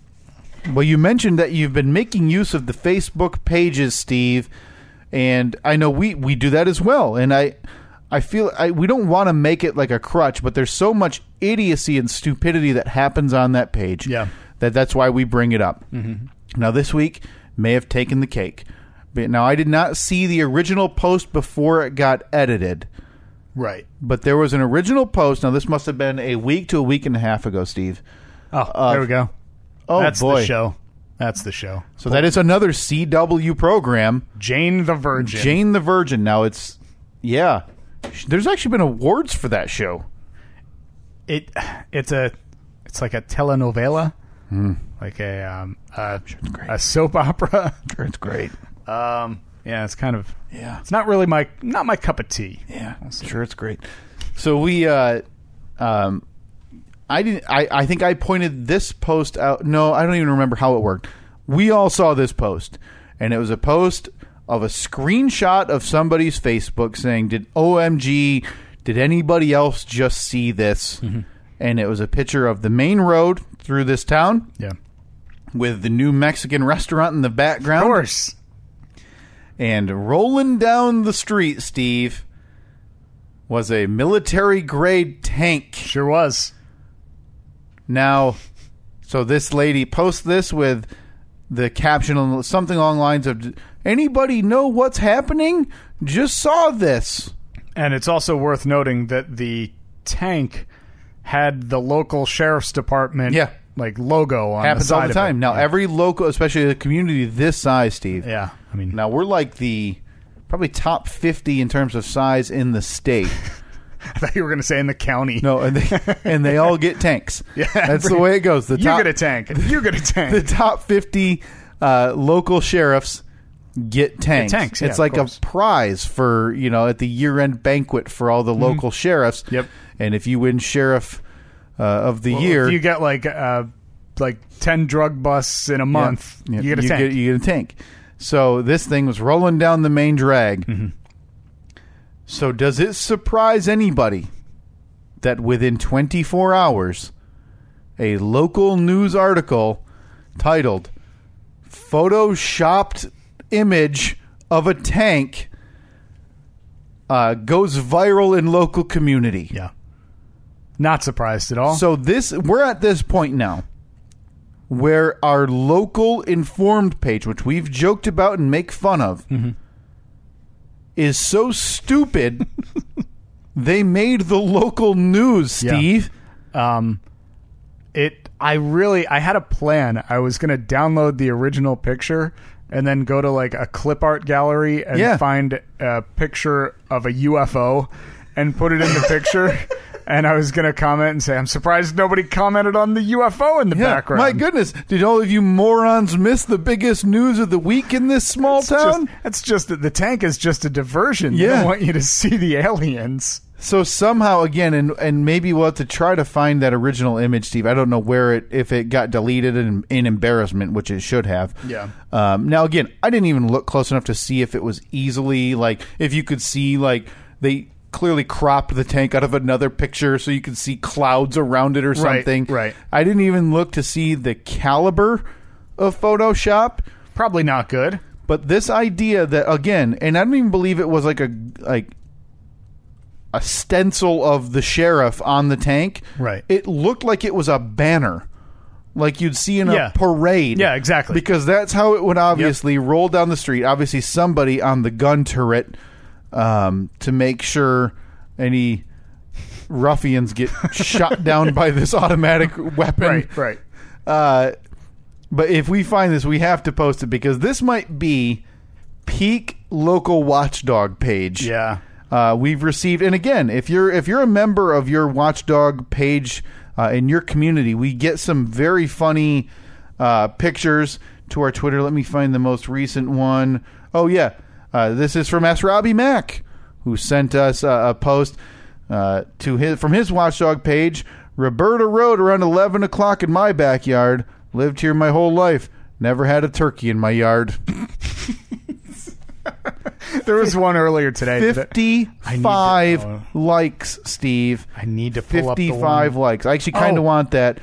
Speaker 5: well, you mentioned that you've been making use of the Facebook pages, Steve, and I know we we do that as well. And I I feel I, we don't want to make it like a crutch, but there's so much idiocy and stupidity that happens on that page.
Speaker 4: Yeah.
Speaker 5: that that's why we bring it up.
Speaker 4: Mm-hmm.
Speaker 5: Now this week may have taken the cake. But Now I did not see the original post before it got edited,
Speaker 4: right.
Speaker 5: but there was an original post. Now this must have been a week to a week and a half ago, Steve.
Speaker 4: Oh, there we go.
Speaker 5: Oh
Speaker 4: that's
Speaker 5: boy,
Speaker 4: the show. That's the show.
Speaker 3: So that is another CW program.
Speaker 4: Jane the Virgin.
Speaker 3: Jane the Virgin. Now it's yeah. Sh- There's actually been awards for that show.
Speaker 4: It it's a it's like a telenovela.
Speaker 3: Hmm.
Speaker 4: Like a um a, a soap opera.
Speaker 3: It's great.
Speaker 4: Um yeah, it's kind of
Speaker 3: Yeah.
Speaker 4: It's not really my not my cup of tea.
Speaker 3: Yeah, sure, it's great. So we, uh, um, I didn't. I, I think I pointed this post out. No, I don't even remember how it worked. We all saw this post, and it was a post of a screenshot of somebody's Facebook saying, "Did OMG? Did anybody else just see this?" And it was a picture of the main road through this town
Speaker 4: Yeah.
Speaker 3: with the new Mexican restaurant in the background.
Speaker 4: Of course.
Speaker 3: And rolling down the street, Steve, was a military grade tank.
Speaker 4: Sure was.
Speaker 3: Now, so this lady posts this with the caption on- something along the lines of anybody know what's happening? Just saw this.
Speaker 4: And it's also worth noting that the tank had the local sheriff's department
Speaker 3: Yeah.
Speaker 4: like logo on
Speaker 3: Happens
Speaker 4: the side
Speaker 3: all the
Speaker 4: of it.
Speaker 3: time. Now, every local, especially a community this size, Steve.
Speaker 4: Yeah. I mean
Speaker 3: Now, we're like the probably top 50 in terms of size in the state.
Speaker 4: I thought you were gonna say in the county.
Speaker 3: No, and they, and they all get tanks.
Speaker 4: Yeah.
Speaker 3: That's the way it goes. The
Speaker 4: you
Speaker 3: top,
Speaker 4: get a tank. You get a tank.
Speaker 3: the top 50 uh, local sheriffs get tanks.
Speaker 4: tanks, yeah,
Speaker 3: it's
Speaker 4: of
Speaker 3: like a
Speaker 4: course.
Speaker 3: prize for, you know, at the year end banquet for all the local sheriffs.
Speaker 4: Yep.
Speaker 3: And if you win sheriff uh, of the year,
Speaker 4: If you get like uh like ten drug busts in a
Speaker 3: yeah,
Speaker 4: month,
Speaker 3: yeah,
Speaker 4: you get a tank.
Speaker 3: you get a tank. So this thing was rolling down the main drag.
Speaker 4: Mm-hmm.
Speaker 3: So does it surprise anybody that within 24 hours, a local news article titled "Photoshopped Image of a Tank" uh, goes viral in local community?
Speaker 4: yeah. Not surprised at all.
Speaker 3: So this we're at this point now where our local informed page, which we've joked about and make fun of, is so stupid they made the local news,
Speaker 4: Yeah.
Speaker 3: Steve.
Speaker 4: um it i really i had a plan i was going to download the original picture and then go to like a clip art gallery and
Speaker 3: Yeah.
Speaker 4: find a picture of a ufo and put it in the picture and i was going to comment and say i'm surprised nobody commented on the ufo in the
Speaker 3: Yeah.
Speaker 4: background
Speaker 3: My goodness, did all of you morons miss the biggest news of the week in this small
Speaker 4: it's just,
Speaker 3: town?
Speaker 4: it's just that the tank is just a diversion. They
Speaker 3: Yeah.
Speaker 4: don't want you to see the aliens.
Speaker 3: So somehow again, and and maybe we'll have to try to find that original image, Steve. I don't know where it if it got deleted in, in embarrassment, which it should have.
Speaker 4: Yeah.
Speaker 3: Um, now again, I didn't even look close enough to see if it was easily like if you could see like they clearly cropped the tank out of another picture so you could see clouds around it or
Speaker 4: Right,
Speaker 3: something.
Speaker 4: right.
Speaker 3: I didn't even look to see the caliber of Photoshop.
Speaker 4: Probably not good.
Speaker 3: But this idea that again, and I don't even believe it was like a like a stencil of the sheriff on the tank.
Speaker 4: Right.
Speaker 3: It looked like it was a banner. Like you'd see in
Speaker 4: Yeah.
Speaker 3: a parade.
Speaker 4: Yeah, exactly.
Speaker 3: Because that's how it would obviously roll down the street. Obviously somebody on the gun turret um, to make sure any ruffians get shot down by this automatic weapon.
Speaker 4: Right, right.
Speaker 3: Uh, but if we find this, we have to post it because this might be peak local watchdog page.
Speaker 4: Yeah.
Speaker 3: Uh, we've received, and again, if you're if you're a member of your watchdog page uh, in your community, we get some very funny uh, pictures to our Twitter. Let me find the most recent one. Oh yeah, uh, this is from S. Robbie Mack, who sent us uh, a post uh, to his from his watchdog page. Roberta Road around eleven o'clock in my backyard. Lived here my whole life. Never had a turkey in my yard.
Speaker 4: There was one earlier today. that-
Speaker 3: Fifty-five
Speaker 4: oh.
Speaker 3: likes, Steve.
Speaker 4: I need to pull up the one.
Speaker 3: 55 likes. I actually kind
Speaker 4: Oh.
Speaker 3: of want that.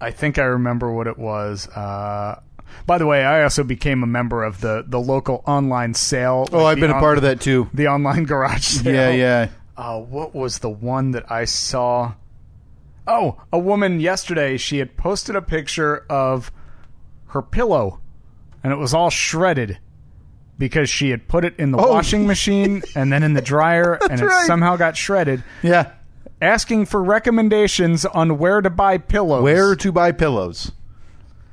Speaker 4: I think I remember what it was. Uh, by the way, I also became a member of the, the local online sale.
Speaker 3: Oh, I've been a part of that too.
Speaker 4: The online garage sale.
Speaker 3: Yeah, yeah.
Speaker 4: Uh, what was the one that I saw? Oh, a woman yesterday, she had posted a picture of her pillow, and it was all shredded because she had put it in the washing machine and then in the dryer, and it
Speaker 3: right.
Speaker 4: somehow got shredded.
Speaker 3: Yeah.
Speaker 4: Asking for recommendations on where to buy pillows.
Speaker 3: Where to buy pillows.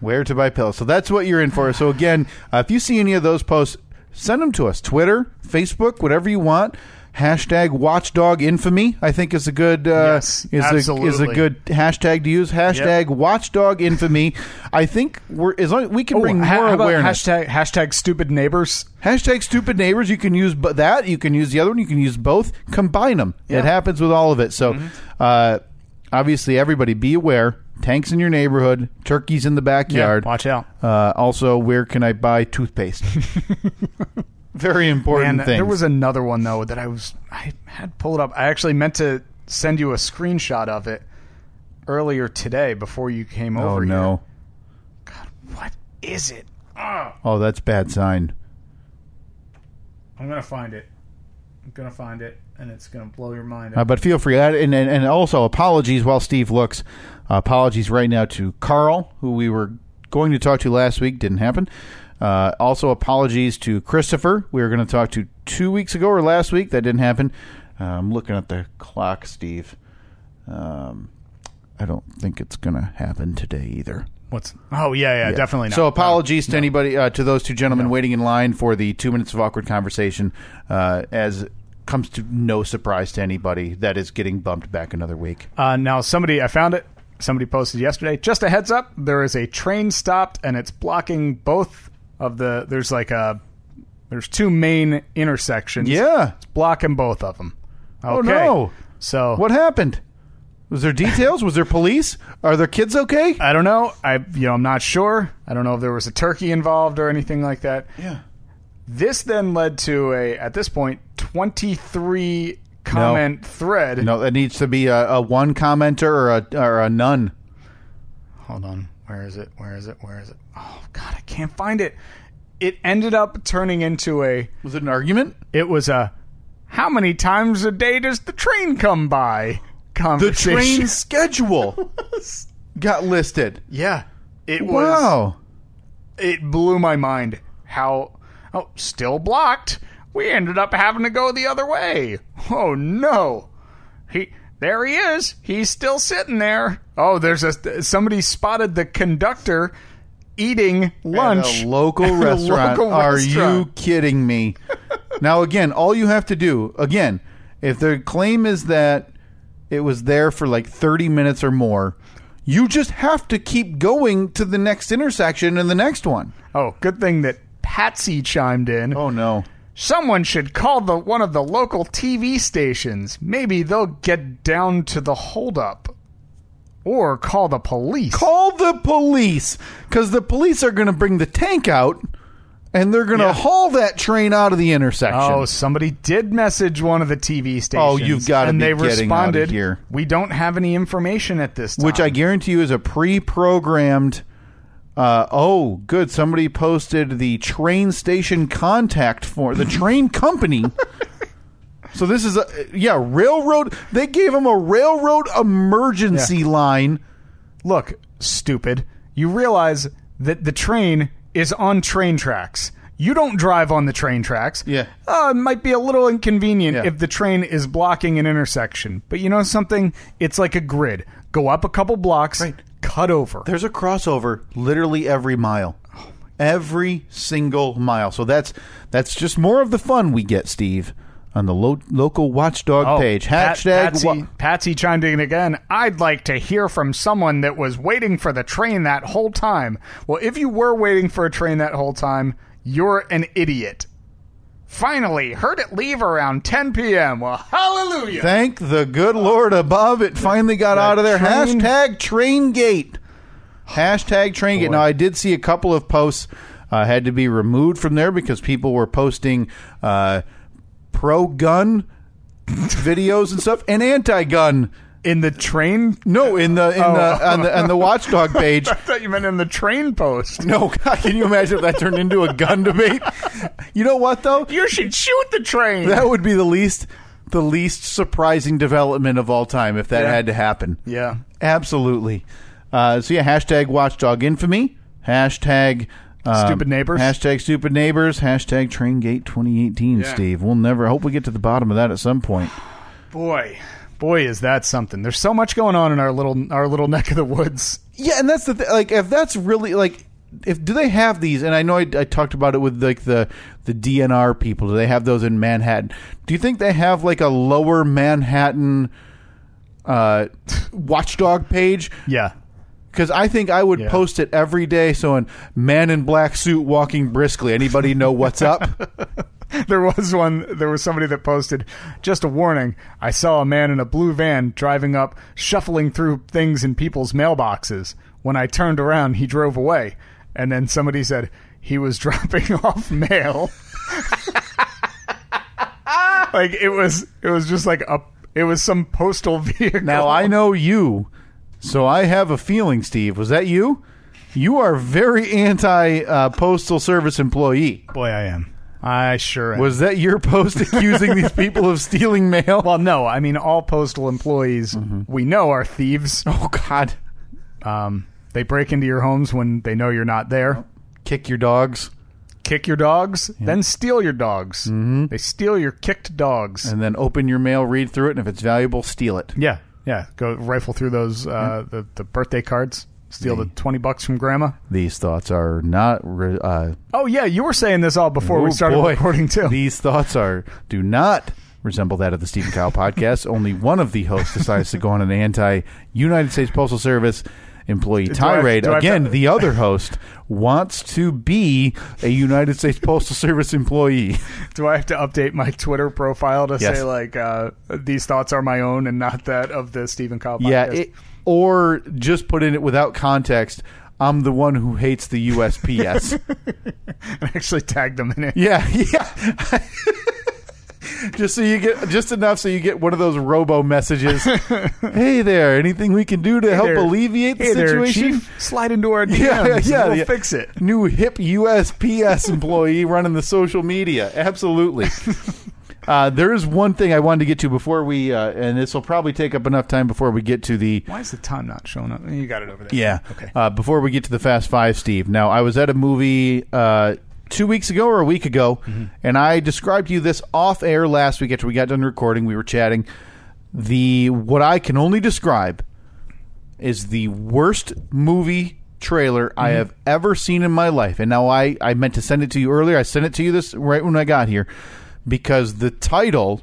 Speaker 3: Where to buy pills. So that's what you're in for. So again, uh, if you see any of those posts, send them to us. Twitter, Facebook, whatever you want. Hashtag Watchdog Infamy. I think is a good uh,
Speaker 4: Yes,
Speaker 3: is a is a
Speaker 4: absolutely.
Speaker 3: good hashtag to use. Hashtag Watchdog Infamy. I think we're as long we can bring
Speaker 4: ha-
Speaker 3: more
Speaker 4: how about
Speaker 3: awareness.
Speaker 4: Hashtag, hashtag stupid neighbors.
Speaker 3: Hashtag stupid neighbors. You can use bu- that. You can use the other one. You can use both. Combine them.
Speaker 4: Yeah. Mm-hmm.
Speaker 3: It happens with all of it. So, uh, obviously, everybody be aware. Tanks in your neighborhood. Turkeys in the backyard.
Speaker 4: watch out.
Speaker 3: Uh, also, where can I buy toothpaste? Very important
Speaker 4: And
Speaker 3: thing.
Speaker 4: there was another one though that I was I had pulled up. I actually meant to send you a screenshot of it earlier today before you came
Speaker 3: oh
Speaker 4: over.
Speaker 3: no!
Speaker 4: here. what is it? Ah,
Speaker 3: Oh, that's bad sign.
Speaker 4: I'm gonna find it. I'm gonna find it, and it's gonna blow your mind.
Speaker 3: Uh, but feel free. Uh, And, and, and also, apologies while Steve looks. Uh, apologies right now to Carl, who we were going to talk to last week. Didn't happen. Uh, also, apologies to Christopher. We were going to talk to two weeks ago or last week. That didn't happen. Uh, I'm looking at the clock, Steve. Um, I don't think it's going to happen today either.
Speaker 4: What's? Oh yeah, yeah, definitely. Not.
Speaker 3: So apologies to anybody, uh, to those two gentlemen waiting in line for the two minutes of awkward conversation, uh, as comes to no surprise to anybody that is getting bumped back another week.
Speaker 4: Uh, now, somebody, I found it. Somebody posted yesterday. Just a heads up: there is a train stopped, and it's blocking both of the. There's like a. There's two main intersections.
Speaker 3: Yeah.
Speaker 4: it's blocking both of them. Okay.
Speaker 3: Oh no!
Speaker 4: So
Speaker 3: What happened? Was there details? was there police? Are their kids okay?
Speaker 4: I don't know. I you know I'm not sure. I don't know if there was a turkey involved or anything like that.
Speaker 3: Yeah.
Speaker 4: This then led to a at this point 23 comment thread.
Speaker 3: No, that needs to be a, a one commenter or a or a none.
Speaker 4: Hold on. Where is it? Where is it? Where is it? Oh god, I can't find it. It ended up turning into a
Speaker 3: Was it an argument?
Speaker 4: it was a how many times a day does the train come by
Speaker 3: The
Speaker 4: conversation.
Speaker 3: train schedule got listed.
Speaker 4: yeah. It was
Speaker 3: Wow.
Speaker 4: it blew my mind how oh still blocked we ended up having to go the other way oh no he there he is he's still sitting there oh there's a somebody spotted the conductor eating lunch
Speaker 3: At a local
Speaker 4: a
Speaker 3: restaurant.
Speaker 4: local
Speaker 3: Are
Speaker 4: restaurant.
Speaker 3: you kidding me? now, again, all you have to do, again, if their claim is that it was there for like 30 minutes or more, you just have to keep going to the next intersection and the next one.
Speaker 4: oh good thing that patsy chimed in
Speaker 3: Oh, no.
Speaker 4: someone should call the one of the local tv stations maybe they'll get down to the holdup or call the police
Speaker 3: Call the police because the police are going to bring the tank out and they're going to
Speaker 4: Yeah.
Speaker 3: haul that train out of the intersection.
Speaker 4: Oh, somebody did message one of the TV stations.
Speaker 3: Oh, you've gotta
Speaker 4: and
Speaker 3: be
Speaker 4: they
Speaker 3: kidding outta
Speaker 4: responded,
Speaker 3: here.
Speaker 4: We don't have any information at this time.
Speaker 3: which I guarantee you is a pre-programmed. Uh, oh, good! Somebody posted the train station contact for the train company. so this is a yeah railroad. They gave him a railroad emergency line.
Speaker 4: look, stupid. You realize that the train is on train tracks. You don't drive on the train tracks.
Speaker 3: Yeah.
Speaker 4: Uh, it might be a little inconvenient
Speaker 3: Yeah.
Speaker 4: if the train is blocking an intersection. But you know something? It's like a grid. Go up a couple blocks, cut over.
Speaker 3: There's a crossover literally every mile,
Speaker 4: Oh
Speaker 3: every single mile. So that's that's just more of the fun we get, Steve, on the lo- local watchdog
Speaker 4: Oh,
Speaker 3: page.
Speaker 4: Pat-
Speaker 3: Hashtag
Speaker 4: Patsy,
Speaker 3: wa-
Speaker 4: Patsy chimed in again. I'd like to hear from someone that was waiting for the train that whole time. Well, if you were waiting for a train that whole time, you're an idiot. Finally, heard it leave around 10 p.m. Well, hallelujah.
Speaker 3: Thank the good Lord above, it finally got out of there.
Speaker 4: train-
Speaker 3: Hashtag train gate. Hashtag train gate. Now, I did see a couple of posts uh, had to be removed from there because people were posting uh, pro gun videos and stuff and anti gun.
Speaker 4: in the train?
Speaker 3: No, in the in
Speaker 4: Oh.
Speaker 3: the on the on the watchdog page.
Speaker 4: I thought you meant in the train post.
Speaker 3: No, God, can you imagine if that turned into a gun debate? You know what though?
Speaker 4: You should shoot the train.
Speaker 3: That would be the least the least surprising development of all time if that
Speaker 4: Yeah.
Speaker 3: had to happen.
Speaker 4: yeah.
Speaker 3: Absolutely. Uh, so yeah, hashtag watchdog infamy, hashtag um,
Speaker 4: Stupid neighbors.
Speaker 3: hashtag stupid neighbors, hashtag train gate 2018. Steve, we'll never. I hope we get to the bottom of that at some point.
Speaker 4: Boy, Boy, is that something! There's so much going on in our little our little neck of the woods.
Speaker 3: Yeah, and that's the th- like if that's really like if do they have these? And I know I, I talked about it with like the the DNR people. Do they have those in Manhattan? Do you think they have like a lower Manhattan uh, watchdog page?
Speaker 4: Yeah,
Speaker 3: Because I think I would
Speaker 4: Yeah.
Speaker 3: post it every day. So, in man in black suit walking briskly. Anybody know what's up?
Speaker 4: there was one. There was somebody that posted just a warning. I saw a man in a blue van driving up, shuffling through things in people's mailboxes. When I turned around, he drove away, and then somebody said he was dropping off mail. like it was, it was just like a, it was some postal vehicle.
Speaker 3: now I know you, so I have a feeling. Steve, was that you? You are very anti uh, postal service employee.
Speaker 4: boy, I am. I sure am.
Speaker 3: Was that your post accusing these people of stealing mail?
Speaker 4: well, no, I mean all postal employees we know are thieves.
Speaker 3: Mm-hmm. oh God!
Speaker 4: Um, they break into your homes when they know you're not there.
Speaker 3: Kick your dogs
Speaker 4: kick your dogs, then steal your dogs. Mm-hmm. They steal your kicked dogs.
Speaker 3: and then open your mail, read through it, and if it's valuable, steal it.
Speaker 4: yeah, yeah. Go rifle through those uh, the the birthday cards. Steal the twenty bucks from grandma.
Speaker 3: These thoughts are not. Re- uh,
Speaker 4: Oh yeah, you were saying this all before
Speaker 3: oh,
Speaker 4: we started
Speaker 3: boy.
Speaker 4: recording too.
Speaker 3: These thoughts are do not resemble that of the Stephen Kyle podcast. Only one of the hosts decides to go on an anti-United States Postal Service employee tirade.
Speaker 4: do I have
Speaker 3: Again,
Speaker 4: to-
Speaker 3: the other host wants to be a United States Postal Service employee.
Speaker 4: Do I have to update my Twitter profile to
Speaker 3: Yes.
Speaker 4: say like uh, these thoughts are my own and not that of the Stephen Kyle?
Speaker 3: Yeah,
Speaker 4: podcast?
Speaker 3: it, or just put in it without context. I'm the one who hates the USPS.
Speaker 4: I actually tagged them in it.
Speaker 3: yeah, yeah. just so you get just enough so you get one of those robo messages. hey there, anything we can do to help
Speaker 4: there.
Speaker 3: alleviate the
Speaker 4: hey there,
Speaker 3: situation?
Speaker 4: Chief. Slide into our DMs.
Speaker 3: Yeah, yeah,
Speaker 4: we'll
Speaker 3: yeah.
Speaker 4: fix it.
Speaker 3: New hip USPS employee running the social media. Absolutely. Uh, there is one thing I wanted to get to before we, uh, and this will probably take up enough time before we get to the
Speaker 4: Why is the time not showing up? You got it over there.
Speaker 3: Yeah.
Speaker 4: Okay.
Speaker 3: Uh, before we get to the Fast Five, Steve. Now, I was at a movie uh, two weeks ago or a week ago, and I described to you this off air last week after we got done recording. We were chatting. The what I can only describe is the worst movie trailer I have ever seen in my life. And now I, I meant to send it to you earlier. I sent it to you this right when I got here because the title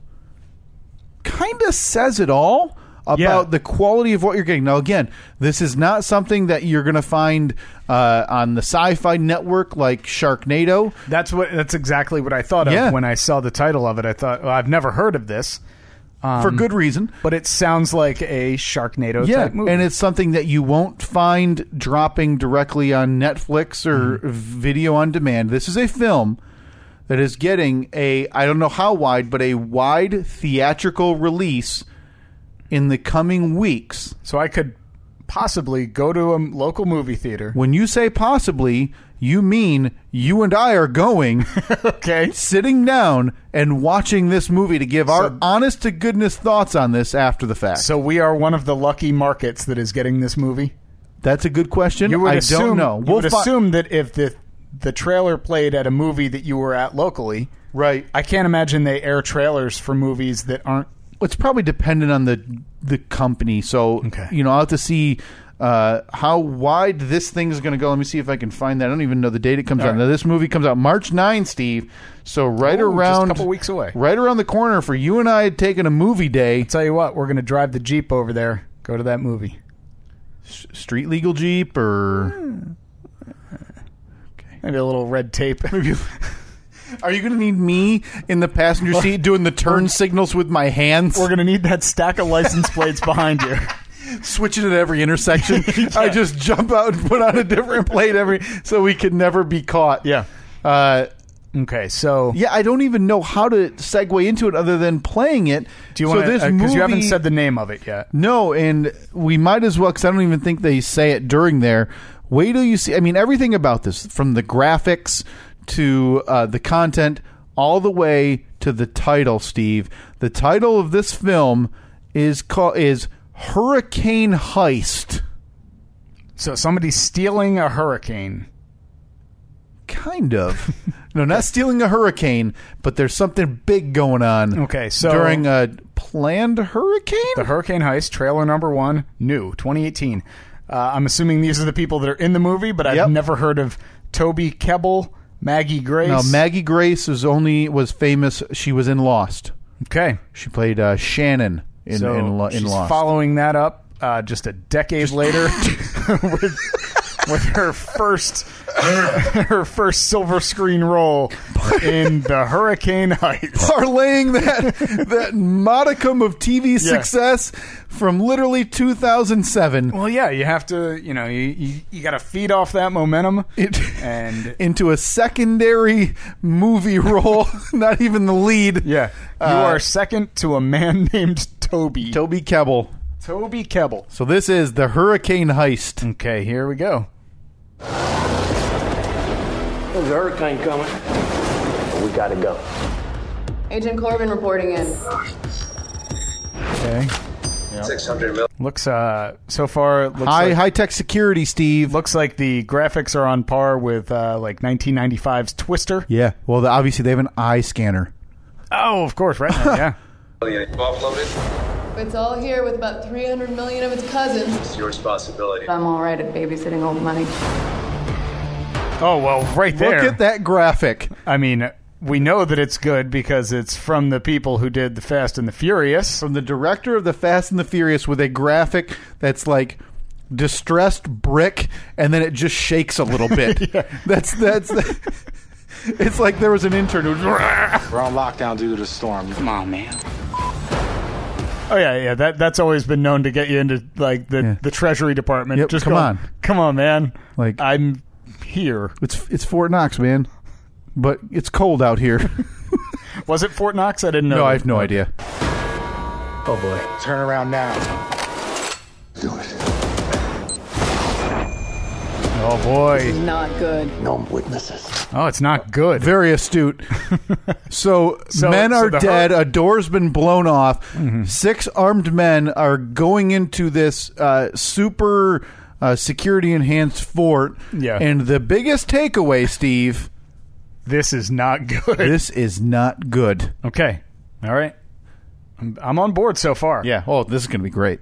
Speaker 3: kind of says it all about
Speaker 4: Yeah.
Speaker 3: the quality of what you're getting. Now, again, this is not something that you're going to find uh, on the Sci Fi Network like Sharknado.
Speaker 4: That's what. That's exactly what I thought
Speaker 3: Yeah.
Speaker 4: of when I saw the title of it. I thought, well, I've never heard of this,
Speaker 3: for good reason.
Speaker 4: but it sounds like a Sharknado
Speaker 3: Yeah,
Speaker 4: type movie.
Speaker 3: and it's something that you won't find dropping directly on Netflix or
Speaker 4: Mm-hmm.
Speaker 3: video on demand. This is a film that is getting a I don't know how wide, but a wide theatrical release in the coming weeks.
Speaker 4: so I could possibly go to a local movie theater.
Speaker 3: When you say possibly, you mean you and I are going,
Speaker 4: Okay.
Speaker 3: sitting down and watching this movie to give our
Speaker 4: So-
Speaker 3: honest to goodness thoughts on this after the fact.
Speaker 4: So we are one of the lucky markets that is getting this movie.
Speaker 3: That's a good question.
Speaker 4: You would
Speaker 3: I
Speaker 4: assume,
Speaker 3: don't know.
Speaker 4: You
Speaker 3: We'll
Speaker 4: would
Speaker 3: fi-
Speaker 4: assume that if the the trailer played at a movie that you were at locally,
Speaker 3: right.
Speaker 4: I can't imagine they air trailers for movies that aren't.
Speaker 3: it's probably dependent on the the company. So
Speaker 4: Okay.
Speaker 3: you know, I'll have to see uh, how wide this thing is going to go. Let me see if I can find that. I don't even know the date it comes out. Now this movie comes out March 9, Steve. So right
Speaker 4: Ooh, just a
Speaker 3: around
Speaker 4: couple weeks away.
Speaker 3: Right around the corner for you and I taking a movie day.
Speaker 4: Tell you what, we're going to drive the jeep over there. Go to that movie.
Speaker 3: Street legal jeep or
Speaker 4: Maybe a little red tape.
Speaker 3: are you going to need me in the passenger seat doing the turn signals with my hands,
Speaker 4: We're gonna need that stack of license plates behind you.
Speaker 3: switching at every intersection? I just jump out and put on a different plate every so we could never be caught.
Speaker 4: Yeah.
Speaker 3: Uh,
Speaker 4: Okay, so
Speaker 3: Yeah, I don't even know how to segue into it other than playing it.
Speaker 4: do you want
Speaker 3: so
Speaker 4: to?
Speaker 3: this
Speaker 4: Because
Speaker 3: movie?
Speaker 4: you haven't said the name of it yet.
Speaker 3: no, and we might as well because I don't even think they say it during there. Wait till you see. I mean, everything about this, from the graphics to uh, the content, all the way to the title. Steve, the title of this film is called is Hurricane Heist.
Speaker 4: So somebody's stealing a hurricane.
Speaker 3: Kind of.
Speaker 5: No, not stealing a hurricane, but there's something big going on.
Speaker 4: Okay, so-
Speaker 5: during a planned hurricane,
Speaker 4: The Hurricane Heist trailer number one, new 2018. Uh, I'm assuming these are the people that are in the movie, but I've
Speaker 5: Yep.
Speaker 4: never heard of Toby Kebbell, Maggie Grace.
Speaker 5: now Maggie Grace was only was famous. She was in Lost.
Speaker 4: Okay,
Speaker 5: She played uh, Shannon in
Speaker 4: so
Speaker 5: in, Lo- in
Speaker 4: she's
Speaker 5: Lost.
Speaker 4: following that up uh, just a decade later with with her first her first silver screen role in the Hurricane Heist.
Speaker 5: parlaying that that modicum of TV success from literally 2007
Speaker 4: Well, yeah, you have to, you know, you you, you got to feed off that momentum,
Speaker 5: It-
Speaker 4: and
Speaker 5: into a secondary movie role, not even the lead.
Speaker 4: yeah, you
Speaker 5: Uh,
Speaker 4: are second to a man named Toby.
Speaker 5: Toby Kebbell.
Speaker 4: Toby Kebbell.
Speaker 5: So this is the Hurricane Heist.
Speaker 4: Okay, here we go.
Speaker 8: There's a hurricane coming. We gotta go.
Speaker 9: Agent Corbin reporting in.
Speaker 4: Okay,
Speaker 8: 600 million.
Speaker 4: looks uh so far it looks
Speaker 5: High
Speaker 4: like,
Speaker 5: high tech security, Steve.
Speaker 4: looks like the graphics are on par with uh, like 1995's Twister.
Speaker 5: Yeah. Well, the, obviously they have an eye scanner.
Speaker 4: Oh, of course, right? yeah.
Speaker 8: Offloaded.
Speaker 9: It's all here with about 300 million of its cousins.
Speaker 8: It's your responsibility.
Speaker 9: I'm all right at babysitting old money.
Speaker 4: Oh well, right there.
Speaker 5: Look at that graphic.
Speaker 4: I mean, we know that it's good because it's from the people who did the Fast and the Furious.
Speaker 5: from the director of the Fast and the Furious with a graphic that's like distressed brick, and then it just shakes a little bit. That's that's. it's like there was an intern. Who,
Speaker 10: We're on lockdown due to the storm. Come on, man.
Speaker 4: Oh yeah, yeah. That that's always been known to get you into like the
Speaker 5: Yeah.
Speaker 4: the Treasury Department.
Speaker 5: Yep,
Speaker 4: Just
Speaker 5: come
Speaker 4: go,
Speaker 5: on.
Speaker 4: come on, man.
Speaker 5: Like-
Speaker 4: I'm here.
Speaker 5: it's it's Fort Knox, man, but it's cold out here.
Speaker 4: Was it Fort Knox? I didn't know.
Speaker 5: no, I have no idea.
Speaker 8: Oh boy.
Speaker 10: Turn around now.
Speaker 8: Do it.
Speaker 4: Oh boy.
Speaker 9: Not good.
Speaker 8: No witnesses.
Speaker 4: Oh, it's not good.
Speaker 5: Very astute. So, Mm-hmm.
Speaker 4: So-
Speaker 5: men
Speaker 4: so
Speaker 5: are
Speaker 4: the
Speaker 5: dead.
Speaker 4: hur-
Speaker 5: a door's been blown off. Six armed men are going into this uh, super uh, security enhanced fort.
Speaker 4: Yeah.
Speaker 5: And the biggest takeaway, Steve,
Speaker 4: this is not good.
Speaker 5: this is not good.
Speaker 4: okay. All right. I'm, I'm on board so far.
Speaker 5: Yeah. Oh, this is going to be great.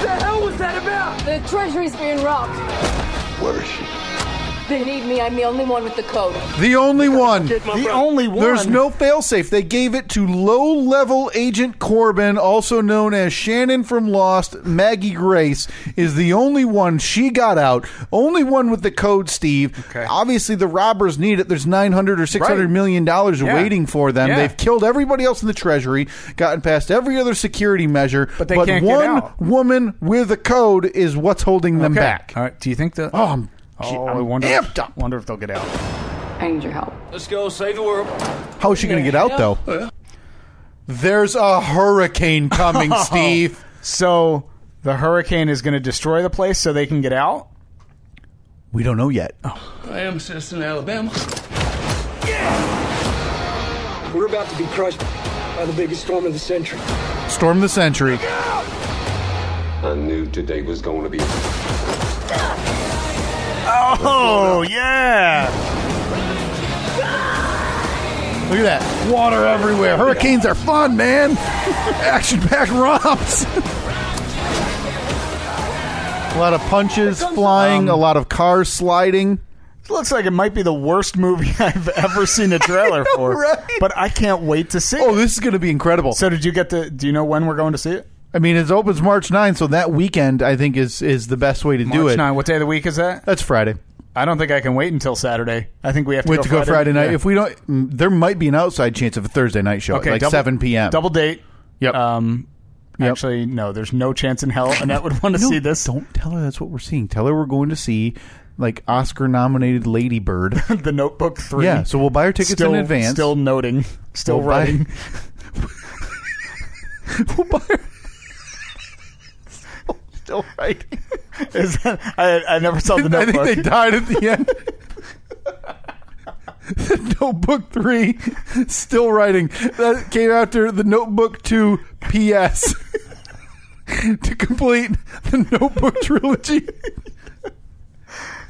Speaker 9: The treasury's being robbed.
Speaker 8: Where is she?
Speaker 9: They need me. I'm the only one with the code.
Speaker 5: The only one.
Speaker 4: The only one.
Speaker 5: There's no failsafe. They gave it to low level agent Corbin, also known as Shannon from Lost. Maggie Grace is the only one. She got out. Only one with the code, Steve.
Speaker 4: Okay.
Speaker 5: Obviously, the robbers need it. There's 900 or six hundred
Speaker 4: Right.
Speaker 5: million dollars
Speaker 4: Yeah.
Speaker 5: waiting for them.
Speaker 4: Yeah.
Speaker 5: They've killed everybody else in the Treasury, gotten past every other security measure.
Speaker 4: But they can't get
Speaker 5: one
Speaker 4: out.
Speaker 5: woman with a code is what's holding them
Speaker 4: Okay.
Speaker 5: back.
Speaker 4: All right. Do you think that?
Speaker 5: Oh, I'm-
Speaker 4: Oh,
Speaker 5: I'm
Speaker 4: I wonder.
Speaker 5: amped up.
Speaker 4: Wonder if they'll get out.
Speaker 9: I need your help.
Speaker 8: Let's go save the world.
Speaker 5: How is she going to get out, though? There's a hurricane coming, Steve.
Speaker 4: So the hurricane is going to destroy the place, so they can get out.
Speaker 5: We don't know yet.
Speaker 4: Oh.
Speaker 11: I am a citizen of Alabama.
Speaker 10: We're about to be crushed by the biggest storm of the century.
Speaker 5: Storm of the century.
Speaker 11: I knew today was going to be.
Speaker 4: Oh yeah!
Speaker 5: Look at that. Water everywhere. Hurricanes are fun, man. Action packed romps. a lot of punches flying,
Speaker 4: um,
Speaker 5: a lot of cars sliding.
Speaker 4: It looks like it might be the worst movie I've ever seen a trailer for,
Speaker 5: Right.
Speaker 4: but I can't wait to see.
Speaker 5: Oh,
Speaker 4: it.
Speaker 5: this is going to be incredible.
Speaker 4: So did you get the? Do you know when we're going to see it?
Speaker 5: I mean, it opens March 9th, so that weekend, I think, is, is the best way to do
Speaker 4: March
Speaker 5: it.
Speaker 4: 9. What day of the week is that?
Speaker 5: That's Friday.
Speaker 4: I don't think I can wait until Saturday. I think we have to
Speaker 5: Wait
Speaker 4: go
Speaker 5: to go Friday, night.
Speaker 4: Yeah.
Speaker 5: If we don't, mm, there might be an outside chance of a Thursday night show, at
Speaker 4: Okay,
Speaker 5: like
Speaker 4: double-
Speaker 5: 7 p.m.
Speaker 4: double date.
Speaker 5: Yep.
Speaker 4: Um,
Speaker 5: Yep.
Speaker 4: actually, no. There's no chance in hell Annette would want to
Speaker 5: No,
Speaker 4: see this.
Speaker 5: Don't tell her that's what we're seeing. Tell her we're going to see like Oscar nominated Lady Bird.
Speaker 4: the Notebook Three.
Speaker 5: yeah, so we'll buy her tickets
Speaker 4: still
Speaker 5: in advance.
Speaker 4: Still noting. Still
Speaker 5: We'll buy-
Speaker 4: writing.
Speaker 5: we'll buy her.
Speaker 4: still writing. Is that, I, I never saw the
Speaker 5: I
Speaker 4: notebook.
Speaker 5: think they died at the end. Notebook three, still writing. That came after the Notebook two. P.S. to complete the Notebook trilogy.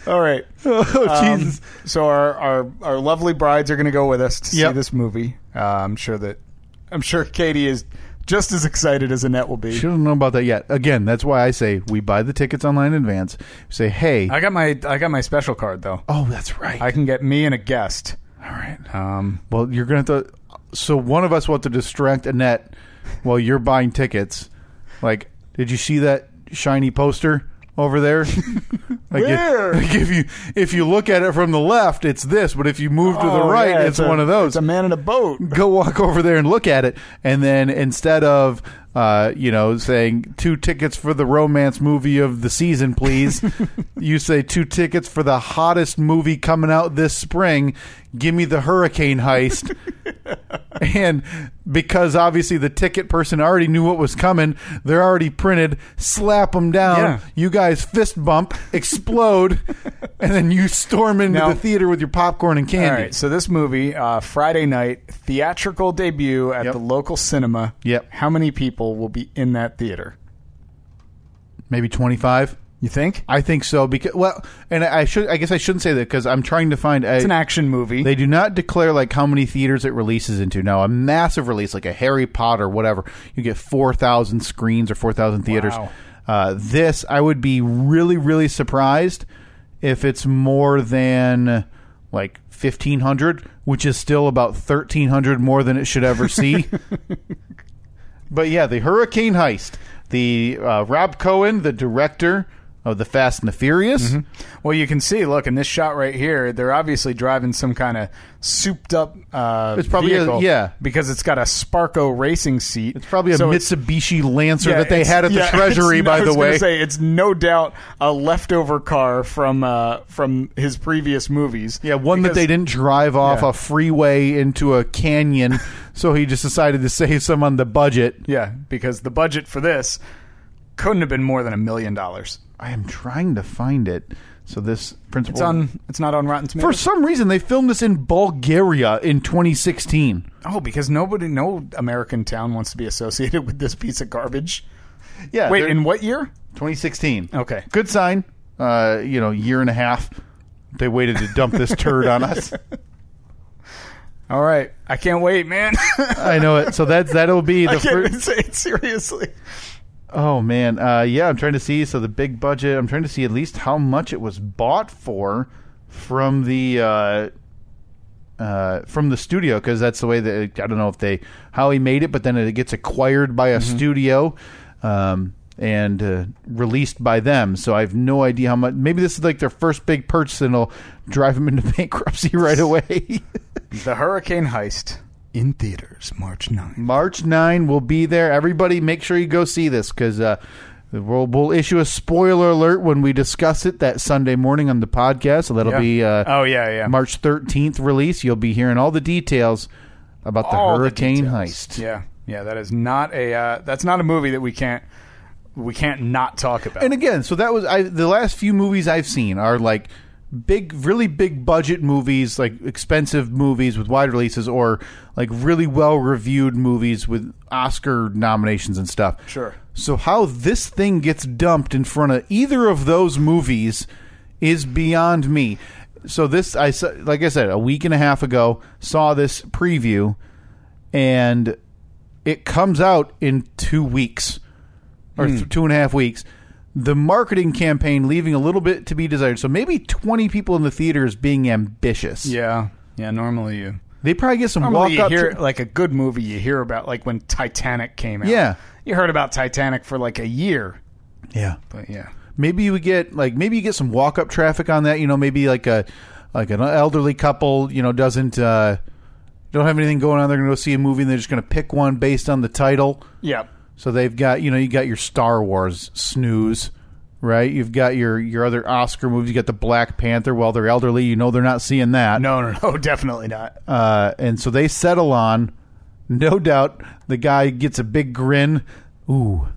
Speaker 4: All right.
Speaker 5: Oh,
Speaker 4: Um,
Speaker 5: Jesus.
Speaker 4: so our, our our lovely brides are going to go with us to
Speaker 5: Yep.
Speaker 4: see this movie. Uh, I'm sure that I'm sure Katie is just as excited as Annette will be.
Speaker 5: She doesn't know about that yet. Again, that's why I say we buy the tickets online in advance. Say, hey,
Speaker 4: I got my I got my special card though.
Speaker 5: Oh, that's right.
Speaker 4: I can get me and a guest.
Speaker 5: all right.
Speaker 4: Um,
Speaker 5: Well, you're gonna have to. So one of us will have to distract Annette while you're buying tickets. Like, did you see that shiny poster over there? like
Speaker 4: Where?
Speaker 5: If, like if you if you look at it from the left, it's this. But if you move to the
Speaker 4: Oh,
Speaker 5: right,
Speaker 4: yeah,
Speaker 5: it's,
Speaker 4: a-
Speaker 5: one of those.
Speaker 4: It's a man in a boat.
Speaker 5: Go walk over there and look at it, and then instead of uh, you know saying two tickets for the romance movie of the season, please, you say two tickets for the hottest movie coming out this spring. Give me the hurricane heist. and because obviously the ticket person already knew what was coming, they're already printed. Slap them down.
Speaker 4: Yeah.
Speaker 5: You guys fist bump, explode, and then you storm into
Speaker 4: Now-
Speaker 5: the theater with your popcorn and
Speaker 4: All
Speaker 5: candy.
Speaker 4: right. So this movie, uh, Friday night theatrical debut at
Speaker 5: Yep.
Speaker 4: the local cinema.
Speaker 5: Yep.
Speaker 4: How many people will be in that theater?
Speaker 5: Maybe twenty five.
Speaker 4: You think?
Speaker 5: I think so because well, and I should I guess I shouldn't say that because I'm trying to find
Speaker 4: It's an
Speaker 5: a,
Speaker 4: action movie.
Speaker 5: they do not declare like how many theaters it releases into. Now a massive release like a Harry Potter whatever you get four thousand screens or four thousand theaters.
Speaker 4: Wow.
Speaker 5: Uh, this I would be really really surprised if it's more than like fifteen hundred, which is still about thirteen hundred more than it should ever see. But yeah, the Hurricane Heist. The uh, Rob Cohen, the director of the Fast and the Furious.
Speaker 4: Mm-hmm. Well, you can see. Look in this shot right here. They're obviously driving some kind of souped-up. Uh,
Speaker 5: It's probably a-
Speaker 4: vehicle
Speaker 5: yeah.
Speaker 4: because it's got a Sparko racing seat.
Speaker 5: It's probably a
Speaker 4: So it's-
Speaker 5: Mitsubishi Lancer
Speaker 4: yeah,
Speaker 5: that they
Speaker 4: it's-
Speaker 5: had at the
Speaker 4: yeah,
Speaker 5: Treasury,
Speaker 4: it's-
Speaker 5: by
Speaker 4: I
Speaker 5: the
Speaker 4: was gonna
Speaker 5: way.
Speaker 4: say it's no doubt a leftover car from uh, from his previous movies.
Speaker 5: yeah, one that
Speaker 4: Because-
Speaker 5: they didn't drive off
Speaker 4: Yeah.
Speaker 5: a freeway into a canyon, so he just decided to save some on the budget.
Speaker 4: Yeah, because the budget for this couldn't have been more than a million dollars.
Speaker 5: I am trying to find it. So this principal.
Speaker 4: It's on. It's not on Rotten
Speaker 5: for
Speaker 4: Tomatoes.
Speaker 5: some reason, they filmed this in Bulgaria in 2016.
Speaker 4: oh, because nobody, no American town wants to be associated with this piece of garbage.
Speaker 5: Yeah,
Speaker 4: Wait,
Speaker 5: they're-
Speaker 4: in what year?
Speaker 5: 2016.
Speaker 4: Okay.
Speaker 5: Good sign. Uh, you know, year and a half. They waited to dump this turd on us.
Speaker 4: All right, I can't wait, man.
Speaker 5: I know it. So that's that'll be
Speaker 4: I
Speaker 5: the
Speaker 4: can't even
Speaker 5: first.
Speaker 4: say it seriously.
Speaker 5: Oh man, uh, yeah. I'm trying to see. So the big budget. I'm trying to see at least how much it was bought for from the uh, uh, from the studio because that's the way that I don't know if they how he made it, but then it gets acquired by a studio um, and uh, released by them. So I have no idea how much. Maybe this is like their first big purchase and it'll drive them into bankruptcy right away.
Speaker 4: The Hurricane Heist in theaters March 9th.
Speaker 5: March 9 will be there. Everybody, make sure you go see this because uh, we'll, we'll issue a spoiler alert when we discuss it that Sunday morning on the podcast. So that'll
Speaker 4: Yeah.
Speaker 5: be uh,
Speaker 4: Oh, yeah, yeah.
Speaker 5: March 13th release. You'll be hearing all the details about the
Speaker 4: All the
Speaker 5: hurricane
Speaker 4: details.
Speaker 5: heist.
Speaker 4: Yeah, yeah. That is not a. Uh, that's not a movie that we can't. We can't not talk about.
Speaker 5: And again, so that was I, the last few movies I've seen are like big, really big budget movies, like expensive movies with wide releases, or like really well reviewed movies with Oscar nominations and stuff.
Speaker 4: Sure.
Speaker 5: So how this thing gets dumped in front of either of those movies is beyond me. So this I s- like I said a week and a half ago saw this preview and it comes out in two weeks or
Speaker 4: Hmm.
Speaker 5: th- two and a half weeks. The marketing campaign leaving a little bit to be desired. So maybe 20 people in the theater is being ambitious.
Speaker 4: yeah, yeah. Normally you.
Speaker 5: They probably get some
Speaker 4: Normally
Speaker 5: walk
Speaker 4: you
Speaker 5: up.
Speaker 4: hear like a good movie. You hear about like when Titanic came out.
Speaker 5: Yeah.
Speaker 4: you heard about Titanic for like a year.
Speaker 5: yeah.
Speaker 4: But yeah,
Speaker 5: Maybe you would get like maybe you get some walk up traffic on that. You know, maybe like a like an elderly couple. You know, doesn't uh, don't have anything going on. They're going to go see a movie and they're just going to pick one based on the title.
Speaker 4: yeah.
Speaker 5: So they've got you know you got your Star Wars snooze, right? You've got your your other Oscar movies. You got the Black Panther. Well, they're elderly. You know they're not seeing that.
Speaker 4: No, no, no. Oh, Definitely not.
Speaker 5: Uh, and so they settle on, no doubt, the guy gets a big grin. Ooh,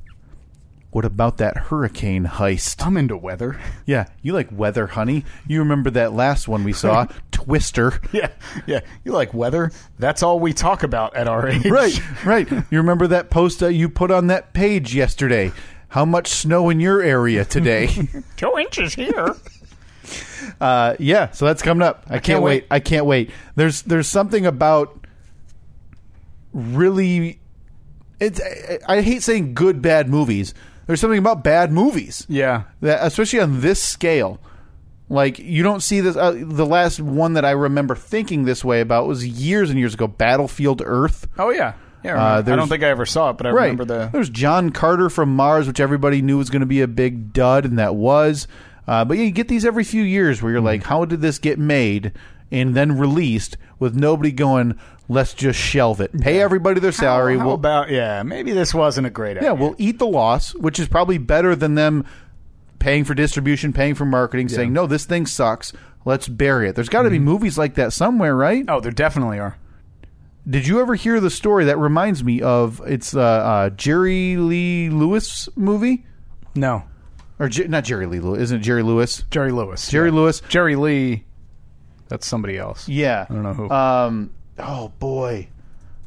Speaker 5: what about that hurricane heist?
Speaker 4: I'm into weather.
Speaker 5: Yeah, you like weather, honey. You remember that last one we saw, Twister.
Speaker 4: Yeah, yeah. You like weather? That's all we talk about at our age.
Speaker 5: Right, right. You remember that post that you put on that page yesterday? How much snow in your area today?
Speaker 4: Two inches here.
Speaker 5: uh, yeah, so that's coming up. I, can't,
Speaker 4: can't
Speaker 5: wait.
Speaker 4: wait.
Speaker 5: I can't wait. There's there's something about really. It's I, I hate saying good bad movies. There's something about bad movies.
Speaker 4: Yeah.
Speaker 5: that especially on this scale. Like you don't see this. Uh, the last one that I remember thinking this way about was years and years ago. Battlefield Earth.
Speaker 4: Oh yeah, yeah.
Speaker 5: Uh,
Speaker 4: I
Speaker 5: there's-
Speaker 4: don't think I ever saw it, but I
Speaker 5: right.
Speaker 4: remember the.
Speaker 5: There's John Carter from Mars, which everybody knew was going to be a big dud, and that was. Uh, but yeah, you get these every few years where you're
Speaker 4: Hmm.
Speaker 5: like, how did this get made and then released with nobody going, let's just shelve it, pay everybody their salary.
Speaker 4: How
Speaker 5: we'll,
Speaker 4: about yeah? Maybe this wasn't a great idea.
Speaker 5: yeah, we'll eat the loss, which is probably better than them paying for distribution, paying for marketing, saying, no, this thing sucks. Let's bury it. There's got to be movies like that somewhere, right?
Speaker 4: Hmm. Oh, there definitely are.
Speaker 5: Did you ever hear the story that reminds me of it's uh, uh, Jerry Lee Lewis movie?
Speaker 4: No,
Speaker 5: or Jer- not Jerry Lee Lewis? Isn't it Jerry Lewis?
Speaker 4: Jerry Lewis.
Speaker 5: Jerry
Speaker 4: yeah.
Speaker 5: Lewis.
Speaker 4: Jerry Lee. That's somebody else.
Speaker 5: Yeah.
Speaker 4: I don't know who.
Speaker 5: Um. Oh boy,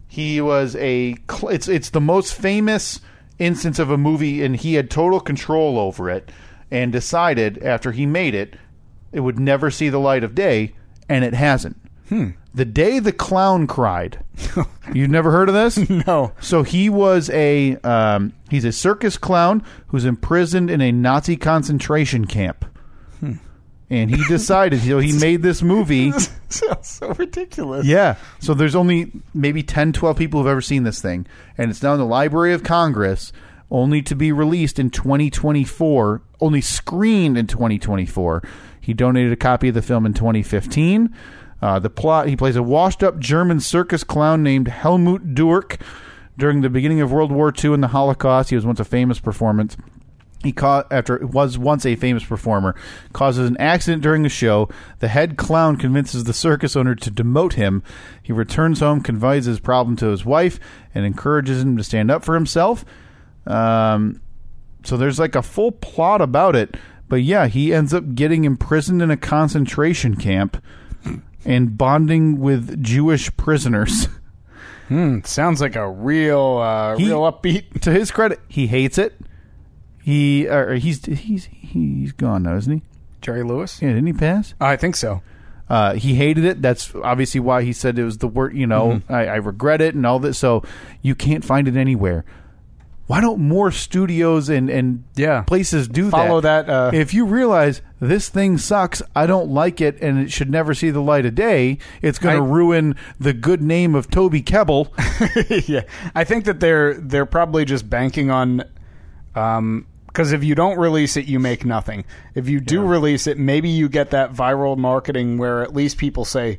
Speaker 5: he was a. Cl- it's it's the most famous instance of a movie, and he had total control over it, and decided after he made it, it would never see the light of day, and it hasn't. Hmm. The day the clown cried. You've never heard of this?
Speaker 4: no.
Speaker 5: So he was a um, he's a circus clown who's imprisoned in a Nazi concentration camp.
Speaker 4: Hmm.
Speaker 5: And he decided, so he made this movie.
Speaker 4: Sounds so ridiculous.
Speaker 5: Yeah. So there's only maybe 10, 12 people who've ever seen this thing. And it's now in the Library of Congress, only to be released in 2024, only screened in 2024. He donated a copy of the film in 2015. Uh, the plot he plays a washed up German circus clown named Helmut Durk. During the beginning of World War II and the Holocaust, he was once a famous performance. He caught after was once a famous performer, causes an accident during a show. The head clown convinces the circus owner to demote him. He returns home, confides his problem to his wife, and encourages him to stand up for himself. Um, so there's like a full plot about it, but yeah, he ends up getting imprisoned in a concentration camp and bonding with Jewish prisoners.
Speaker 4: Hmm, sounds like a real, uh,
Speaker 5: He-
Speaker 4: real upbeat.
Speaker 5: to his credit, he hates it. He or he's he's he's gone now, isn't he?
Speaker 4: Jerry Lewis.
Speaker 5: Yeah, didn't he pass?
Speaker 4: I think so.
Speaker 5: Uh, he hated it. That's obviously why he said it was the worst. You know, I, I regret it and all this. So you can't find it anywhere. Why don't more studios and and
Speaker 4: Yeah.
Speaker 5: places do
Speaker 4: Follow that. uh,
Speaker 5: if you realize this thing sucks, I don't like it, and it should never see the light of day. It's going to
Speaker 4: I-
Speaker 5: ruin the good name of Toby Kebbell.
Speaker 4: yeah, I think that they're they're probably just banking on, um, because if you don't release it, you make nothing. If you do release it, maybe you get that viral marketing where at least people say,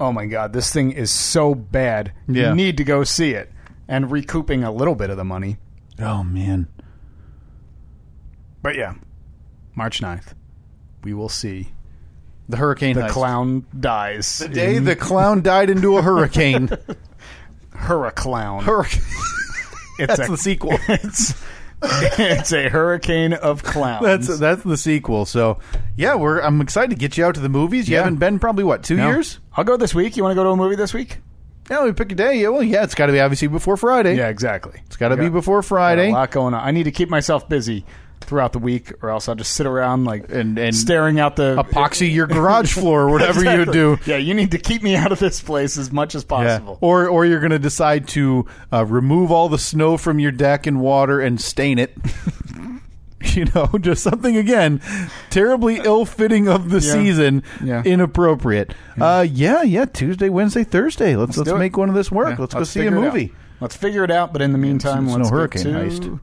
Speaker 4: "Oh my god, this thing is so bad,
Speaker 5: Yeah.
Speaker 4: you need to go see it," and recouping a little bit of the money.
Speaker 5: oh man,
Speaker 4: But yeah, March 9th, we will see
Speaker 5: the hurricane.
Speaker 4: the
Speaker 5: heist.
Speaker 4: clown dies.
Speaker 5: The day the clown died into a hurricane.
Speaker 4: Hurriclown.
Speaker 5: Hurricane.
Speaker 4: it's
Speaker 5: That's
Speaker 4: a,
Speaker 5: the sequel.
Speaker 4: it's, it's a hurricane of clowns.
Speaker 5: That's that's the sequel. So yeah, we're I'm excited to get you out to the movies. You
Speaker 4: Yeah.
Speaker 5: haven't been probably what two
Speaker 4: No.
Speaker 5: years?
Speaker 4: I'll go this week. You want to go to a movie this week?
Speaker 5: Yeah, we pick a day. Yeah, well, yeah, it's got to be obviously before Friday.
Speaker 4: Yeah, exactly.
Speaker 5: it's got to be before
Speaker 4: Got
Speaker 5: Friday.
Speaker 4: A lot going on. I need to keep myself busy throughout the week, or else I'll just sit around like
Speaker 5: And- and
Speaker 4: staring out the
Speaker 5: Epoxy your garage floor or whatever
Speaker 4: Exactly.
Speaker 5: you do.
Speaker 4: Yeah, you need to keep me out of this place as much as
Speaker 5: Yeah.
Speaker 4: possible.
Speaker 5: Or or you're going to decide to uh, remove all the snow from your deck and water and stain it. you know, just something again terribly ill-fitting of the
Speaker 4: Yeah.
Speaker 5: season,
Speaker 4: Yeah.
Speaker 5: inappropriate. Yeah. Uh yeah, yeah, Tuesday, Wednesday, Thursday. Let's let's,
Speaker 4: do it.
Speaker 5: make one of this work.
Speaker 4: Yeah,
Speaker 5: let's, go see a
Speaker 4: figure it out.
Speaker 5: movie.
Speaker 4: Let's figure it out. But in the meantime,
Speaker 5: it's no
Speaker 4: let's get
Speaker 5: hurricane
Speaker 4: to-
Speaker 5: heist.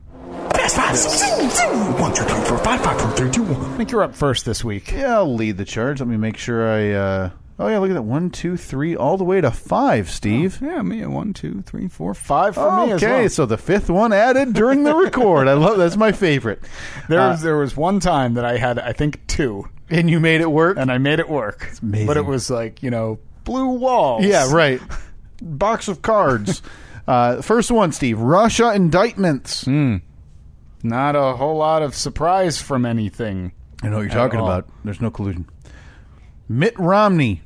Speaker 12: Fast five, zoom, zoom. One, two, three, four, five, five, four, three, two,
Speaker 4: I
Speaker 12: one.
Speaker 4: think you're up first this week.
Speaker 5: Yeah, I'll lead the charge. Let me make sure I. Uh, oh yeah, look at that. One, two, three, all the way to five. Steve.
Speaker 4: Yeah, me. One, two, three, four, five for me as
Speaker 5: okay,
Speaker 4: well.
Speaker 5: so the fifth one added during the record. I love that's my favorite.
Speaker 4: there
Speaker 5: uh,
Speaker 4: was there was one time that I had I think two,
Speaker 5: And you made it work.
Speaker 4: and I made it work.
Speaker 5: amazing.
Speaker 4: But it was like you know blue walls.
Speaker 5: yeah, right. Box of cards. uh, first one, Steve. Russia indictments.
Speaker 4: Not a whole lot of surprise from anything.
Speaker 5: I know what you're
Speaker 4: At all.
Speaker 5: There's no collusion. Mitt Romney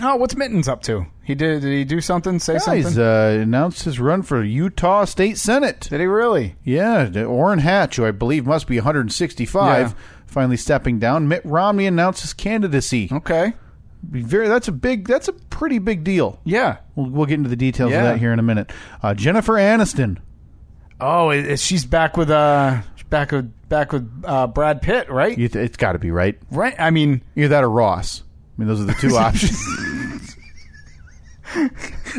Speaker 4: Oh, what's Mittens up to? He did. Did he do something? Say
Speaker 5: Yeah,
Speaker 4: something?
Speaker 5: he's uh, announced his run for Utah State Senate. Did
Speaker 4: he really?
Speaker 5: Yeah, the Orrin Hatch, who I believe must be 165,
Speaker 4: Yeah.
Speaker 5: finally stepping down. Mitt Romney announced his candidacy.
Speaker 4: Okay,
Speaker 5: be very. That's a big. That's a pretty big deal.
Speaker 4: Yeah,
Speaker 5: we'll, we'll get into the details
Speaker 4: Yeah.
Speaker 5: of that here in a minute. Uh, Jennifer Aniston.
Speaker 4: Oh, i- i- she's back with uh, she's back with back with uh, Brad Pitt, right?
Speaker 5: You th- it's got to be right.
Speaker 4: Right. I mean,
Speaker 5: either that or Ross. I mean, those are the two options.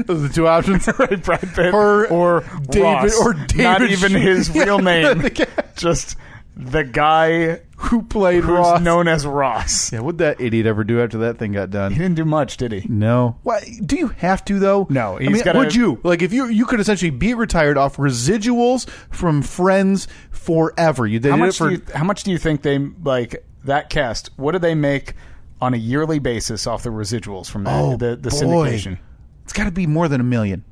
Speaker 5: Those are the two options,
Speaker 4: right? Brad Pitt
Speaker 5: or
Speaker 4: or
Speaker 5: David
Speaker 4: Ross.
Speaker 5: or David.
Speaker 4: Not even his
Speaker 5: Yeah.
Speaker 4: real name. just the guy
Speaker 5: who played
Speaker 4: who's
Speaker 5: Ross.
Speaker 4: known as Ross.
Speaker 5: Yeah, what'd that idiot ever do after that thing got done? He
Speaker 4: didn't do much, did he?
Speaker 5: No. Why do you have to though?
Speaker 4: No,
Speaker 5: I
Speaker 4: he's
Speaker 5: mean,
Speaker 4: gotta-
Speaker 5: would you like if you you could essentially be retired off residuals from Friends forever? You they
Speaker 4: how
Speaker 5: did
Speaker 4: much
Speaker 5: it for
Speaker 4: do you, how much do you think they like that cast? What do they make on a yearly basis off the residuals from the
Speaker 5: oh
Speaker 4: the, the
Speaker 5: boy.
Speaker 4: syndication?
Speaker 5: It's got to be more than a million.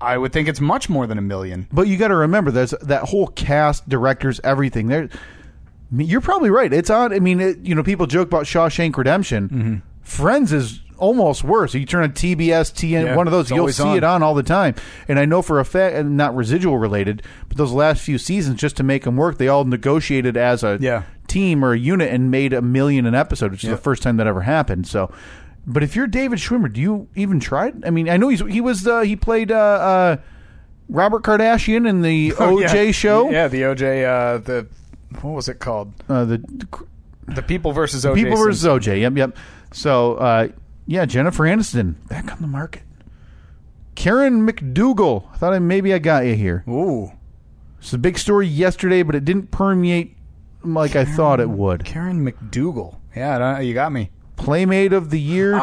Speaker 4: I would think it's much more than a million.
Speaker 5: But you got to remember, there's that whole cast, directors, everything. There, I mean, you're probably right. It's on. I mean, it, you know, people joke about Shawshank Redemption.
Speaker 4: Mm-hmm.
Speaker 5: Friends is almost worse. You turn on TBS, TN,
Speaker 4: Yeah,
Speaker 5: one of those,
Speaker 4: it's
Speaker 5: you'll
Speaker 4: always
Speaker 5: see
Speaker 4: on.
Speaker 5: it on all the time. And I know for a fact, and not residual related, but those last few seasons, just to make them work, they all negotiated as a
Speaker 4: Yeah.
Speaker 5: team or a unit and made a million an episode, which is
Speaker 4: Yeah.
Speaker 5: the first time that ever happened. So. But if you're David Schwimmer, do you even try? it? I mean, I know he's he was the he played uh, uh, Robert Kardashian in the
Speaker 4: Oh, yeah.
Speaker 5: OJ show.
Speaker 4: Yeah, the OJ. Uh, the what was it called?
Speaker 5: Uh, the
Speaker 4: The People versus OJ.
Speaker 5: People versus OJ. Yep, yep. So, uh, yeah, Jennifer Aniston back on the market. Karen McDougal. I thought I, maybe I got you here.
Speaker 4: Ooh,
Speaker 5: it's a big story yesterday, but it didn't permeate like I thought it would.
Speaker 4: Karen McDougal. Yeah, I don't know, you got me.
Speaker 5: Playmate of the year,
Speaker 4: Oh,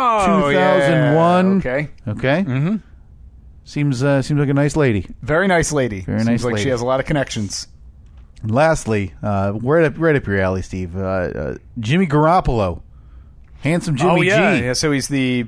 Speaker 5: two thousand one.
Speaker 4: yeah, okay.
Speaker 5: okay. Mm-hmm. Seems uh, seems like a nice lady.
Speaker 4: Very nice lady.
Speaker 5: Very
Speaker 4: Seems
Speaker 5: nice
Speaker 4: Like she
Speaker 5: lady.
Speaker 4: has a lot of connections.
Speaker 5: And lastly, uh, right up right up your alley, Steve. Uh, uh, Jimmy Garoppolo, handsome Jimmy
Speaker 4: oh yeah,
Speaker 5: G.
Speaker 4: yeah. So he's the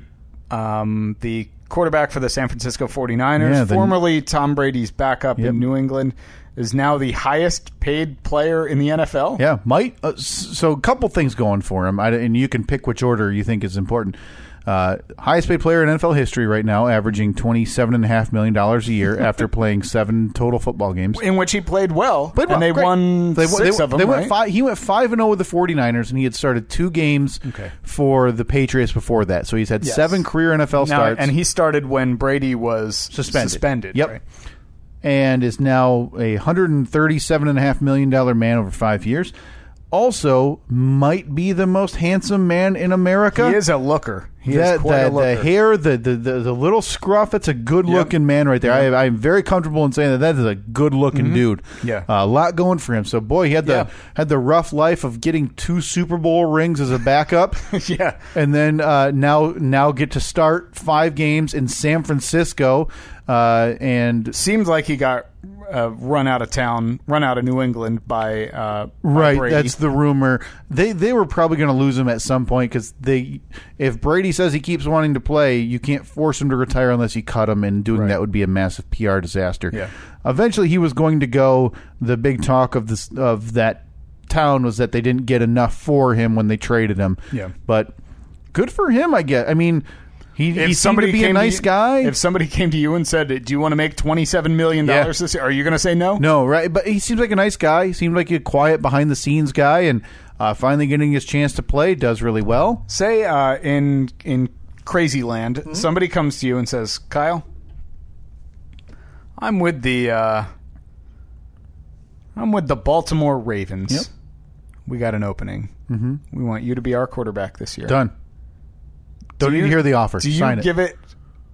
Speaker 4: um, the quarterback for the San Francisco 49ers,
Speaker 5: Yeah, the-
Speaker 4: formerly Tom Brady's backup in New England, is now the highest paid player in the NFL.
Speaker 5: Yeah, might. Uh, s- so, a couple things going for him, I, and you can pick which order you think is important. Uh, highest paid player in NFL history right now, averaging twenty seven and a half million dollars a year after playing seven total football games.
Speaker 4: In which he played well,
Speaker 5: Played well,
Speaker 4: and they
Speaker 5: great.
Speaker 4: won
Speaker 5: They,
Speaker 4: six
Speaker 5: they-
Speaker 4: of them.
Speaker 5: they
Speaker 4: right?
Speaker 5: went five, he went five and zero with the 49ers, and he had started two games for the Patriots before that. So he's had
Speaker 4: Yes.
Speaker 5: seven career NFL
Speaker 4: Now-
Speaker 5: starts,
Speaker 4: and he started when Brady was suspended.
Speaker 5: Yep.
Speaker 4: right?
Speaker 5: And is now a hundred and thirty-seven and a half million dollar man over five years. Also, might be the most handsome man in America.
Speaker 4: He is a looker. He is
Speaker 5: That-
Speaker 4: quite
Speaker 5: that-
Speaker 4: a looker.
Speaker 5: The hair, the, the, the, the little scruff, that's a good looking man right there. I, I'm very comfortable in saying that that is a good looking dude.
Speaker 4: Mm-hmm.
Speaker 5: Uh,
Speaker 4: Yeah.
Speaker 5: A lot going for him. So, boy, he had the,
Speaker 4: Yeah.
Speaker 5: had the rough life of getting two Super Bowl rings as a backup.
Speaker 4: yeah.
Speaker 5: And then uh, now now get to start five games in San Francisco. Uh, and
Speaker 4: Seems like he got uh, run out of town, run out of New England by uh, by
Speaker 5: Right,
Speaker 4: Brady.
Speaker 5: that's the rumor. They they were probably going to lose him at some point because they, if Brady says he keeps wanting to play, you can't force him to retire unless you cut him, and doing that would be a massive PR disaster.
Speaker 4: Yeah.
Speaker 5: Eventually, he was going to go. The big talk of this of that town was that they didn't get enough for him when they traded him.
Speaker 4: Yeah.
Speaker 5: but good for him, I guess. I mean, he, he
Speaker 4: If
Speaker 5: seemed
Speaker 4: somebody
Speaker 5: to be
Speaker 4: came
Speaker 5: a
Speaker 4: to
Speaker 5: nice
Speaker 4: you-
Speaker 5: guy.
Speaker 4: If somebody came to you and said, "Do you want to make twenty-seven million dollars this year?" Are you going to say no?
Speaker 5: No, right? But he seems like a nice guy. He seemed like a quiet, behind the scenes guy, and uh, finally getting his chance to play does really well.
Speaker 4: Say uh, in in crazy land,
Speaker 5: Mm-hmm.
Speaker 4: somebody comes to you and says, "Kyle, I'm with the uh, I'm with the Baltimore Ravens.
Speaker 5: Yep.
Speaker 4: We got an opening.
Speaker 5: Mhm.
Speaker 4: We want you to be our quarterback this year.
Speaker 5: Done.
Speaker 4: Do
Speaker 5: Don't even
Speaker 4: you-
Speaker 5: hear the offer.
Speaker 4: Do you
Speaker 5: Sign it.
Speaker 4: give it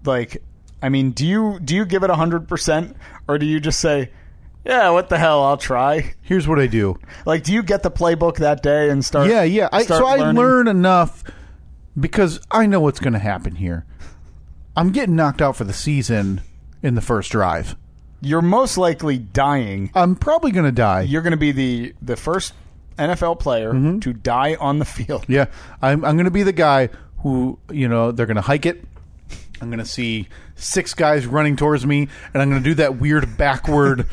Speaker 4: like? I mean, do you do you give it hundred percent, or do you just say, "Yeah, what the hell? I'll try."
Speaker 5: Here's what I do.
Speaker 4: Like, do you get the playbook that day and start?
Speaker 5: yeah, yeah. I,
Speaker 4: start
Speaker 5: so I
Speaker 4: learning?
Speaker 5: learn enough because I know what's going to happen here. I'm getting knocked out for the season in the first drive.
Speaker 4: You're most likely dying.
Speaker 5: I'm probably going to die.
Speaker 4: You're going to be the the first NFL player
Speaker 5: Mm-hmm.
Speaker 4: to die on the field.
Speaker 5: Yeah, I'm, I'm going to be the guy who you know they're going to hike it. I'm going to see six guys running towards me, and I'm going to do that weird backward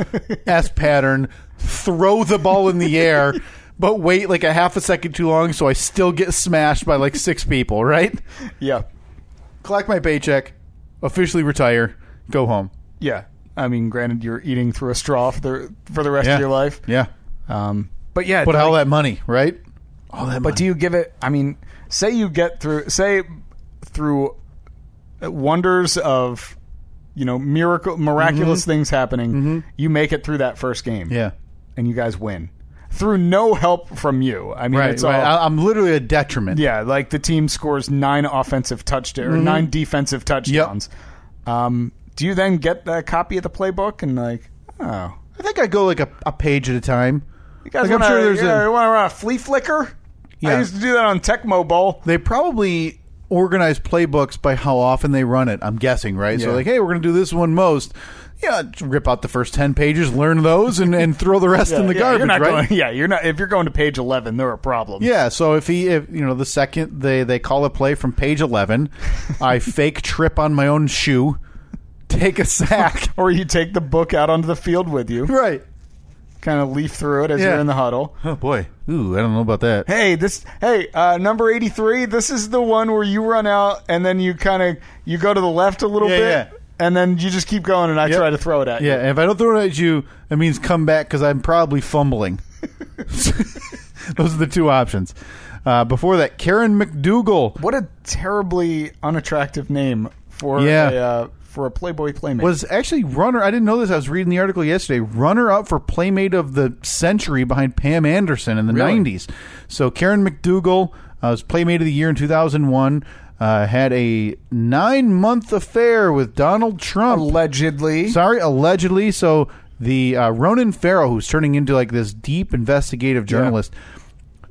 Speaker 5: S pattern, throw the ball in the air, but wait like a half a second too long, so I still get smashed by like six people. Right?
Speaker 4: Yeah.
Speaker 5: collect my paycheck, officially retire, go home.
Speaker 4: Yeah. I mean, granted, you're eating through a straw for the, for the rest
Speaker 5: Yeah.
Speaker 4: of your life.
Speaker 5: Yeah.
Speaker 4: Um, but yeah,
Speaker 5: But all
Speaker 4: like-
Speaker 5: that money, right? All
Speaker 4: But
Speaker 5: that money.
Speaker 4: do you give it? I mean, say you get through, say through wonders of, you know, miracle, miraculous
Speaker 5: Mm-hmm.
Speaker 4: things happening. You make it through that first game,
Speaker 5: Yeah.
Speaker 4: and you guys win through no help from you. I mean,
Speaker 5: Right,
Speaker 4: it's
Speaker 5: right.
Speaker 4: all.
Speaker 5: I- I'm literally a detriment.
Speaker 4: yeah, like the team scores nine offensive touchdowns or
Speaker 5: Mhm.
Speaker 4: nine defensive touchdowns. Um, do you then get a copy of the playbook and like, oh,
Speaker 5: I think I go like a, a page at a time.
Speaker 4: you guys
Speaker 5: Like,
Speaker 4: want
Speaker 5: I'm sure there's a-
Speaker 4: to run a flea flicker? I
Speaker 5: Yeah.
Speaker 4: used to do that on Tecmo Bowl.
Speaker 5: They probably organize playbooks by how often they run it. I'm guessing, right? So
Speaker 4: Yeah.
Speaker 5: like, hey, we're going to do this one most. Yeah, just rip out the first ten pages, learn those, and, and throw the rest in the garbage,
Speaker 4: You're not going,
Speaker 5: right?
Speaker 4: yeah, you're not. If you're going to page eleven, there are problems.
Speaker 5: Yeah, so if he, if you know, the second they they call a play from page eleven, I fake trip on my own shoe, take a sack.
Speaker 4: or you take the book out onto the field with you,
Speaker 5: right?
Speaker 4: Kind of leaf through it as
Speaker 5: Yeah.
Speaker 4: you're in the huddle.
Speaker 5: Oh boy, ooh, I don't know about that.
Speaker 4: Hey, this. Hey, uh, number eighty three. This is the one where you run out and then you kind of you go to the left a little
Speaker 5: Yeah,
Speaker 4: bit,
Speaker 5: yeah.
Speaker 4: and then you just keep going. And I try to throw it at you.
Speaker 5: Yeah, and if I don't throw it at you, it means come back because I'm probably fumbling. Those are the two options. Uh, before that, Karen McDougal
Speaker 4: What a terribly unattractive name for
Speaker 5: Yeah.
Speaker 4: a, uh, for a Playboy playmate.
Speaker 5: was actually runner. I didn't know this. I was reading the article yesterday. Runner up for Playmate of the Century behind Pam Anderson in the
Speaker 4: Really?
Speaker 5: 90s. So Karen McDougal uh, was Playmate of the Year in 2001. Uh, had a nine month affair with Donald Trump.
Speaker 4: allegedly?
Speaker 5: Sorry, allegedly. So the uh, Ronan Farrow, who's turning into like this deep investigative journalist,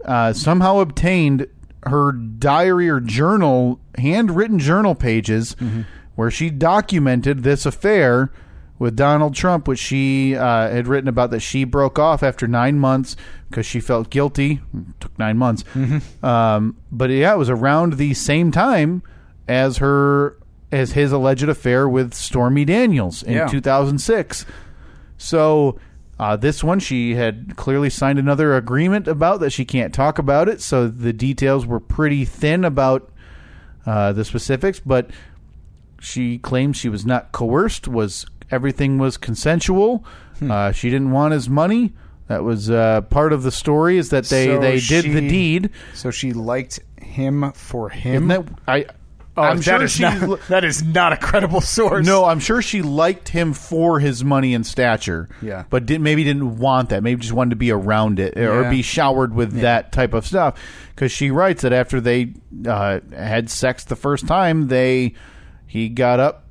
Speaker 5: uh, somehow obtained her diary or journal, handwritten journal pages, where she documented this affair with Donald Trump, which she uh, had written about that she broke off after nine months because she felt guilty. It took nine months, um, but yeah, it was around the same time as her as his alleged affair with Stormy Daniels in
Speaker 4: Yeah.
Speaker 5: 2006. So uh, this one she had clearly signed another agreement about that she can't talk about it. So the details were pretty thin about uh, the specifics, but she claimed she was not coerced. Was everything was consensual?
Speaker 4: Hmm.
Speaker 5: Uh, she didn't want his money. That was uh, part of the story. Is that they
Speaker 4: So
Speaker 5: they did the
Speaker 4: she-
Speaker 5: deed?
Speaker 4: So she liked him for
Speaker 5: Isn't
Speaker 4: him.
Speaker 5: that I?
Speaker 4: Oh,
Speaker 5: I'm
Speaker 4: that
Speaker 5: sure
Speaker 4: is
Speaker 5: she
Speaker 4: not, that is not a credible source.
Speaker 5: No, I'm sure she liked him for his money and stature.
Speaker 4: Yeah.
Speaker 5: But did, maybe didn't want that. Maybe just wanted to be around it or
Speaker 4: Yeah.
Speaker 5: be showered with that type of stuff. Because she writes that after they uh, had sex the first time, they he got up,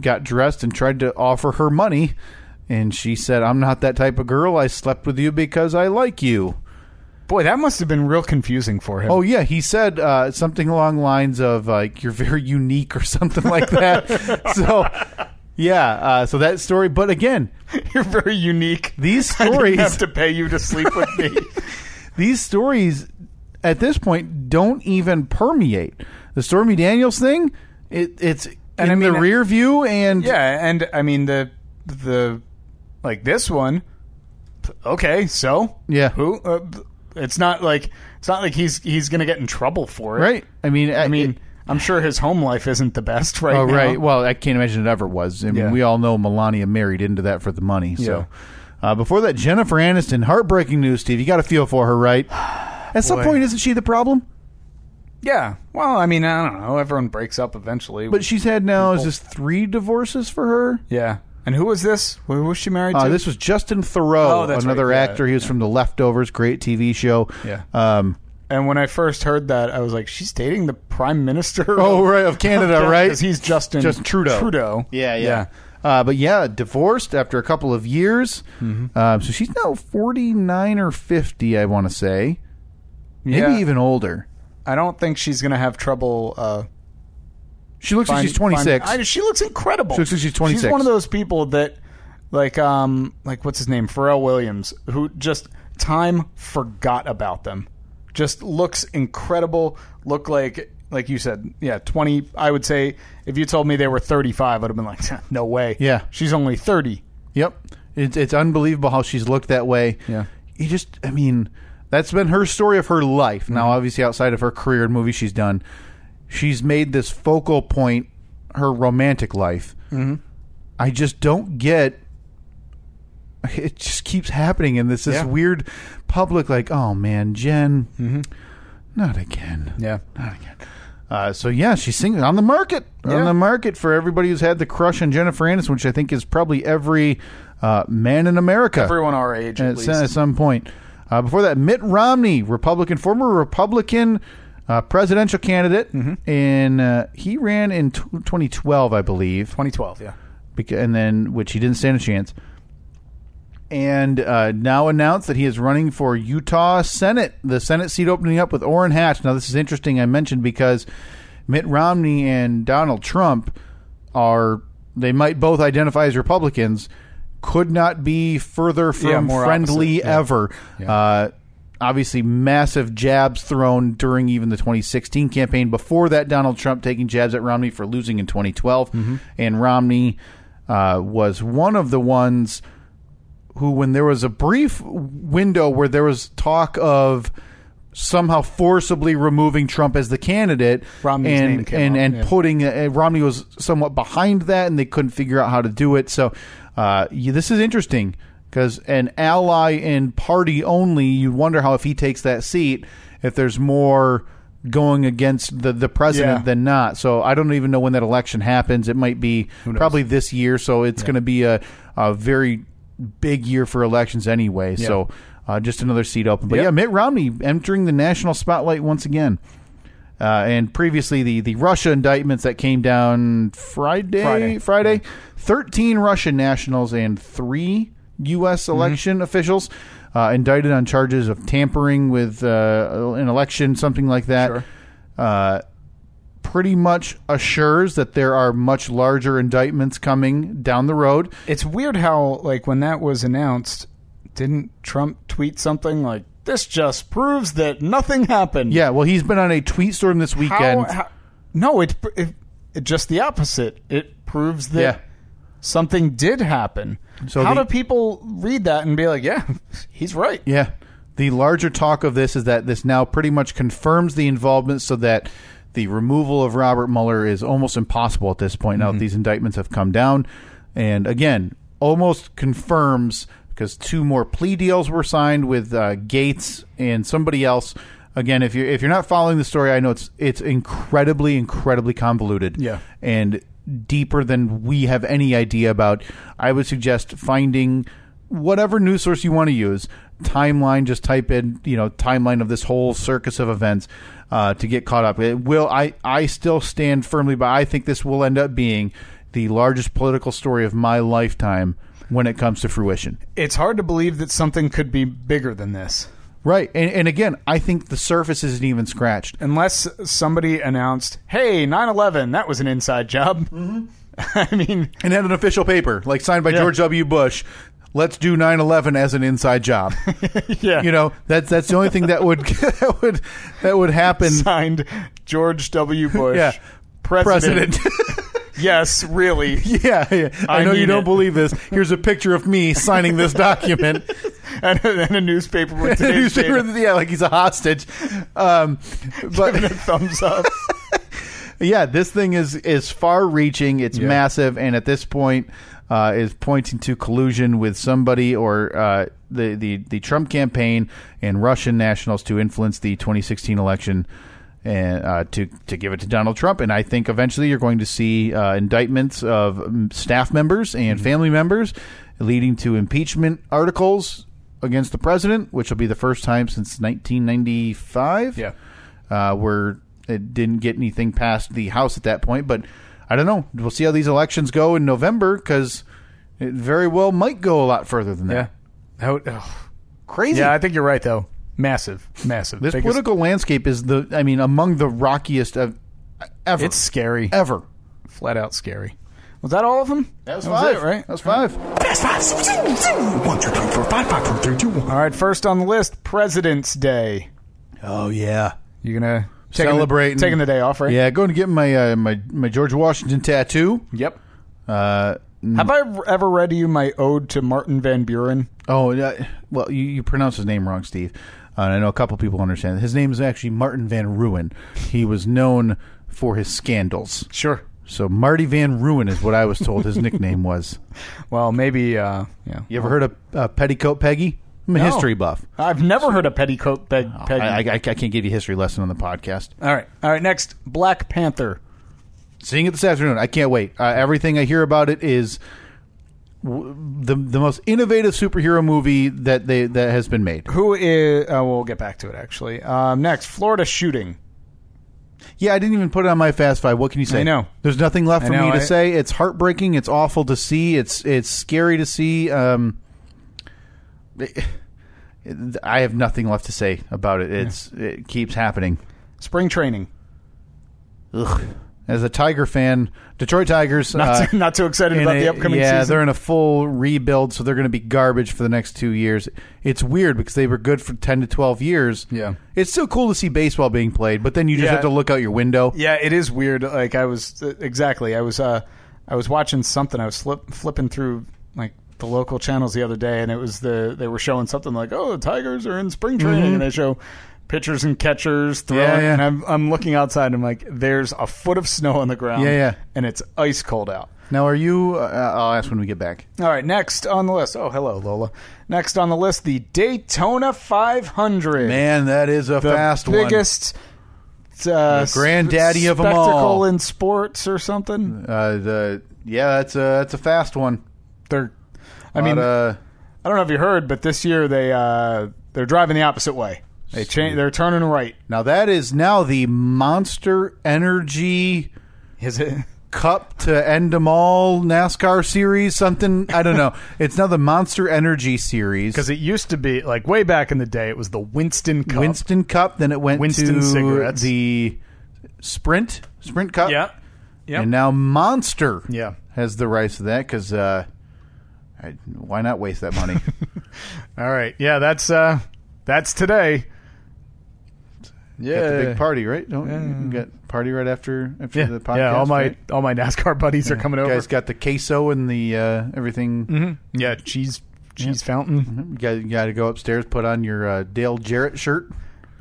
Speaker 5: got dressed, and tried to offer her money. And she said, "I'm not that type of girl. I slept with you because I like you."
Speaker 4: boy, that must have been real confusing for him.
Speaker 5: Oh yeah, he said uh, something along lines of like you're very unique or something like that. so yeah, uh, so that story. But again,
Speaker 4: you're very unique.
Speaker 5: these
Speaker 4: I didn't have
Speaker 5: stories,
Speaker 4: to pay you to sleep with me.
Speaker 5: these stories, at this point, don't even permeate the Stormy Daniels thing. It, it's
Speaker 4: And
Speaker 5: in
Speaker 4: I mean,
Speaker 5: the
Speaker 4: I-
Speaker 5: rear view, and
Speaker 4: yeah, and I mean the the like this one. Okay, so
Speaker 5: Yeah.
Speaker 4: who? Uh, it's not like it's not like he's he's gonna get in trouble for it,
Speaker 5: right. I mean,
Speaker 4: I mean, I'm sure his home life isn't the best right
Speaker 5: Oh,
Speaker 4: now.
Speaker 5: right. Well, I can't imagine it ever was. I mean,
Speaker 4: Yeah.
Speaker 5: we all know Melania married into that for the money.
Speaker 4: Yeah.
Speaker 5: So uh, before that, Jennifer Aniston, heartbreaking news, Steve. You got to feel for her, right? At some
Speaker 4: Boy.
Speaker 5: point, isn't she the problem?
Speaker 4: Yeah. Well, I mean, I don't know. Everyone breaks up eventually.
Speaker 5: But she's had now is this three divorces for her?
Speaker 4: yeah. And who was this? Who was she married
Speaker 5: Uh,
Speaker 4: to?
Speaker 5: this was Justin Thoreau,
Speaker 4: Oh, that's
Speaker 5: another
Speaker 4: right. Yeah,
Speaker 5: actor. He was from The Leftovers, great TV show.
Speaker 4: Yeah.
Speaker 5: Um,
Speaker 4: And when I first heard that, I was like, "She's dating the prime minister."
Speaker 5: Oh, right, of Canada, right?
Speaker 4: Because he's Justin
Speaker 5: Just Trudeau.
Speaker 4: Trudeau.
Speaker 5: Uh, but yeah, divorced after a couple of years. Um, so she's now 49 or 50, I want to say. Maybe
Speaker 4: Yeah.
Speaker 5: even older.
Speaker 4: I don't think she's gonna have trouble. Uh,
Speaker 5: She looks like
Speaker 4: find-
Speaker 5: she's 26.
Speaker 4: find- I- she looks incredible.
Speaker 5: She looks like she's 26.
Speaker 4: She's one of those people that, like, um, like what's his name, Pharrell Williams, who just time forgot about them. Just looks incredible. Look like, like you said, yeah, twenty. I would say if you told me they were thirty-five, I'd have been like, no way.
Speaker 5: Yeah.
Speaker 4: she's only thirty.
Speaker 5: Yep. It's it's unbelievable how she's looked that way.
Speaker 4: Yeah.
Speaker 5: You just I mean, that's been her story of her life. Now obviously outside of her career and movies she's done. she's made this focal point her romantic life.
Speaker 7: Mhm.
Speaker 5: I just don't get. It just keeps happening, and this this
Speaker 7: Yeah.
Speaker 5: weird public like, oh man, Jen, not again.
Speaker 7: Yeah.
Speaker 5: Uh, so yeah, she's singing on the market, on the market for everybody who's had the crush on Jennifer Aniston, which I think is probably every uh, man in America,
Speaker 7: Everyone our age, at
Speaker 5: at, some-
Speaker 7: least.
Speaker 5: at some point. Uh, before that, Mitt Romney, Republican, former Republican uh, presidential candidate,
Speaker 7: Mm-hmm.
Speaker 5: and uh, he ran in tw 2012, I believe.
Speaker 4: 2012, yeah.
Speaker 5: Beca- and then which he didn't stand a chance. And uh, now announced that he is running for Utah Senate, the Senate seat opening up with Orrin Hatch. Now, this is interesting. I mentioned because Mitt Romney and Donald Trump are they might both identify as Republicans, could not be further from
Speaker 7: Yeah, more
Speaker 5: friendly
Speaker 7: opposite. Yeah.
Speaker 5: ever. Uh, obviously, massive jabs thrown during even the 2016 campaign. Before that, Donald Trump taking jabs at Romney for losing in 2012,
Speaker 7: Mm-hmm.
Speaker 5: and Romney uh, was one of the ones who, when there was a brief window where there was talk of somehow forcibly removing Trump as the candidate,
Speaker 4: Romney's
Speaker 5: and
Speaker 4: name came
Speaker 5: and
Speaker 4: up,
Speaker 5: and
Speaker 4: yeah.
Speaker 5: putting uh, Romney was somewhat behind that, and they couldn't figure out how to do it. So uh, yeah, this is interesting because an ally and party only, you wonder how if he takes that seat, if there's more going against the the president
Speaker 4: Yeah.
Speaker 5: than not. So I don't even know when that election happens. It might be probably this year. So it's going to be a, a very big year for elections anyway.
Speaker 4: Yeah.
Speaker 5: So uh, just another seat open. But
Speaker 4: Yep.
Speaker 5: yeah, Mitt Romney entering the national spotlight once again. Uh, and previously, the, the Russia indictments that came down Friday,
Speaker 4: Friday.
Speaker 5: Friday, 13 Russian nationals and three U.S. election officials uh, indicted on charges of tampering with uh, an election, something like that. Uh, pretty much assures that there are much larger indictments coming down the road.
Speaker 4: It's weird how, like, when that was announced, didn't Trump tweet something like, this just proves that nothing happened?
Speaker 5: Yeah, well, he's been on a tweet storm this weekend.
Speaker 4: How, how, no, it, it, it just the opposite. It proves that
Speaker 5: Yeah.
Speaker 4: something did happen.
Speaker 5: So
Speaker 4: how
Speaker 5: the-
Speaker 4: do people read that and be like, yeah, he's right?
Speaker 5: Yeah. The larger talk of this is that this now pretty much confirms the involvement so that the removal of Robert Mueller is almost impossible at this point now that these indictments have come down. And again, almost confirms because two more plea deals were signed with uh, Gates and somebody else. Again, if you're if you're not following the story, I know it's it's incredibly incredibly convoluted
Speaker 4: Yeah.
Speaker 5: and deeper than we have any idea about. I would suggest finding whatever news source you want to use, timeline, just type in, you know, timeline of this whole circus of events uh, to get caught up. It will, I, I still stand firmly by, I think this will end up being the largest political story of my lifetime when it comes to fruition.
Speaker 4: It's hard to believe that something could be bigger than this.
Speaker 5: Right. And, and again, I think the surface isn't even scratched.
Speaker 4: Unless somebody announced, hey, 9 11, that was an inside job.
Speaker 5: Mm-hmm.
Speaker 4: I mean,
Speaker 5: And had an official paper, like signed by
Speaker 4: Yeah.
Speaker 5: George W. Bush. Let's do 9-11 as an inside job.
Speaker 4: yeah.
Speaker 5: You know, that's that's the only thing that would that would that would happen.
Speaker 4: signed George W. Bush.
Speaker 5: Yeah.
Speaker 4: President. yes, really.
Speaker 5: yeah, yeah. I,
Speaker 4: I
Speaker 5: know you
Speaker 4: mean
Speaker 5: don't
Speaker 4: it.
Speaker 5: believe this. Here's a picture of me signing this document.
Speaker 4: And, and a newspaper with
Speaker 5: The
Speaker 4: today's
Speaker 5: newspaper-
Speaker 4: date.
Speaker 5: yeah, like he's a hostage. Um,
Speaker 4: Giving a
Speaker 5: but
Speaker 4: thumbs up.
Speaker 5: yeah, this thing is is far reaching. It's
Speaker 4: Yeah.
Speaker 5: massive, and at this point, uh, is pointing to collusion with somebody or uh, the, the the Trump campaign and Russian nationals to influence the 2016 election. And uh, to to give it to Donald Trump, and I think eventually you're going to see uh, indictments of um, staff members
Speaker 4: Mm-hmm.
Speaker 5: and family members, leading to impeachment articles against the president, which will be the first time since 1995
Speaker 4: Yeah.
Speaker 5: uh, where it didn't get anything past the House at that point. But I don't know. We'll see how these elections go in November because it very well might go a lot further than that.
Speaker 4: Yeah. That would- oh.
Speaker 5: Crazy.
Speaker 4: Yeah, I think you're right, though. Massive. Massive.
Speaker 5: this
Speaker 4: Biggest-
Speaker 5: political landscape is the, I mean, among the rockiest of ever.
Speaker 4: It's scary.
Speaker 5: ever.
Speaker 4: Flat out scary. Was that all of them?
Speaker 5: That was
Speaker 4: it,
Speaker 5: five,
Speaker 4: right?
Speaker 5: That was five.
Speaker 12: Fast five. Zoom, zoom, zoom. One, two, three, four, five, five, four, three, two, one.
Speaker 4: All right, first on the list, President's Day.
Speaker 5: Oh yeah,
Speaker 4: You gonna taking the-
Speaker 5: celebrating
Speaker 4: taking the day off, right?
Speaker 5: Yeah, going to get my uh, my my George Washington tattoo.
Speaker 4: Yep.
Speaker 5: Uh,
Speaker 4: Have I ev- ever read to you my ode to Martin Van Buren?
Speaker 5: Oh, yeah. well, you, you pronounce his name wrong, Steve. Uh, and I know a couple people understand. His name is actually Martin Van Ruin. He was known for his scandals.
Speaker 4: Sure.
Speaker 5: So Marty Van Ruin is what I was told his nickname was.
Speaker 4: Well, maybe. Uh, yeah.
Speaker 5: You ever heard of uh, Petticoat Peggy? I'm a
Speaker 4: No.
Speaker 5: history buff.
Speaker 4: I've never heard a petticoat peg. Peggy.
Speaker 5: I, I, I can't give you a history lesson on the podcast.
Speaker 4: All right. All right. Next, Black Panther.
Speaker 5: Seeing it this afternoon. I can't wait. Uh, everything I hear about it is w- the the most innovative superhero movie that they that has been made.
Speaker 4: Who is? Uh, we'll get back to it. Actually, um, next, Florida shooting.
Speaker 5: Yeah, I didn't even put it on my fast five. What can you say?
Speaker 4: I know.
Speaker 5: There's nothing left
Speaker 4: I
Speaker 5: for
Speaker 4: know,
Speaker 5: me to
Speaker 4: I-
Speaker 5: say. It's heartbreaking. It's awful to see. It's it's scary to see. Um, I have nothing left to say about it. It's it keeps happening.
Speaker 4: Spring training.
Speaker 5: Ugh. As a Tiger fan, Detroit Tigers
Speaker 4: Not,
Speaker 5: uh,
Speaker 4: too, not too excited
Speaker 5: in
Speaker 4: about
Speaker 5: a-
Speaker 4: the upcoming
Speaker 5: yeah,
Speaker 4: season.
Speaker 5: they're in a full rebuild, so they're going to be garbage for the next two years. It's weird because they were good for ten to twelve years.
Speaker 4: Yeah.
Speaker 5: it's still cool to see baseball being played, but then you just
Speaker 4: Yeah.
Speaker 5: have to look out your window.
Speaker 4: Yeah, it is weird. Like I was uh, exactly. I was uh, I was watching something. I was flip, flipping through like the local channels the other day, and it was the they were showing something like, "Oh, the Tigers are in spring training,"
Speaker 5: Mhm.
Speaker 4: and they show pitchers and catchers throwing.
Speaker 5: Yeah, yeah.
Speaker 4: And I'm I'm looking outside. and I'm like, "There's a foot of snow on the ground.
Speaker 5: Yeah, yeah.
Speaker 4: and it's ice cold out."
Speaker 5: Now, are you? Uh, I'll ask when we get back.
Speaker 4: All right, next on the list. Oh, hello, Lola. Next on the list, the Daytona 500.
Speaker 5: Man, that is a
Speaker 4: the
Speaker 5: fast one.
Speaker 4: biggest, Uh,
Speaker 5: The granddaddy of 'em all.
Speaker 4: Spectacle in sports or something.
Speaker 5: Uh, the yeah, that's a that's a fast one.
Speaker 4: They're, I mean,
Speaker 5: uh,
Speaker 4: I don't know if you heard, but this year they uh, they're driving the opposite way. They change. They're turning right.
Speaker 5: now that is now the Monster Energy
Speaker 4: Is it?
Speaker 5: Cup to end them all NASCAR series. Something I don't know. it's now the Monster Energy series
Speaker 4: Because it used to be like way back in the day, it was the Winston Cup.
Speaker 5: Winston Cup. Then it went
Speaker 4: Winston
Speaker 5: to
Speaker 4: cigarettes.
Speaker 5: the Sprint Sprint Cup.
Speaker 4: Yeah. Yep.
Speaker 5: And now Monster
Speaker 4: Yeah.
Speaker 5: has the rights to that because uh, I- why not waste that money?
Speaker 4: All right. Yeah. That's uh, that's today. Yeah.
Speaker 5: Got the big party, right? Don't you got party right after after
Speaker 4: yeah.
Speaker 5: the podcast?
Speaker 4: yeah. All my
Speaker 5: right?
Speaker 4: all my NASCAR buddies are coming
Speaker 5: You
Speaker 4: over. Mm-hmm.
Speaker 5: guys got the queso and the uh, everything.
Speaker 4: Yeah. Cheese cheese fountain.
Speaker 5: You got, you got to go upstairs, put on your uh, Dale Jarrett shirt,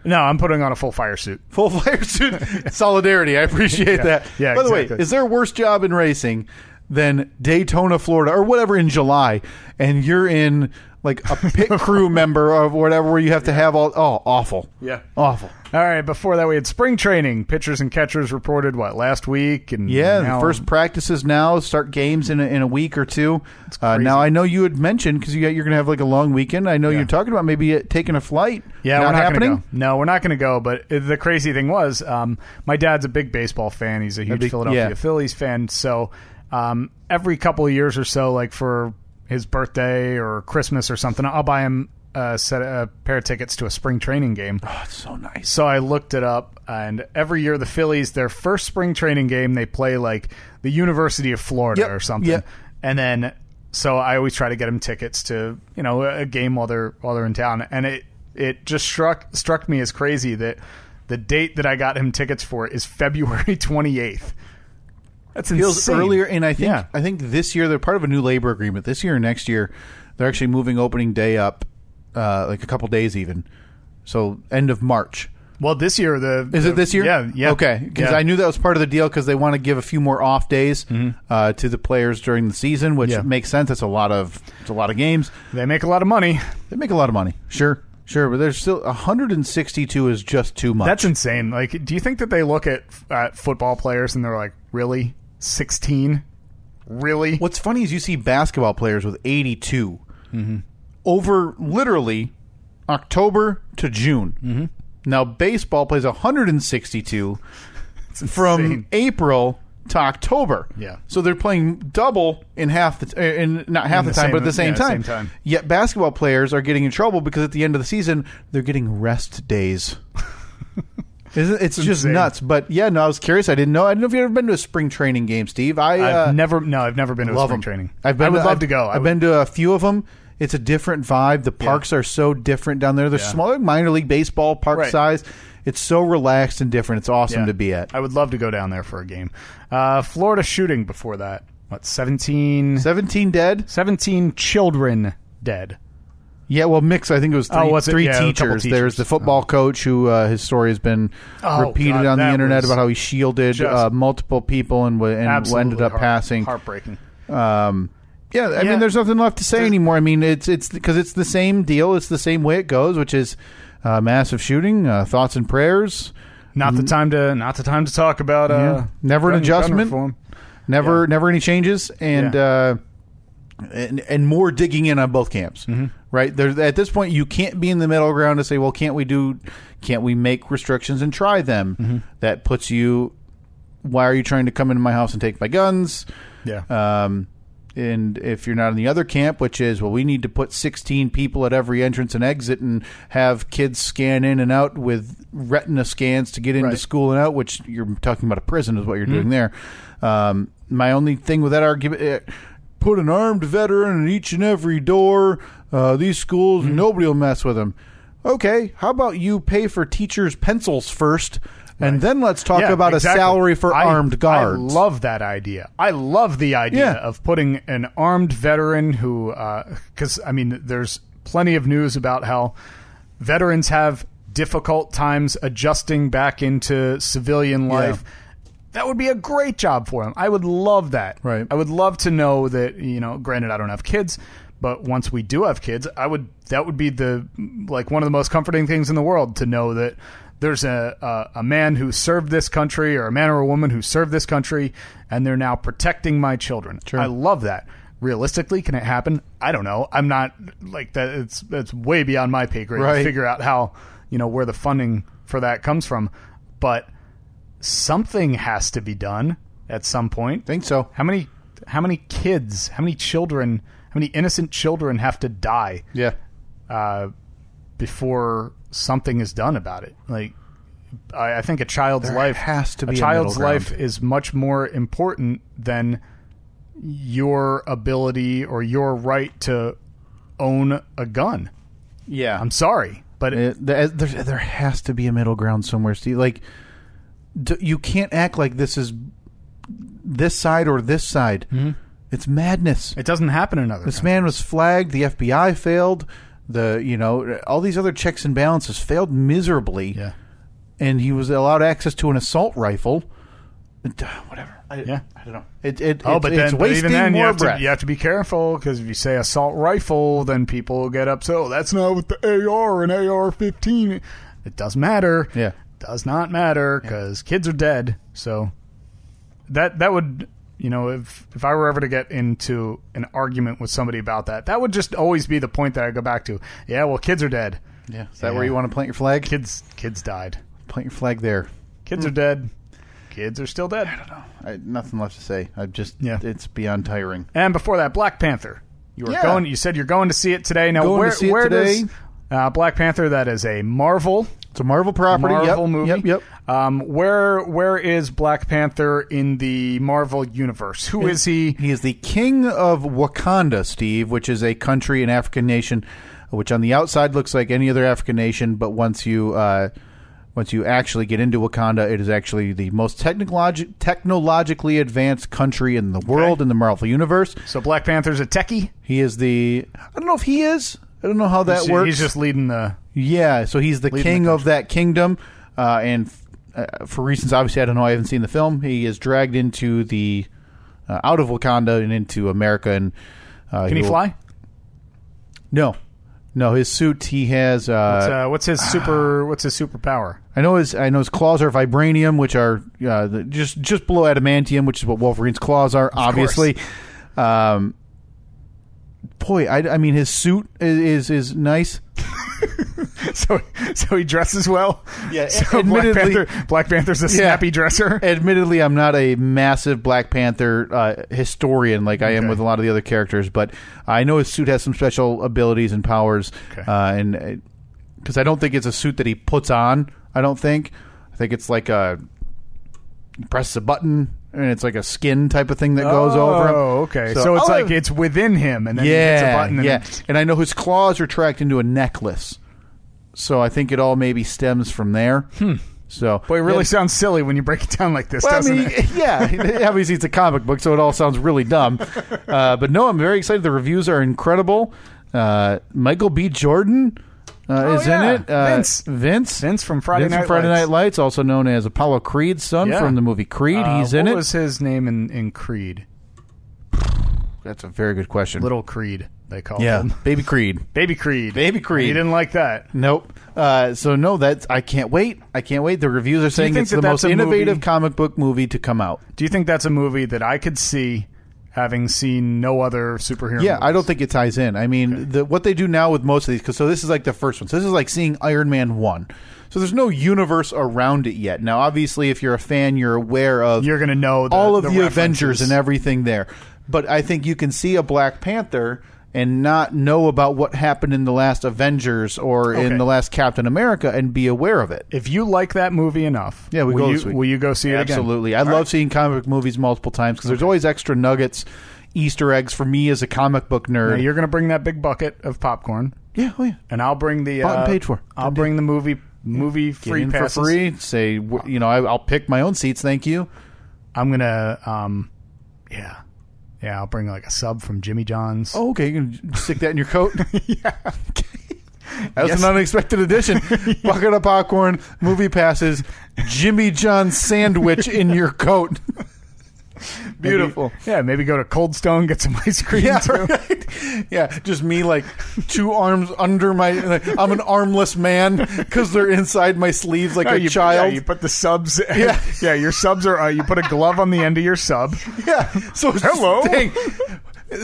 Speaker 4: No, I'm putting on a full fire suit.
Speaker 5: full flyer suit. Solidarity, I appreciate
Speaker 4: Yeah.
Speaker 5: that.
Speaker 4: Yeah,
Speaker 5: By the way,
Speaker 4: exactly.
Speaker 5: is there a worse job in racing than Daytona, Florida, or whatever in July, and you're in like a pit crew member or whatever, where you have to have all oh awful,
Speaker 4: Yeah.
Speaker 5: awful.
Speaker 4: All right. Before that, we had spring training. Pitchers and catchers reported what last week, and
Speaker 5: Yeah,
Speaker 4: now-
Speaker 5: the first practices now. Start games in a, in a week or two. Uh, now I know you had mentioned because you got, you're going to have like a long weekend. I know you're talking about maybe uh, taking a flight.
Speaker 4: Yeah,
Speaker 5: not
Speaker 4: we're not
Speaker 5: happening.
Speaker 4: Gonna go. No, we're not going to go. But uh, the crazy thing was, um, my dad's a big baseball fan. He's a huge
Speaker 5: big-
Speaker 4: Philadelphia
Speaker 5: yeah.
Speaker 4: Phillies fan. So um, every couple of years or so, like for his birthday or Christmas or something, I'll buy him a set a pair of tickets to a spring training game.
Speaker 5: Oh, it's so nice.
Speaker 4: So I looked it up, and every year the Phillies, their first spring training game, they play like the University of Florida
Speaker 5: Yep,
Speaker 4: or something,
Speaker 5: yep.
Speaker 4: and then so I always try to get them tickets to you know a game while they're while they're in town, and it it just struck struck me as crazy that the date that I got him tickets for is February twenty eighth. That's insane.
Speaker 5: Feels earlier, and I think
Speaker 4: Yeah.
Speaker 5: I think this year they're part of a new labor agreement. This year or next year, they're actually moving opening day up, uh, like a couple days even. So end of March.
Speaker 4: Well, this year the
Speaker 5: Is it
Speaker 4: the-
Speaker 5: this year?
Speaker 4: Yeah, yeah.
Speaker 5: Okay, because
Speaker 4: Yeah. Mm-hmm.
Speaker 5: I knew that was part of the deal because they want to give a few more off days uh, to the players during the season, which
Speaker 4: Yeah.
Speaker 5: makes sense. It's a lot of it's a lot of games.
Speaker 4: they make a lot of money.
Speaker 5: They make a lot of money. Sure, sure, but there's still 162 is just too much.
Speaker 4: That's insane. Like, do you think that they look at at football players and they're like, really, sixteen, really?
Speaker 5: What's funny is you see basketball players with 82
Speaker 4: Mm-hmm.
Speaker 5: over literally October to June.
Speaker 4: Mm-hmm.
Speaker 5: Now baseball plays 162 from
Speaker 4: insane.
Speaker 5: April to October.
Speaker 4: Yeah.
Speaker 5: So they're playing double in half the t- uh, in not half
Speaker 4: In
Speaker 5: the,
Speaker 4: the
Speaker 5: time,
Speaker 4: same-
Speaker 5: but at the same,
Speaker 4: yeah, same
Speaker 5: time.
Speaker 4: time.
Speaker 5: Yet basketball players are getting in trouble because at the end of the season they're getting rest days. Isn't, it's, just
Speaker 4: insane.
Speaker 5: nuts, but yeah, no, I was curious. I didn't know. I don't know if you've ever been to a spring training game, Steve. I
Speaker 4: I've
Speaker 5: uh,
Speaker 4: never, no, I've never been to a
Speaker 5: love
Speaker 4: spring
Speaker 5: them.
Speaker 4: training.
Speaker 5: I've been.
Speaker 4: I would
Speaker 5: to,
Speaker 4: love
Speaker 5: I've-
Speaker 4: to go. I
Speaker 5: I've
Speaker 4: would-
Speaker 5: been to a few of them. It's a different vibe. The parks are so different down there. They're smaller, minor league baseball park
Speaker 4: Right.
Speaker 5: size. It's so relaxed and different. It's awesome
Speaker 4: yeah.
Speaker 5: to be at.
Speaker 4: I would love to go down there for a game. Uh, Florida shooting before that. What 17,
Speaker 5: Seventeen dead.
Speaker 4: 17 children dead.
Speaker 5: Yeah, well, mix. I think it was three,
Speaker 4: Oh, was it?
Speaker 5: three
Speaker 4: Yeah, a couple
Speaker 5: teachers.
Speaker 4: teachers.
Speaker 5: There's the football coach who uh, his story has been
Speaker 4: Oh,
Speaker 5: repeated
Speaker 4: God,
Speaker 5: on the
Speaker 4: that
Speaker 5: internet
Speaker 4: was
Speaker 5: about how he shielded
Speaker 4: just
Speaker 5: uh, multiple people and, wa- and
Speaker 4: Absolutely
Speaker 5: ended up
Speaker 4: heart-
Speaker 5: passing.
Speaker 4: Heartbreaking.
Speaker 5: Um, yeah, I mean, there's nothing left to say anymore. I mean, it's it's because it's the same deal. It's the same way it goes, which is uh, massive shooting, uh, thoughts and prayers.
Speaker 4: Not the time to not the time to talk about uh,
Speaker 5: Yeah. Mm-hmm. never an
Speaker 4: gun- gun
Speaker 5: adjustment,
Speaker 4: reform.
Speaker 5: never never any changes, and uh, and and more digging in on both camps. Right there, at this point, you can't be in the middle ground to say, well, can't we do, can't we make restrictions and try them? That puts you. Why are you trying to come into my house and take my guns?
Speaker 4: Yeah.
Speaker 5: Um, and if you're not in the other camp, which is, well, we need to put 16 people at every entrance and exit and have kids scan in and out with retina scans to get into school and out, which you're talking about a prison is what
Speaker 4: Hmm.
Speaker 5: you're doing there. Um, my only thing with that argument. eh, Put an armed veteran in each and every door. Uh, these schools,
Speaker 4: Hmm.
Speaker 5: nobody will mess with them. Okay, how about you pay for teachers' pencils first, and then let's talk
Speaker 4: Yeah,
Speaker 5: about
Speaker 4: exactly.
Speaker 5: a salary for
Speaker 4: I-
Speaker 5: armed guards.
Speaker 4: I love that idea. I love the idea of putting an armed veteran who, because I mean, there's plenty of news about how veterans have difficult times adjusting back into civilian life. That would be a great job for him. I would love that. Right. I would love to know that, you know, granted I don't have kids, but once we do have kids, I would that would be the like one of the most comforting things in the world to know that there's a, a a man who served this country or a man or a woman who served this country and they're now protecting my children. I love that. Realistically, can it happen? I don't know. I'm not like that it's that's way beyond my pay grade to
Speaker 5: Right.
Speaker 4: figure out how, you know, where the funding for that comes from, but something has to be done at some point.
Speaker 5: Think so.
Speaker 4: How many how many kids, how many children, how many innocent children have to die
Speaker 5: Yeah.
Speaker 4: uh, before something is done about it? Like I, I think a child's
Speaker 5: There
Speaker 4: life
Speaker 5: has to be a
Speaker 4: a child's
Speaker 5: middle
Speaker 4: life
Speaker 5: ground.
Speaker 4: is much more important than your ability or your right to own a gun.
Speaker 5: Yeah.
Speaker 4: I'm sorry, but
Speaker 5: It, Eh, there, there there has to be a middle ground somewhere, Steve. Like, d you can't act like this is this side or this side.
Speaker 4: Mm-hmm.
Speaker 5: It's madness.
Speaker 4: it doesn't happen another.
Speaker 5: This man was flagged. The FBI failed. The you know all these other checks and balances failed miserably.
Speaker 4: Yeah.
Speaker 5: And he was allowed access to an assault rifle. It- Whatever. I,
Speaker 4: Yeah.
Speaker 5: I don't know. It, it,
Speaker 4: Oh,
Speaker 5: it's-
Speaker 4: but
Speaker 5: it's
Speaker 4: then, but
Speaker 5: wasting
Speaker 4: even then,
Speaker 5: more
Speaker 4: you have, to,
Speaker 5: breath.
Speaker 4: you have to be careful because if you say assault rifle, then people will get upset. Oh, that's not with the AR and AR-15. It does matter.
Speaker 5: Yeah.
Speaker 4: does not matter because kids are dead. So that that would you know if if I were ever to get into an argument with somebody about that, that would just always be the point that I go back to. Yeah, well, kids are dead.
Speaker 5: Yeah. Is that where you want to plant your flag?
Speaker 4: Kids kids died.
Speaker 5: Plant your flag there.
Speaker 4: Kids are dead. Kids are still dead.
Speaker 5: Hmm. I, nothing left to say. I just.
Speaker 4: Yeah.
Speaker 5: It's beyond tiring.
Speaker 4: And before that, Black Panther. You were
Speaker 5: Yeah.
Speaker 4: going. You said you're going to see it today. Now,
Speaker 5: Going to
Speaker 4: where
Speaker 5: see it
Speaker 4: where
Speaker 5: today.
Speaker 4: does uh, Black Panther? That is a Marvel
Speaker 5: It's a Marvel property.
Speaker 4: Marvel
Speaker 5: yep,
Speaker 4: movie.
Speaker 5: Yep. Yep.
Speaker 4: Um, where where is Black Panther in the Marvel universe? Who is he?
Speaker 5: He is the king of Wakanda, Steve, which is a country, an African nation, which on the outside looks like any other African nation, but once you uh, once you actually get into Wakanda, it is actually the most technologi- technologically advanced country in the world in the Marvel universe.
Speaker 4: So Black Panther's a techie.
Speaker 5: He is the I don't know if he is. I don't know how that
Speaker 4: he's,
Speaker 5: works.
Speaker 4: He's just leading the.
Speaker 5: Yeah, so he's the
Speaker 4: Leading the
Speaker 5: king of that kingdom, uh, and uh, for reasons obviously I don't know, I haven't seen the film. He is dragged into the uh, out of Wakanda and into America, and uh,
Speaker 4: Can he
Speaker 5: will-
Speaker 4: fly?
Speaker 5: No, no, his suit he has.
Speaker 4: What's,
Speaker 5: Uh,
Speaker 4: uh, what's his super? what's his superpower?
Speaker 5: I know his I know his claws are vibranium, which are uh, the, just just below adamantium, which is what Wolverine's claws are, obviously. Um, boy, I, I mean his suit i- is is nice.
Speaker 4: So so he dresses well.
Speaker 5: Yeah,
Speaker 4: So Black
Speaker 5: admittedly-
Speaker 4: Panther. Black Panther's a
Speaker 5: Yeah.
Speaker 4: snappy dresser.
Speaker 5: Admittedly, I'm not a massive Black Panther uh, historian like I am with a lot of the other characters, but I know his suit has some special abilities and powers, uh, and because I don't think it's a suit that he puts on. I don't think. I think it's like a he presses a button and it's like a skin type of thing that goes over him.
Speaker 4: Oh, okay. So, it's
Speaker 5: Oh,
Speaker 4: like it's within him, and then he hits a
Speaker 5: yeah,
Speaker 4: button. And
Speaker 5: yeah. And I know his claws are tracked into a necklace, so I think it all maybe stems from there. Hmm. So,
Speaker 4: Boy, it really
Speaker 5: Yeah.
Speaker 4: sounds silly when you break it down like this,
Speaker 5: Well, I
Speaker 4: doesn't
Speaker 5: mean,
Speaker 4: it?
Speaker 5: yeah. Obviously, it's a comic book, so it all sounds really dumb. Uh, but no, I'm very excited. The reviews are incredible. Uh, Michael B. Jordan uh,
Speaker 4: Oh,
Speaker 5: is
Speaker 4: yeah.
Speaker 5: in it. Uh,
Speaker 4: Vince.
Speaker 5: Vince. Vince
Speaker 4: from Friday Night
Speaker 5: Friday
Speaker 4: Lights.
Speaker 5: Night Lights, also known as Apollo Creed's son
Speaker 4: Yeah.
Speaker 5: from the movie Creed.
Speaker 4: Uh,
Speaker 5: He's in
Speaker 4: what
Speaker 5: it.
Speaker 4: was his name in, in Creed?
Speaker 5: That's a very good question.
Speaker 4: Little Creed, they call
Speaker 5: yeah,
Speaker 4: him.
Speaker 5: Baby Creed.
Speaker 4: Baby Creed.
Speaker 5: Baby Creed.
Speaker 4: You didn't like that.
Speaker 5: Nope. Uh, so no, that's I can't wait. I can't wait. The reviews are saying
Speaker 4: think
Speaker 5: it's
Speaker 4: that
Speaker 5: the
Speaker 4: that's
Speaker 5: most
Speaker 4: a
Speaker 5: innovative
Speaker 4: movie-
Speaker 5: comic book movie to come out.
Speaker 4: Do you think that's a movie that I could see having seen no other superhero
Speaker 5: Yeah, I don't think it ties in. I mean, the, what they do now with most of these, because so this is like the first one. So this is like seeing Iron Man one. So there's no universe around it yet. Now, obviously, if you're a fan, you're aware of
Speaker 4: you're going to know the,
Speaker 5: all of the,
Speaker 4: references.
Speaker 5: Avengers and everything there. But I think you can see a Black Panther and not know about what happened in the last Avengers or
Speaker 4: Okay.
Speaker 5: in the last Captain America and be aware of it.
Speaker 4: If you like that movie enough,
Speaker 5: Yeah, we
Speaker 4: will
Speaker 5: go
Speaker 4: you,
Speaker 5: this week.
Speaker 4: Will you go see it again?
Speaker 5: Absolutely. I love seeing comic book movies multiple times because there's always extra nuggets, Easter eggs for me as a comic book
Speaker 4: Now
Speaker 5: nerd.
Speaker 4: you're going to bring that big bucket of popcorn.
Speaker 5: Yeah, oh yeah.
Speaker 4: And I'll bring the
Speaker 5: Bought and
Speaker 4: uh,
Speaker 5: paid for.
Speaker 4: I'll bring the movie movie
Speaker 5: Get
Speaker 4: free
Speaker 5: in
Speaker 4: passes.
Speaker 5: for free. Say wh- you know I, I'll pick my own seats. Thank you.
Speaker 4: I'm gonna um, yeah, yeah. I'll bring like a sub from Jimmy John's.
Speaker 5: Oh, okay. You can stick that in your coat. yeah. That was
Speaker 4: Yes.
Speaker 5: an unexpected addition. Bucket of popcorn, movie passes, Jimmy John sandwich in your coat. Beautiful.
Speaker 4: Maybe- yeah, maybe go to Cold Stone get some ice cream.
Speaker 5: Yeah,
Speaker 4: too.
Speaker 5: right. Yeah, just me like two arms under my. Like, I'm an armless man because they're inside my sleeves like
Speaker 4: No,
Speaker 5: a
Speaker 4: you,
Speaker 5: child.
Speaker 4: Yeah, you put the subs.
Speaker 5: Yeah.
Speaker 4: yeah. Your subs are. Uh, you put a glove on the end of your sub.
Speaker 5: Yeah. So it's just
Speaker 4: Hello.
Speaker 5: a thing.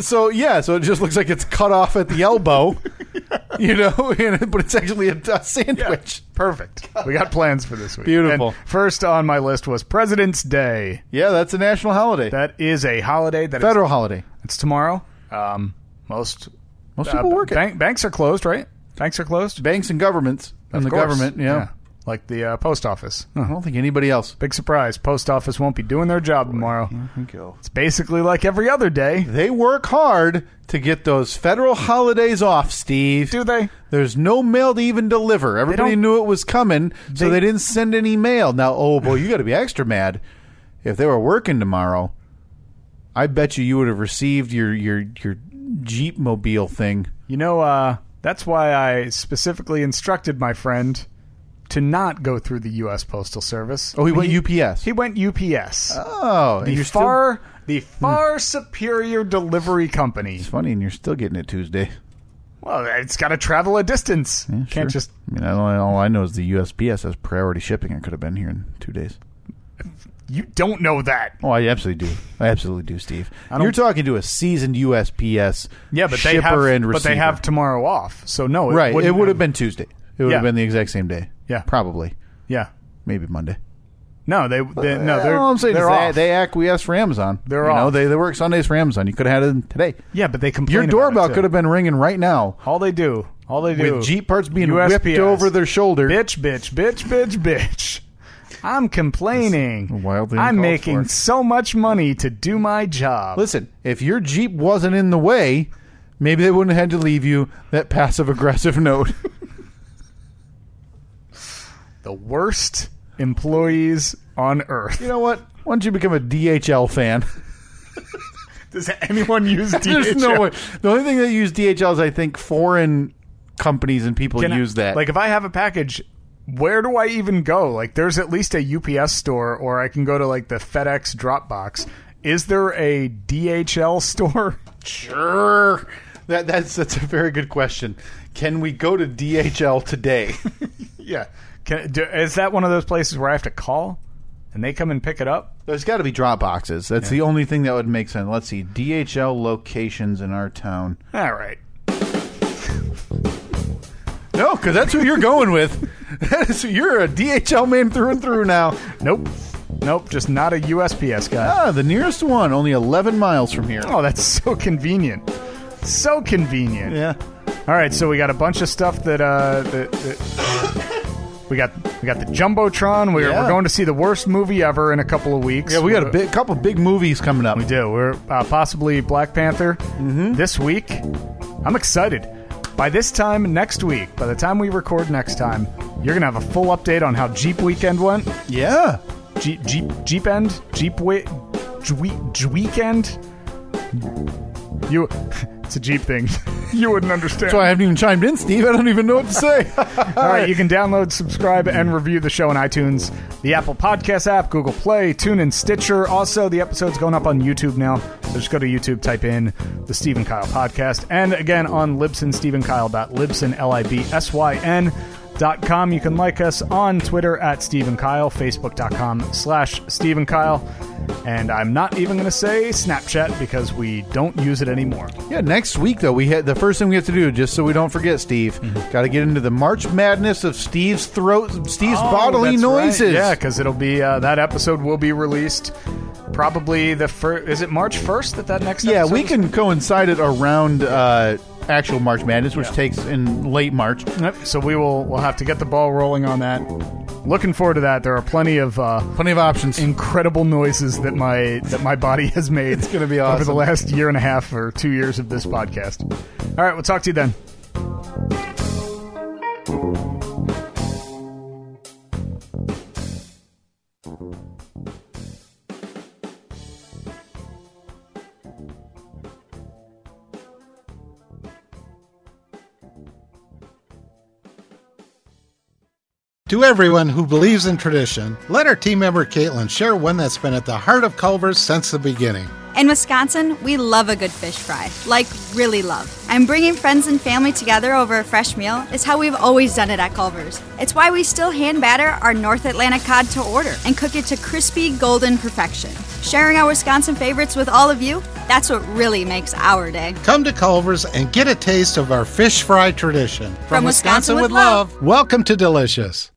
Speaker 5: So yeah, so it just looks like it's cut off at the elbow, you know, and- but it's actually a, a sandwich.
Speaker 4: Perfect. We got plans for this week.
Speaker 5: Beautiful.
Speaker 4: And first on my list was President's Day.
Speaker 5: Yeah, that's a national holiday,
Speaker 4: That is a holiday. That is-
Speaker 5: federal holiday.
Speaker 4: it's tomorrow. Um, most
Speaker 5: Most people work it.
Speaker 4: Uh, bank, Banks are closed, right? Banks are closed.
Speaker 5: Banks and governments
Speaker 4: Of
Speaker 5: and the
Speaker 4: course.
Speaker 5: government. Yeah. Uh-huh.
Speaker 4: Like the uh, post office.
Speaker 5: I don't think anybody else.
Speaker 4: Big surprise. Post office won't be doing their job tomorrow. It's basically like every other day.
Speaker 5: They work hard to get those federal holidays off, Steve.
Speaker 4: Do they?
Speaker 5: There's no mail to even deliver. Everybody
Speaker 4: don't-
Speaker 5: knew it was coming, so
Speaker 4: They-
Speaker 5: they didn't send any mail. Now, oh boy, you got to be extra mad if they were working tomorrow. I bet you you would have received your your your Jeep mobile thing.
Speaker 4: You know, uh, that's why I specifically instructed my friend to not go through the U.S. Postal Service.
Speaker 5: Oh, he went UPS.
Speaker 4: He went UPS.
Speaker 5: oh, and
Speaker 4: the
Speaker 5: you're still- Hmm.
Speaker 4: far, the far superior delivery company.
Speaker 5: It's funny, and you're still getting it Tuesday.
Speaker 4: Well, it's got to travel a distance.
Speaker 5: Sure.
Speaker 4: Can't just
Speaker 5: I mean, I don't- all I know is the USPS has priority shipping. It could have been here in two days.
Speaker 4: you don't know that.
Speaker 5: Oh, I absolutely do. I absolutely do, Steve.
Speaker 4: don't-
Speaker 5: You're talking to a seasoned USPS
Speaker 4: Yeah, but
Speaker 5: shipper
Speaker 4: they have,
Speaker 5: and receiver.
Speaker 4: but they have tomorrow off. So no, it
Speaker 5: right. It
Speaker 4: wouldn't-
Speaker 5: would have been Tuesday. It would
Speaker 4: Yeah.
Speaker 5: have been the exact same day.
Speaker 4: Yeah.
Speaker 5: probably,
Speaker 4: Yeah.
Speaker 5: maybe Monday.
Speaker 4: No, they, they no,
Speaker 5: Yeah,
Speaker 4: they're
Speaker 5: Uh, all I'm saying is
Speaker 4: they're
Speaker 5: they,
Speaker 4: off.
Speaker 5: they acquiesce for Amazon.
Speaker 4: They're
Speaker 5: you know,
Speaker 4: off.
Speaker 5: they they work Sundays for Amazon. You could have had it today.
Speaker 4: yeah, but they complain.
Speaker 5: Your
Speaker 4: about
Speaker 5: doorbell
Speaker 4: it, too.
Speaker 5: could have been ringing right now
Speaker 4: All they do, all they do,
Speaker 5: with Jeep parts being
Speaker 4: USPS.
Speaker 5: whipped over their shoulder.
Speaker 4: Bitch, bitch, bitch, bitch, bitch. I'm complaining.
Speaker 5: wildly
Speaker 4: I'm
Speaker 5: uncalled
Speaker 4: making
Speaker 5: for.
Speaker 4: so much money to do my job.
Speaker 5: Listen, if your Jeep wasn't in the way, maybe they wouldn't have had to leave you that passive aggressive note.
Speaker 4: The worst employees on earth.
Speaker 5: you know what? Why don't you become a DHL fan?
Speaker 4: Does anyone use DHL?
Speaker 5: There's no way. The only thing they use DHL is I think foreign companies and people
Speaker 4: Can I-
Speaker 5: use that.
Speaker 4: Like if I have a package, where do I even go? Like there's at least a UPS store or I can go to like the FedEx Dropbox. Is there a DHL store?
Speaker 5: sure. That that's that's a very good question. Can we go to DHL today?
Speaker 4: yeah. Can, do, is that one of those places where I have to call and they come and pick it up?
Speaker 5: There's got to be drop boxes. That's the only thing that would make sense. Let's see DHL locations in our town.
Speaker 4: All right.
Speaker 5: No, because that's who you're going with. That is, you're a DHL man through and through now.
Speaker 4: Nope. Nope. Just not a USPS guy.
Speaker 5: Ah, the nearest one, only 11 miles from here.
Speaker 4: Oh, that's so convenient. So convenient.
Speaker 5: Yeah.
Speaker 4: All right, so we got a bunch of stuff that uh that, that we got we got the jumbotron. We're,
Speaker 5: Yeah.
Speaker 4: we're going to see the worst movie ever in a couple of weeks.
Speaker 5: Yeah, we got a big, couple big movies coming up.
Speaker 4: We do. We're uh, possibly Black Panther
Speaker 5: Mm-hmm.
Speaker 4: this week. I'm excited. By this time next week, by the time we record next time, you're gonna have a full update on how Jeep Weekend went.
Speaker 5: Yeah.
Speaker 4: Jeep Jeep Jeep End Jeep Wi- Jwe- Jweekend. You It's a Jeep thing. you wouldn't understand.
Speaker 5: That's why I haven't even chimed in, Steve. I don't even know what to say.
Speaker 4: All right, you can download, subscribe, and review the show on iTunes, the Apple Podcast app, Google Play, TuneIn, Stitcher. Also, the episode's going up on YouTube now. So just go to YouTube, type in the Stephen Kyle Podcast. And again, on Libsyn, Stephen Kyle. Libsyn, L I B S Y N. Dot com. You can like us on Twitter at Stephen Kyle, Facebook.com slash Stephen Kyle. And I'm not even going to say Snapchat because we don't use it anymore.
Speaker 5: Yeah, next week though, we had the first thing we have to do, just so we don't forget, Steve. Got to get into the March Madness of Steve's throat, Steve's
Speaker 4: Oh,
Speaker 5: bodily
Speaker 4: that's right.
Speaker 5: noises.
Speaker 4: Yeah, because it'll be uh, that episode will be released probably the first. Is it March first that that next?
Speaker 5: Yeah,
Speaker 4: episode
Speaker 5: we
Speaker 4: is?
Speaker 5: can coincide it around uh, actual March Madness, which takes in late March.
Speaker 4: Yep. So we will we'll have to get the ball rolling on that. Looking forward to that. There are plenty of uh,
Speaker 5: plenty of options.
Speaker 4: Incredible noises that my that my body has made. It's
Speaker 5: going to be
Speaker 4: over the
Speaker 5: awesome.
Speaker 4: last year and a half or two years of this podcast. All right, we'll talk to you then.
Speaker 13: To everyone who believes in tradition, let our team member Caitlin share one that's been at the heart of Culver's since the beginning.
Speaker 3: In Wisconsin, we love a good fish fry. Like, really love. And bringing friends and family together over a fresh meal is how we've always done it at Culver's. It's why we still hand batter our North Atlantic cod to order and cook it to crispy, golden perfection. Sharing our Wisconsin favorites with all of you, that's what really makes our day.
Speaker 13: Come to Culver's and get a taste of our fish fry tradition.
Speaker 3: From Wisconsin with love.
Speaker 13: welcome to Delicious.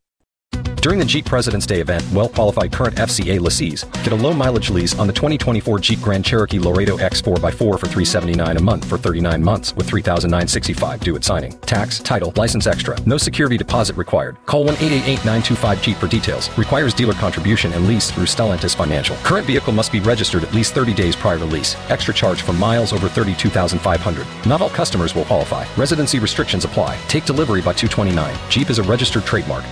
Speaker 1: During the Jeep President's Day event, well-qualified current FCA lessees get a low mileage lease on the 2024 Jeep Grand Cherokee Laredo X 4x4 for $379 a month for 39 months with $3,965 due at signing. Tax, title, license extra. No security deposit required. Call 1-888-925-JEEP for details. Requires dealer contribution and lease through Stellantis Financial. Current vehicle must be registered at least 30 days prior to lease. Extra charge for miles over 32,500. Not all customers will qualify. Residency restrictions apply. Take delivery by 229. Jeep is a registered trademark.